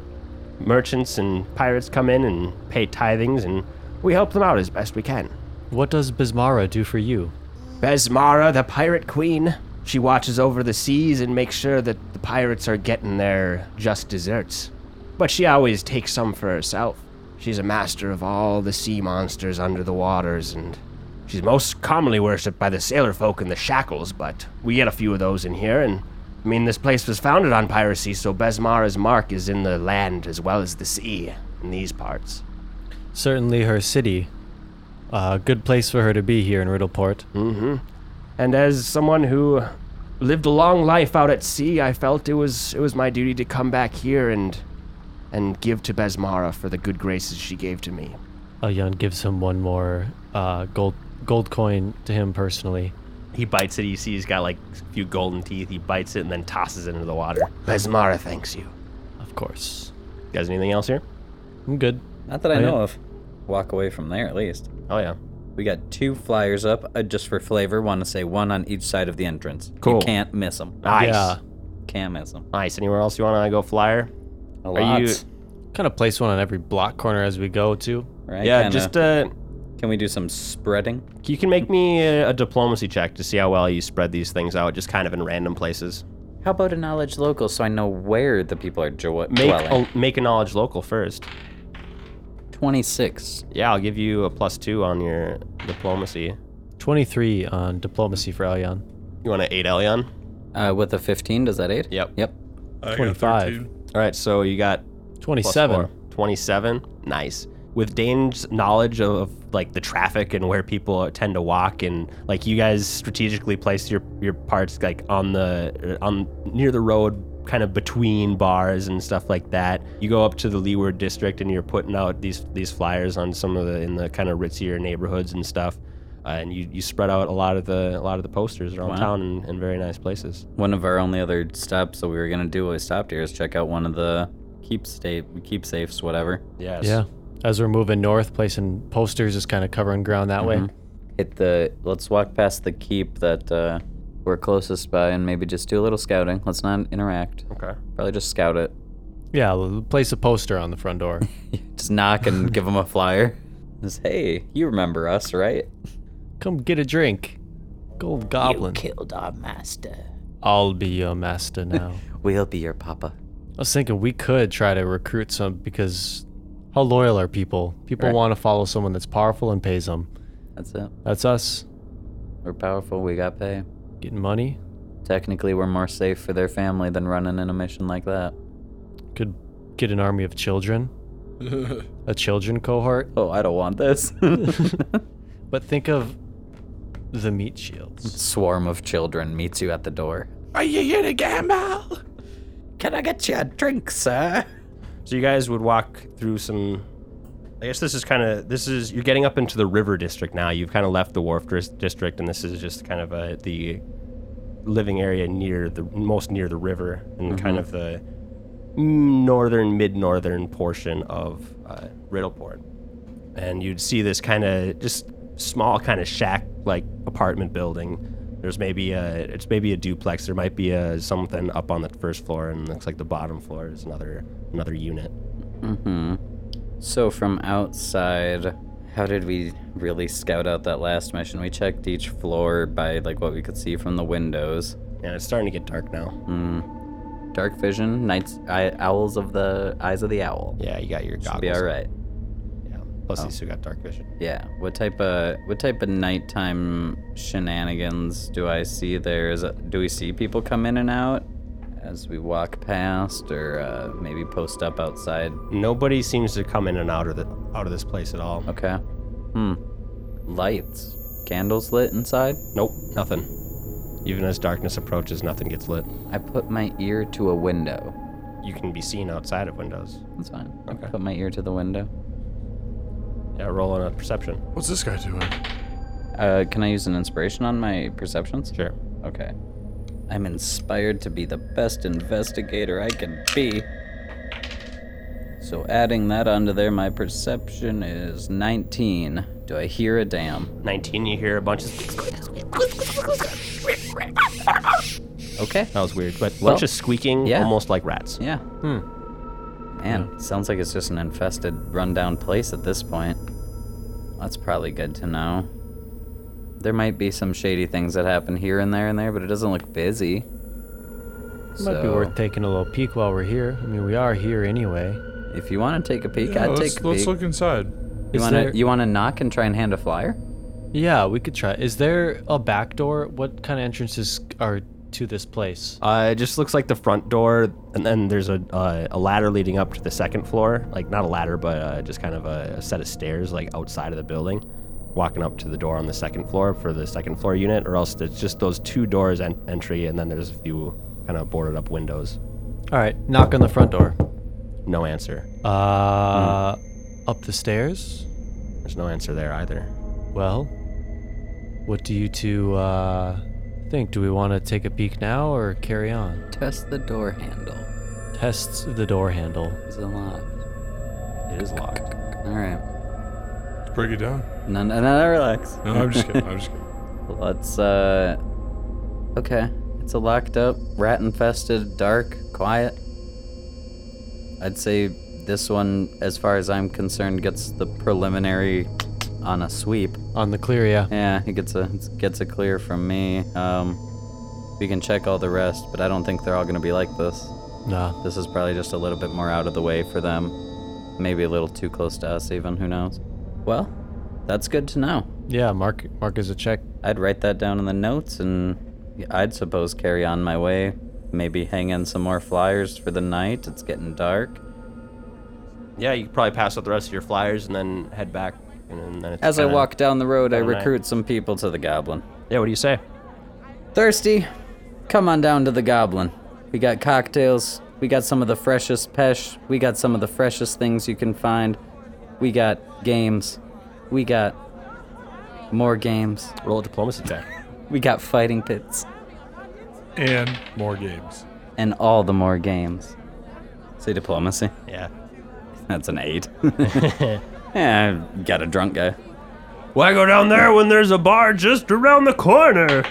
B: Merchants and pirates come in and pay tithings, and we help them out as best we can.
D: What does Bismara do for you?
B: Besmara, the pirate queen, she watches over the seas and makes sure that the pirates are getting their just deserts. But she always takes some for herself. She's a master of all the sea monsters under the waters, and she's most commonly worshipped by the sailor folk and the shackles, but we get a few of those in here, and I mean, this place was founded on piracy, so Besmara's mark is in the land as well as the sea in these parts.
D: Certainly her city. Uh, good place for her to be here in Riddleport.
A: Hmm.
B: and as someone who lived a long life out at sea, I felt it was it was my duty to come back here and and give to Besmara for the good graces she gave to me.
D: Ayan gives him one more uh, gold gold coin to him personally.
B: He bites it. You see, he's got like a few golden teeth. He bites it and then tosses it into the water. Besmara thanks you.
D: Of course.
B: You guys, anything else here?
D: I'm good.
A: Not that I
D: Oh, yeah.
A: know of. Walk away from there, at least.
B: Oh yeah.
A: We got two flyers up. I just for flavor want to say one on each side of the entrance.
B: Cool. Ah.
A: You can't miss them.
B: Nice.
D: Yeah.
A: Can't miss them.
B: Nice. Anywhere else you want to go, flyer?
A: A
B: Are
A: lot.
B: you-
D: Kind of place one on every block corner as we go too.
A: right?
B: yeah.
A: Kinda-
B: Just uh,
A: Can we do some spreading?
B: you can make me a, a diplomacy check to see how well you spread these things out, just kind of in random places.
A: How about a knowledge local so I know where the people are dwe-
B: Make
A: dwelling?
B: a, make a knowledge local first.
A: 26.
B: Yeah, I'll give you a plus two on your diplomacy.
D: Twenty-three on diplomacy for Ayan.
B: You want to eight Elion?
A: Uh, with a 15, does that aid?
B: Yep.
A: Yep.
C: I got
D: 25.
C: 13.
B: All right, so you got plus
D: Twenty-seven.
B: four. 27. Nice. With Dane's knowledge of, of, like the traffic and where people tend to walk, and like you guys strategically place your your parts like on the uh, on near the road, kind of between bars and stuff like that. You go up to the Leeward district and you're putting out these these flyers on some of the in the kind of ritzier neighborhoods and stuff, uh, and you, you spread out a lot of the a lot of the posters around town in, in very nice places.
A: One of our only other stops that we were gonna do while we stopped here is check out one of the keep state keep safes, whatever.
B: Yes.
D: Yeah. As we're moving north, placing posters is kind of covering ground that way.
B: Mm-hmm.
A: Hit the let's walk past the keep that uh, we're closest by and maybe just do a little scouting. Let's not interact.
B: Okay.
A: Probably just scout it. <laughs>
D: Yeah, l- place a poster on the
B: <laughs>
D: front door.
A: Just knock and give him a flyer. <laughs> Just, hey, you remember us, right?
D: Come get a drink. Gold Goblin.
A: Killed our master.
D: I'll be
B: <laughs>
D: your master now.
A: We'll be your papa.
D: I was thinking we could try to recruit some because how loyal are people? People
A: Right.
D: want to follow someone that's powerful and pays them.
A: That's it.
D: That's us
A: We're powerful. We got pay.
D: getting money.
A: Technically, we're more safe for their family than running in a mission like that.
D: Could get an army of <laughs> children, a children cohort.
A: Oh, I don't want this. <laughs>
D: But think of the meat shields.
A: Swarm of children meets you at the door.
B: Are you here to gamble?
A: Can I get you a drink, sir?
B: So you guys would walk through some. I guess this is kind of this is you're getting up into the river district now. You've kind of left the wharf dis- district, and this is just kind of uh the living area near the most near the river and kind of the northern mid northern portion of uh, Riddleport. And you'd see this kind of just small kind of shack like apartment building. There's maybe a it's maybe a duplex. There might be a something up on the first floor, and looks like the bottom floor is another another unit.
A: So, from outside, how did we really scout out that last mission? We checked each floor by like what we could see from the windows.
B: And it's starting to get dark
A: Hmm.
B: now.
A: Dark vision, nights, eye, owls of the eyes of the owl.
B: Yeah, you got your goggles.
A: Be all right. Oh.
B: Yeah. Plus, you still got dark vision.
A: Yeah. What type of what type of nighttime shenanigans do I see there? Is it, do we see people come in and out as we walk past, or uh, maybe post up outside?
B: Nobody seems to come in and out of the out of this place at all.
A: Okay. Hmm. Lights, candles lit inside.
B: Nope, nothing. Even as darkness approaches, nothing gets lit.
A: I put my ear to a window.
B: You can be seen outside of windows.
A: That's fine.
B: Okay.
A: I put my ear to the window.
B: Yeah, roll on a perception.
C: What's this guy doing?
A: Uh, can I use an inspiration on my perceptions?
B: Sure.
A: Okay. I'm inspired to be the best investigator I can be. So adding that onto there, my perception is 19. Do I hear a damn?
B: 19, you hear a bunch of.
A: Okay.
B: That was weird, but a
A: Well,
B: bunch of squeaking,
A: yeah.
B: almost like rats.
A: Yeah. Hmm. Man, sounds like it's just an infested, rundown place at this point. That's probably good to know. There might be some shady things that happen here and there and there, but it doesn't look busy.
D: Might be worth taking a little peek while we're here. I mean, we are here anyway.
A: If you want to take a peek,
C: Yeah,
A: I'd
C: let's,
A: take a
C: let's
A: peek.
C: look inside.
A: You
D: Is
A: want to
D: there-
A: you want to knock and try and hand a flyer?
D: Yeah, we could try. Is there a back door? What kind of entrances are to this place?
B: Uh, it just looks like the front door, and then there's a uh, a ladder leading up to the second floor. Like not a ladder, but uh, just kind of a, a set of stairs, like outside of the building, walking up to the door on the second floor for the second floor unit, or else it's just those two doors en- entry, and then there's a few kind of boarded up windows.
D: All right, knock on the front door.
B: No answer.
D: Uh, up the stairs.
B: There's no answer there either.
D: Well, what do you two uh, think? Do we want to take a peek now or carry on?
A: Test the door handle.
D: Test the door handle.
A: Is it locked?
B: It is locked.
A: All right.
C: Let's break it down.
A: No, no, no, no, relax.
C: No, I'm just kidding. I'm just kidding.
A: <laughs> Let's uh. Okay, it's a locked up, rat infested, dark, quiet. I'd say this one, as far as I'm concerned, gets the preliminary on a sweep.
D: On the clear, yeah.
A: Yeah, it gets a gets a clear from me. Um, we can check all the rest, but I don't think they're all gonna be like this.
D: Nah.
A: This is probably just a little bit more out of the way for them. Maybe a little too close to us, even. Who knows? Well, that's good to know.
D: Yeah, mark mark as a check.
A: I'd write that down in the notes and I'd suppose carry on my way. Maybe hang in some more flyers for the night. It's getting dark.
B: Yeah, you could probably pass out the rest of your flyers and then head back. And then it's
A: As I
B: kinda-
A: walk down the road, I
B: kinda night.
A: recruit some people to the goblin.
B: yeah, what do you say?
A: Thirsty? Come on down to the goblin. We got cocktails. We got some of the freshest pesh. We got some of the freshest things you can find. We got games. We got more games.
B: Roll a diplomacy check. <laughs>
A: We got fighting pits.
C: <laughs> And more games.
A: And all the more games. Say diplomacy.
B: yeah.
A: That's an eight. <laughs> yeah, I got a drunk guy. <laughs>
B: Why go down there when there's a bar just around the corner?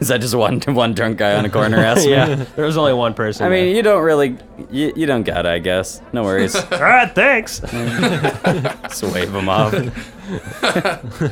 A: Is that just one one drunk guy on a corner asking?
B: yeah, there was only one person.
A: I
B: there.
A: mean, you don't really, you, you don't got it, I guess. No worries.
B: all right, thanks.
A: Just wave him off.
B: <laughs>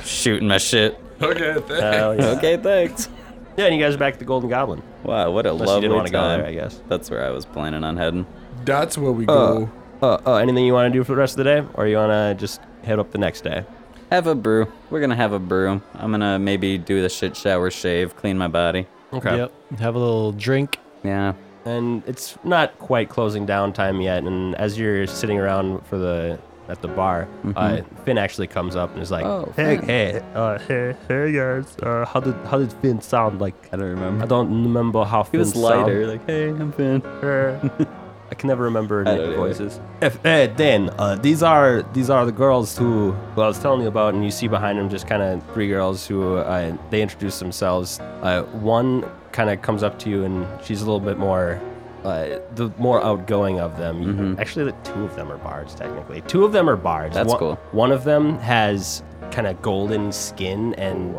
A: Shooting my shit.
C: Okay, thanks.
B: Hell <laughs> yeah.
A: Okay, thanks.
B: yeah, and you guys are back at the Golden Goblin.
A: Wow, what a
B: Unless you
A: lovely
B: didn't want to go
A: time.
B: there, I guess.
A: That's where I was planning on heading.
F: That's where we go.
B: Uh, uh, anything you want to do for the rest of the day, or you want to just head up the next day?
A: Have a brew. We're gonna have a brew. I'm gonna maybe do the shit shower shave, clean my body.
B: Okay.
D: Yep. Have a little drink.
A: Yeah.
B: And it's not quite closing down time yet. And as you're sitting around for the at the bar, uh, Finn actually comes up and is like,
A: Oh,
B: "Hey,
A: Finn.
B: hey, uh, hey, hey, guys. Uh, how did how did Finn sound like?
A: I don't
B: I
A: remember.
B: don't remember how
A: He
B: Finn
A: was
B: sound.
A: lighter. Like, hey, I'm Finn.
B: <laughs> I can never remember
A: I
B: any of the
A: don't either.
B: voices. If, eh, Dan, uh, these are these are the girls who, who I was telling you about, and you see behind them just kind of three girls who uh, they introduce themselves. Uh, one kind of comes up to you, and she's a little bit more. Uh, the more outgoing of them, actually, the two of them are bards. Technically, two of them are bards.
A: Mm-hmm. That's
B: one,
A: cool.
B: One of them has kind of golden skin, and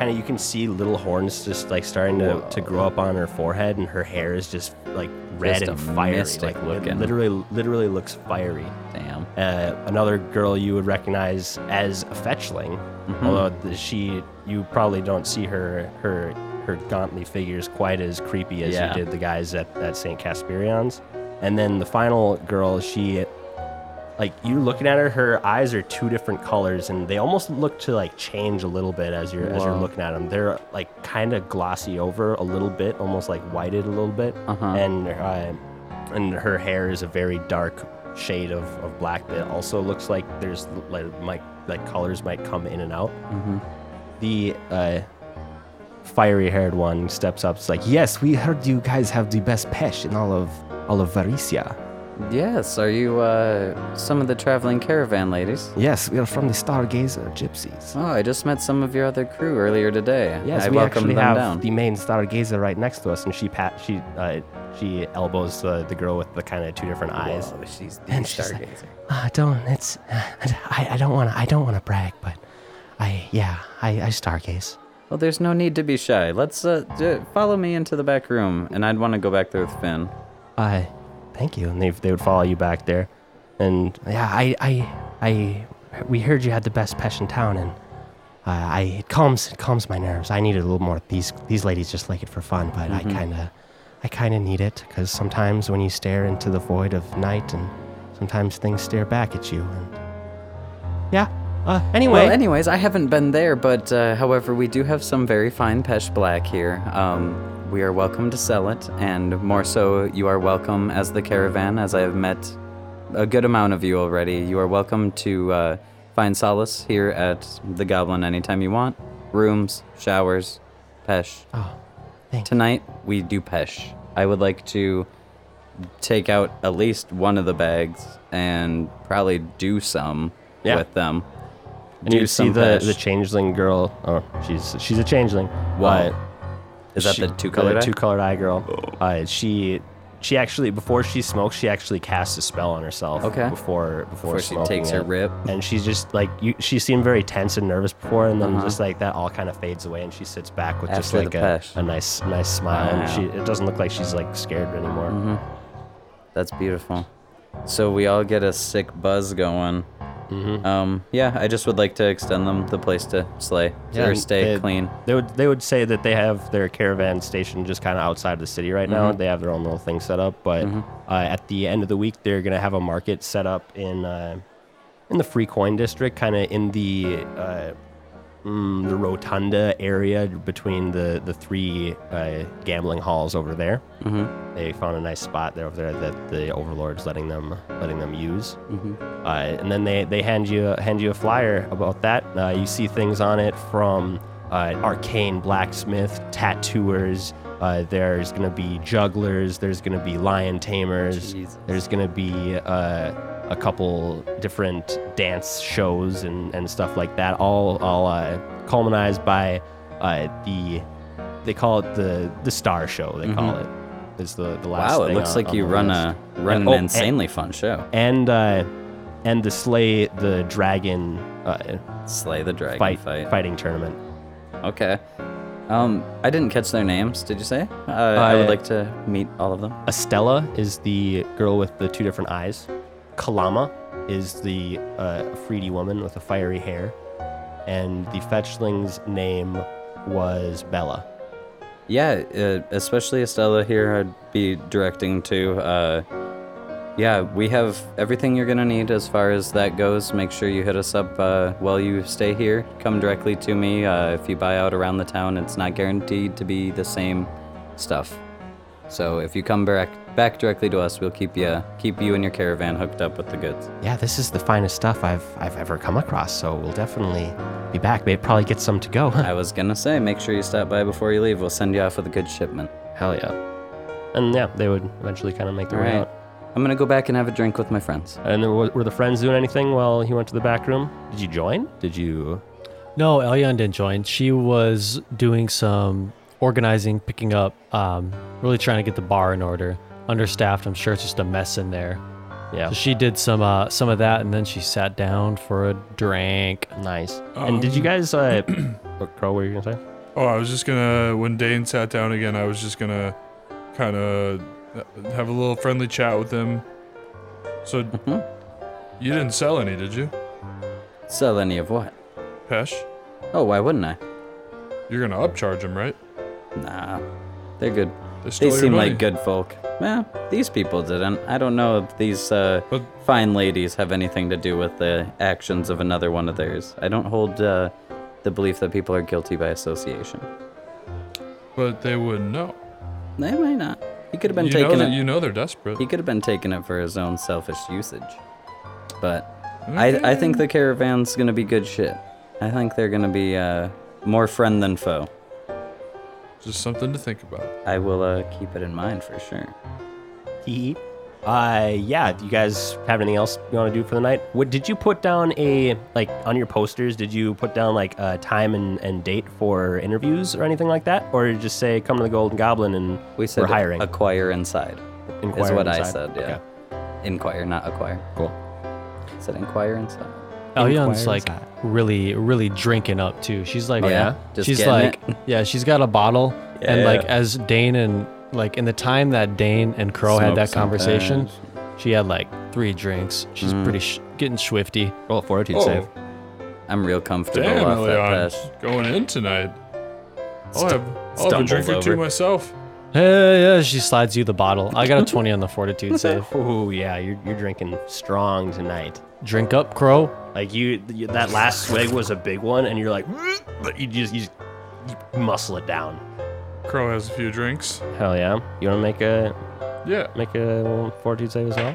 B: kind of you can see little horns just like starting to, to grow up on her forehead, and her hair is just like red
A: Just
B: and
A: a
B: fiery,
A: mystic
B: like
A: looking.
B: It literally, literally looks fiery.
A: Damn.
B: Uh, another girl you would recognize as a fetchling,
A: Mm-hmm.
B: although the, she, you probably don't see her her her gauntly figures quite as creepy as
A: Yeah.
B: you did the guys at at St. Casperion's. And then the final girl, she, like you're looking at her, her eyes are two different colors, and they almost look to like change a little bit as you're as you're looking at them. They're like kind of glossy over a little bit, almost like whited a little bit
A: Uh-huh.
B: and uh, and her hair is a very dark shade of, of black that also looks like there's l- like might, like colors might come in and out. The uh, fiery haired one steps up. It's like, yes, we heard you guys have the best pesh in all of all of Varicia.
A: Yes. Are you uh, some of the traveling caravan ladies?
B: Yes, we are from the Stargazer Gypsies.
A: Oh, I just met some of your other crew earlier today.
B: Yes,
A: I
B: we
A: welcomed
B: actually
A: them
B: have
A: down.
B: the main Stargazer right next to us, and she pat she uh, she elbows the, the girl with the kind of two different eyes.
A: she's
B: And she's like, I don't. It's. <sighs> I. I don't want to. I don't want to brag, but I. Yeah. I. I stargaze.
A: Well, there's no need to be shy. Let's uh, d- follow me into the back room, and I'd want to go back there with Finn.
B: Uh, thank you. And they they would follow you back there, and yeah. I. I. I. We heard you had the best pesh in town, and uh, I. It calms. It calms my nerves. I needed a little more. These these ladies just like it for fun, but I
A: Mm-hmm.
B: kind of. I kind of need it because sometimes when you stare into the void of night, and sometimes things stare back at you, and yeah. Uh, anyway.
A: Well, anyways, I haven't been there, but uh, however, we do have some very fine Pesh Black here. Um, we are welcome to sell it, and more so, you are welcome as the caravan, as I have met a good amount of you already. You are welcome to uh, find solace here at the Goblin anytime you want. Rooms, showers, Pesh.
B: oh, thank
A: Tonight, we do Pesh. I would like to take out at least one of the bags and probably do some
B: Yeah.
A: with them.
B: And you see the,
A: Pesh.
B: the changeling girl. Oh, she's she's a changeling.
A: Wow.
B: Uh,
A: Is that
B: she-
A: the two color?
B: two colored
A: Oh.
B: eye girl. Uh, she she actually before she smokes, she actually casts a spell on herself.
A: Okay.
B: Before before,
A: Before she
B: smoking
A: takes her
B: it.
A: rip.
B: and she's just like you, she seemed very tense and nervous before, and then
A: Uh-huh.
B: just like that all kind of fades away, and she sits back with
A: After the
B: just like a,
A: pesh.
B: a nice nice smile.
A: Wow. Mm-hmm.
B: And she it doesn't look like she's like scared anymore.
A: That's beautiful. So we all get a sick buzz going.
B: Mm-hmm.
A: Um, yeah, I just would like to extend them the place to slay
B: Yeah,
A: or
B: and
A: stay
B: they-
A: clean.
B: They would they would say that they have their caravan station just kind of outside of the city right now.
A: Mm-hmm.
B: They have their own little thing set up, but uh, at the end of the week, they're gonna have a market set up in uh, in the Free Coin District, kind of in the uh, mm, the rotunda area between the the three uh, gambling halls over there.
A: Mm-hmm.
B: They found a nice spot there over there that the overlord's letting them letting them use. Uh, and then they, they hand you hand you a flyer about that. Uh, you see things on it from uh, arcane blacksmith, tattooers. Uh, there's gonna be jugglers. There's gonna be lion tamers.
A: Jesus.
B: There's gonna be uh, a couple different dance shows and, and stuff like that. All all uh, culminized by uh, the they call it the the star show. They call it. Is the, the last
A: Mm-hmm. Wow, it
B: thing
A: looks
B: on-
A: like
B: on
A: you
B: the
A: run
B: list
A: a run an
B: oh, and-
A: insanely fun show.
B: and uh, and the slay the dragon uh,
A: Slay the dragon
B: fight,
A: fight.
B: fighting tournament.
A: Okay. Um, I didn't catch their names. Did you say? Uh, I
B: Uh,
A: would like to meet all of them.
B: Estella is the girl with the two different eyes. Kalama is the uh, Afridi woman with the fiery hair. And the fetchling's name was Bella.
A: Yeah, uh, especially Estella here, I'd be directing to. Uh, yeah, we have everything you're going to need as far as that goes. Make sure you hit us up uh, while you stay here. Come directly to me. Uh, if you buy out around the town, it's not guaranteed to be the same stuff. So if you come back back directly to us, we'll keep you keep you and your caravan hooked up with the goods.
B: Yeah, this is the finest stuff I've I've ever come across, so we'll definitely be back. Maybe probably get some to go. <laughs>
A: I was gonna say, make sure you stop by before you leave. We'll send you off with a good shipment.
B: Hell yeah. And yeah, they would eventually kind of make their
A: All
B: way
A: right.
B: out.
A: I'm gonna go back and have a drink with my friends.
B: And then wa- were the friends doing anything while he went to the back room? Did you join? Did you?
D: No, Elian didn't join. She was doing some organizing, picking up, um, really trying to get the bar in order. Understaffed, I'm sure it's just a mess in there.
B: Yeah.
D: So she did some uh, some of that, and then she sat down for a drink.
B: Nice. and did you
C: Um,
B: guys? <clears throat> Uh, what, Carl, what were you gonna say?
C: Oh, I was just gonna. When Dane sat down again, I was just gonna kind of have a little friendly chat with him. So,
A: Mm-hmm.
C: you didn't sell any, did you,
A: Sell any of what?
C: Pesh?
A: Oh, why wouldn't I?
C: You're gonna upcharge him, right?
A: Nah, they're good.
C: They,
A: They
C: stole your
A: seem
C: money.
A: like good folk. Well, these people didn't. I don't know if these uh,
C: But-
A: fine ladies have anything to do with the actions of another one of theirs. I don't hold uh, the belief that people are guilty by association.
C: But they wouldn't know.
A: They might not. He could have been
C: you know
A: taking
C: that
A: it.
C: you know they're desperate.
A: He could have been taking it for his own selfish usage. But I, I think the caravan's gonna be good shit. I think they're gonna be uh, more friend than foe.
C: Just something to think about.
A: I will uh, keep it in mind for sure.
B: Hee. Uh, yeah. Do you guys have anything else you want to do for the night? What did you put down a like on your posters? Did you put down like a time and, and date for interviews or anything like that, or did you just say come to the Golden Goblin and
A: We said
B: we're hiring?
A: acquire inside. is
B: Inquire
A: what I
B: inside?
A: said. Yeah,
B: Okay,
A: inquire, not acquire.
B: cool.
A: I said inquire inside.
D: Elion's
B: Inquires
D: Oh, like
B: at.
D: really, really drinking up too. She's like,
A: Oh, yeah? Just
D: she's
A: getting
D: like,
A: it?
D: yeah, she's got a bottle, and
A: Yeah.
D: like as Dane and like in the time that Dane and Crow had
A: Smoke
D: that
A: some
D: conversation,
A: things.
D: she had like three drinks. She's
A: Mm.
D: pretty sh- getting swifty.
B: Roll a fortitude save.
C: Oh,
A: I'm real comfortable
C: damn,
A: off that
C: Leon,
A: pass.
C: going in tonight. I'll
A: Stu-
C: have, I'll have a
A: stumbles
C: drink or two
A: over.
C: myself.
D: Hey, yeah, she slides you the bottle. I
A: <laughs>
D: got a twenty on the fortitude save.
B: Oh yeah, you're you're drinking strong tonight.
D: Drink up, Crow.
B: Like you, you that last swig was a big one, and you're like, but you just you, just, you muscle it down.
C: Crow has a few drinks.
B: Hell yeah! You want to make a
C: Yeah,
B: make a fortitude save as well?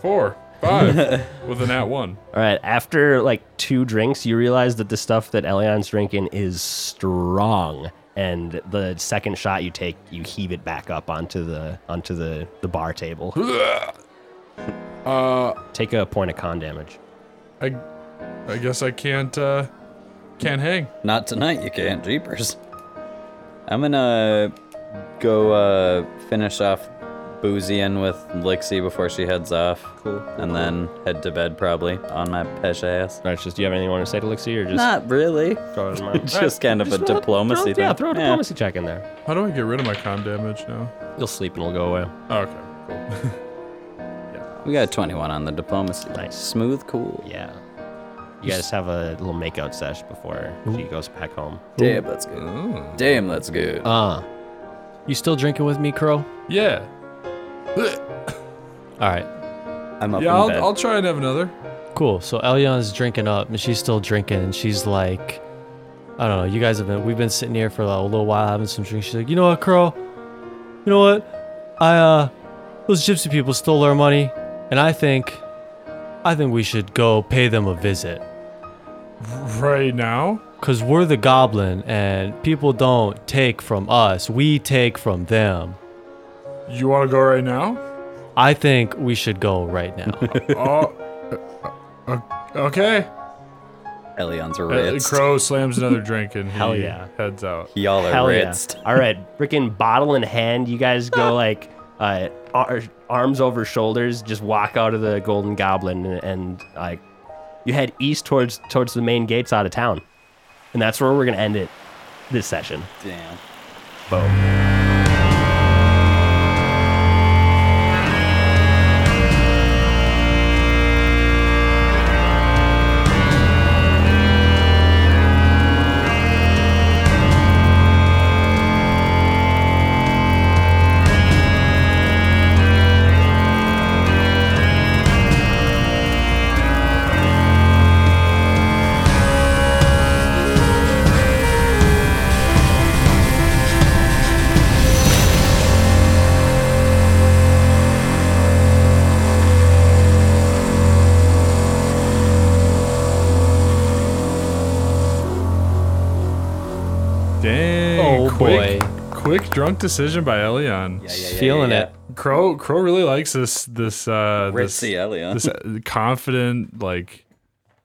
C: four, five, with an at one.
B: All right. After like two drinks, you realize that the stuff that Elion's drinking is strong, and the second shot you take, you heave it back up onto the onto the the bar table.
C: Uh,
B: Take a point of con damage.
C: I, I guess I can't, uh, can't hang.
A: Not tonight, you can't. Jeepers. I'm gonna go uh, finish off Boozy in with Lixie before she heads off.
B: Cool.
A: And then head to bed probably on my pesh ass.
B: All right. Just do you have anything you want to say to Elixir, or just
A: Not really.
B: throw it in <laughs> my-
A: <laughs> Just kind of a
B: throw-
A: diplomacy
B: throw,
A: thing.
B: Yeah, throw a diplomacy check in there.
C: How do I get rid of my con damage now?
B: You'll sleep and it'll go away.
C: Oh, okay, cool.
A: We got a 21 on the diplomacy.
B: Nice.
A: Smooth, cool.
B: Yeah. You guys have a little makeout sesh before she goes back home.
A: Damn, that's good. Damn, that's good.
B: Uh,
D: You still drinking with me, Crow?
C: Yeah.
D: All right,
A: I'm up
C: Yeah,
A: in
C: I'll,
A: bed.
C: I'll try and have another.
D: cool. So Elion's drinking up, and she's still drinking, and she's like, I don't know. You guys have been. We've been sitting here for a little while having some drinks. She's like, you know what, Crow? You know what? I uh, those gypsy people stole our money, and I think, I think we should go pay them a visit.
C: Right now?
D: Cause we're the goblin, and people don't take from us. We take from them.
C: You want to go right now?
D: I think we should go
A: <laughs>
D: right now.
C: oh, uh, uh, okay.
A: Elion's
C: Uh,
A: ritzed.
C: Crow slams another drink and he
B: Hell yeah.
C: heads out.
A: Y'all are
B: hell
A: ritzed.
B: yeah. <laughs> All right, freaking bottle in hand, you guys go like uh, ar- arms over shoulders, just walk out of the Golden Goblin and, and like you head east towards towards the main gates out of town. And that's where we're going to end it. this session.
A: Damn.
B: Boom.
C: Dang.
D: Oh,
C: quick,
D: boy.
C: Quick drunk decision by Elion.
A: Yeah, yeah, yeah,
D: Feeling
A: yeah,
D: it.
C: Crow Crow really likes this this uh
A: yeah.
C: this,
A: Ritzy Elliot. <laughs>
C: this uh, confident like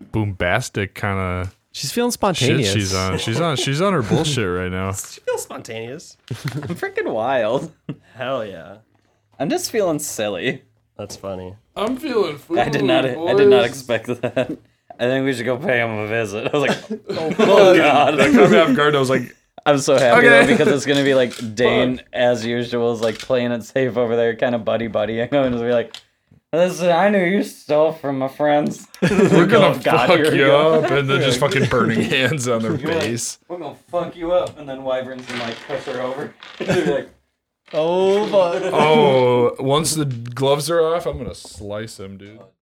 C: boombastic kind of
D: She's feeling
C: shit
D: spontaneous.
C: she's on. She's on
A: <laughs>
C: she's on her bullshit right now.
B: She feels spontaneous.
A: freaking wild.
B: Hell yeah.
A: I'm just feeling silly.
B: That's funny.
C: I'm feeling food.
A: I did not. I did not expect that. I think we should go pay him a visit. I was
B: <laughs>
A: like, oh, oh god,
C: Caught me off guard. I
A: <laughs>
C: was like,
A: I'm so happy
C: Okay.
A: though, because it's gonna be like Dane as usual is like playing it safe over there, kind of buddy buddying him, and just be like, listen, I knew you stole from my friends.
C: we're gonna
A: Oh, God,
C: fuck
A: here we
C: you
A: go.
C: up, and then just fucking
A: <laughs>
C: burning hands on their face.
A: We're gonna fuck you up, and then Wyvern's gonna like push her over. <laughs> They're like,
D: Oh, but.
C: Oh, once the gloves are off, I'm gonna slice him, dude.